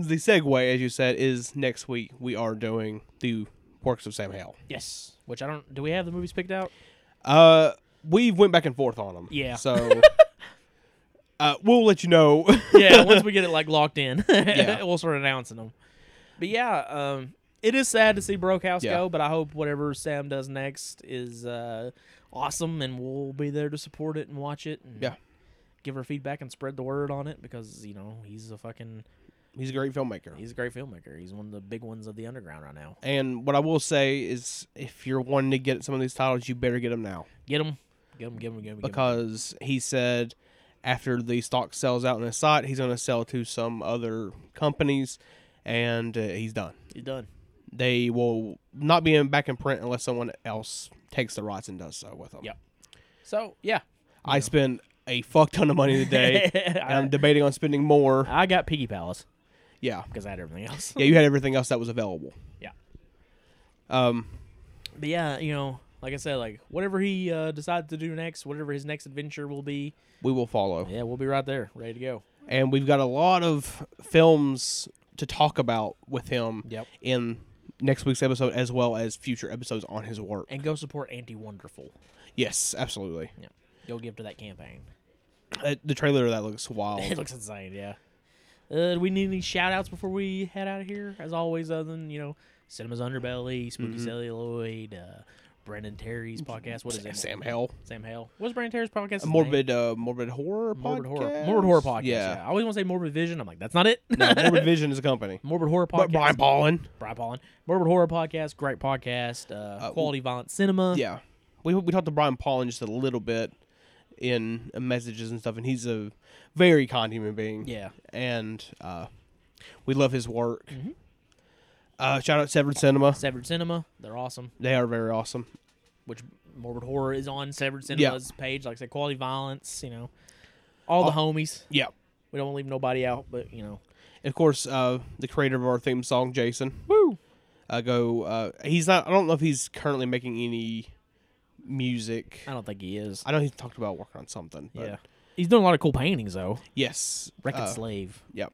the segue, as you said, is next week we are doing the works of Sam Hale. Yes. Which I don't do we have the movies picked out? Uh, we went back and forth on them. Yeah. So. Uh, we'll let you know. yeah, once we get it like locked in, Yeah. we'll start announcing them. But yeah, um, it is sad to see Broke House Yeah. go, but I hope whatever Sam does next is uh, awesome, and we'll be there to support it and watch it. And Yeah. give her feedback and spread the word on it because you know he's a fucking He's a great filmmaker. he's a great filmmaker. He's one of the big ones of the underground right now. And what I will say is, if you're wanting to get some of these titles, you better get them now Get him, get him, get him, get him. because he said after the stock sells out on his site, he's going to sell to some other companies, and uh, he's done. he's done. They will not be in back in print unless someone else takes the rights and does so with them. Yep. So yeah, I spent a fuck ton of money today, and I'm debating on spending more. I got Piggy Palace Yeah, because I had everything else. yeah, you had everything else that was available. Yeah. Um. But yeah, you know, like I said, like whatever he uh, decides to do next, whatever his next adventure will be, We will follow. yeah, we'll be right there, ready to go. and we've got a lot of films to talk about with him Yep. in next week's episode as well as future episodes on his work. And go support Anti Wonderful. yes, absolutely. Yeah, go give to that campaign. Uh, the trailer of that looks It wild. looks insane. Yeah. Uh, do we need any shout outs before we head out of here? As always, other than you know, Cinema's Underbelly, Spooky Mm-hmm. Celluloid, uh, Brendan Terry's podcast. What is it? Sam Hell, Sam Hale. What's Brendan Terry's podcast? a morbid, uh, morbid horror, Morbid podcast? horror. Morbid horror podcast. Yeah. Yeah, I always want to say morbid vision. I'm like, that's not it. no, Morbid Vision is a company. Morbid Horror Podcast. But Brian Paulin. Brian Pollan. Morbid Horror Podcast, great podcast. Uh, Quality Violent Cinema. Yeah, we we talked to Brian Paulin just a little bit in uh, messages and stuff, and he's a very kind human being. Yeah. and uh, we love his work. Mm-hmm. Uh, shout out Severed Cinema. Severed Cinema. They're awesome. They are very awesome. Which Morbid Horror is on Severed Cinema's page. Like I said, Quality Violence, you know. All the homies. Yeah. We don't leave nobody out, but, you know. And of course, uh, the creator of our theme song, Jason. Woo! Uh, go. Uh, he's not. I don't know if he's currently making any music. I don't think he is. I know he's talked about working on something. But yeah. He's doing a lot of cool paintings, though. Yes. Record uh, Slave. Yep.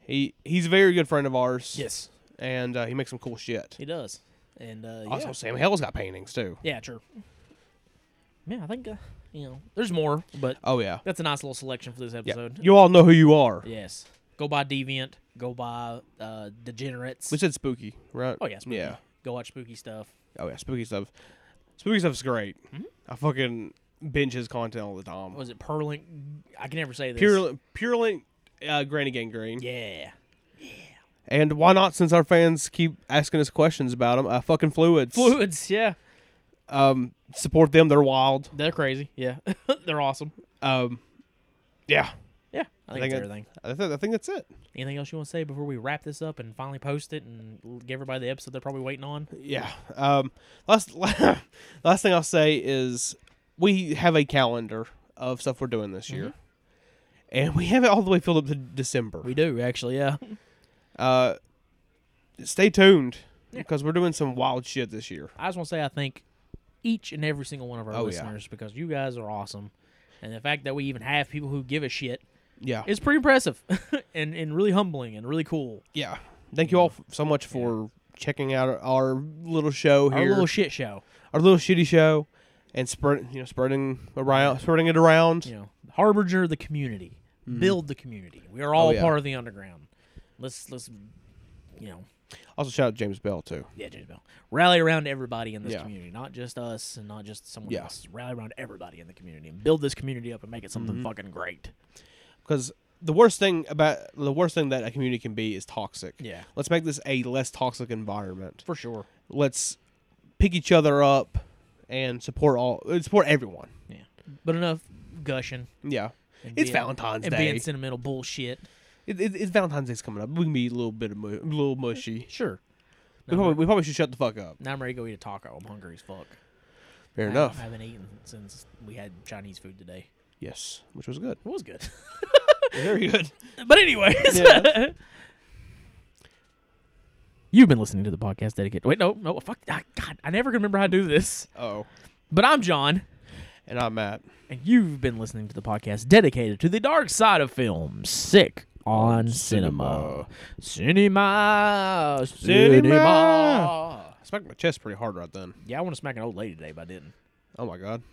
He he's a very good friend of ours. Yes. And uh, he makes some cool shit. He does. And, uh, yeah. Also, Sam Hell's got paintings too. yeah, true. Yeah, I think, uh, you know, there's more, but Oh yeah. that's a nice little selection for this Yeah. episode. You all know who you are. Yes. Go buy Deviant. Go buy uh, Degenerates. We said spooky, right? oh yeah, spooky. Yeah. Go watch spooky stuff. Oh yeah. Spooky stuff. Spooky stuff's great. Mm-hmm. I fucking binge his content all the time. What was it Perlink? I can never say this. Pure Purelink uh, Granny Gang Green. Yeah. And why not? Since our fans keep asking us questions about them, uh, fucking fluids. Fluids. Yeah. um, support them. They're wild. They're crazy. Yeah. They're awesome. Um, yeah. Yeah. I think, think that's it- everything. I, th- I think that's it. Anything else you want to say before we wrap this up and finally post it and l- give everybody the episode they're probably waiting on? Yeah. Um, last last thing I'll say is we have a calendar of stuff we're doing this Mm-hmm. year, and we have it all the way filled up to December. We do actually. Yeah. Uh, stay tuned because we're doing some wild shit this year. I just want to say I thank each and every single one of our Oh, yeah. listeners because you guys are awesome, and the fact that we even have people who give a shit Yeah. It's pretty impressive and, and really humbling and really cool. yeah. Thank you all f- so much for checking out our little show here. Our little shit show. our little shitty show and spread you know spreading around spreading it around You know, harbinger of the community. Build the community. We are all Oh, yeah. part of the underground. Let's let's you know Also, shout out to James Bell too. Yeah, James Bell. Rally around everybody in this Yeah. community, not just us and not just someone Yeah. else. Rally around everybody in the community and build this community up and make it Mm-hmm. something fucking great. Because the worst thing about the worst thing that a community can be is toxic. Yeah. Let's make this a less toxic environment. For sure. Let's pick each other up and support all uh, support everyone. Yeah. But enough gushing. Yeah. and It's being- Valentine's and Day. being sentimental bullshit. It, it, it's Valentine's Day's coming up. We can be a little bit of mu- a little mushy. Sure. We probably, we probably should shut the fuck up. Uh, Now I'm ready to go eat a taco. I'm hungry as fuck. Fair I- enough. I haven't eaten since we had Chinese food today. yes, which was good. It was good. Very good. But anyways, Yeah. you've been listening to the podcast dedicated. Wait, no, no, fuck, ah, God, I never can remember how to do this. Oh, But I'm John, and I'm Matt. and you've been listening to the podcast dedicated to the dark side of film, sick on cinema, cinema, cinema. Cinema. I smacked my chest pretty hard right then. Yeah, I want to smack an old lady today, but I didn't. Oh my god.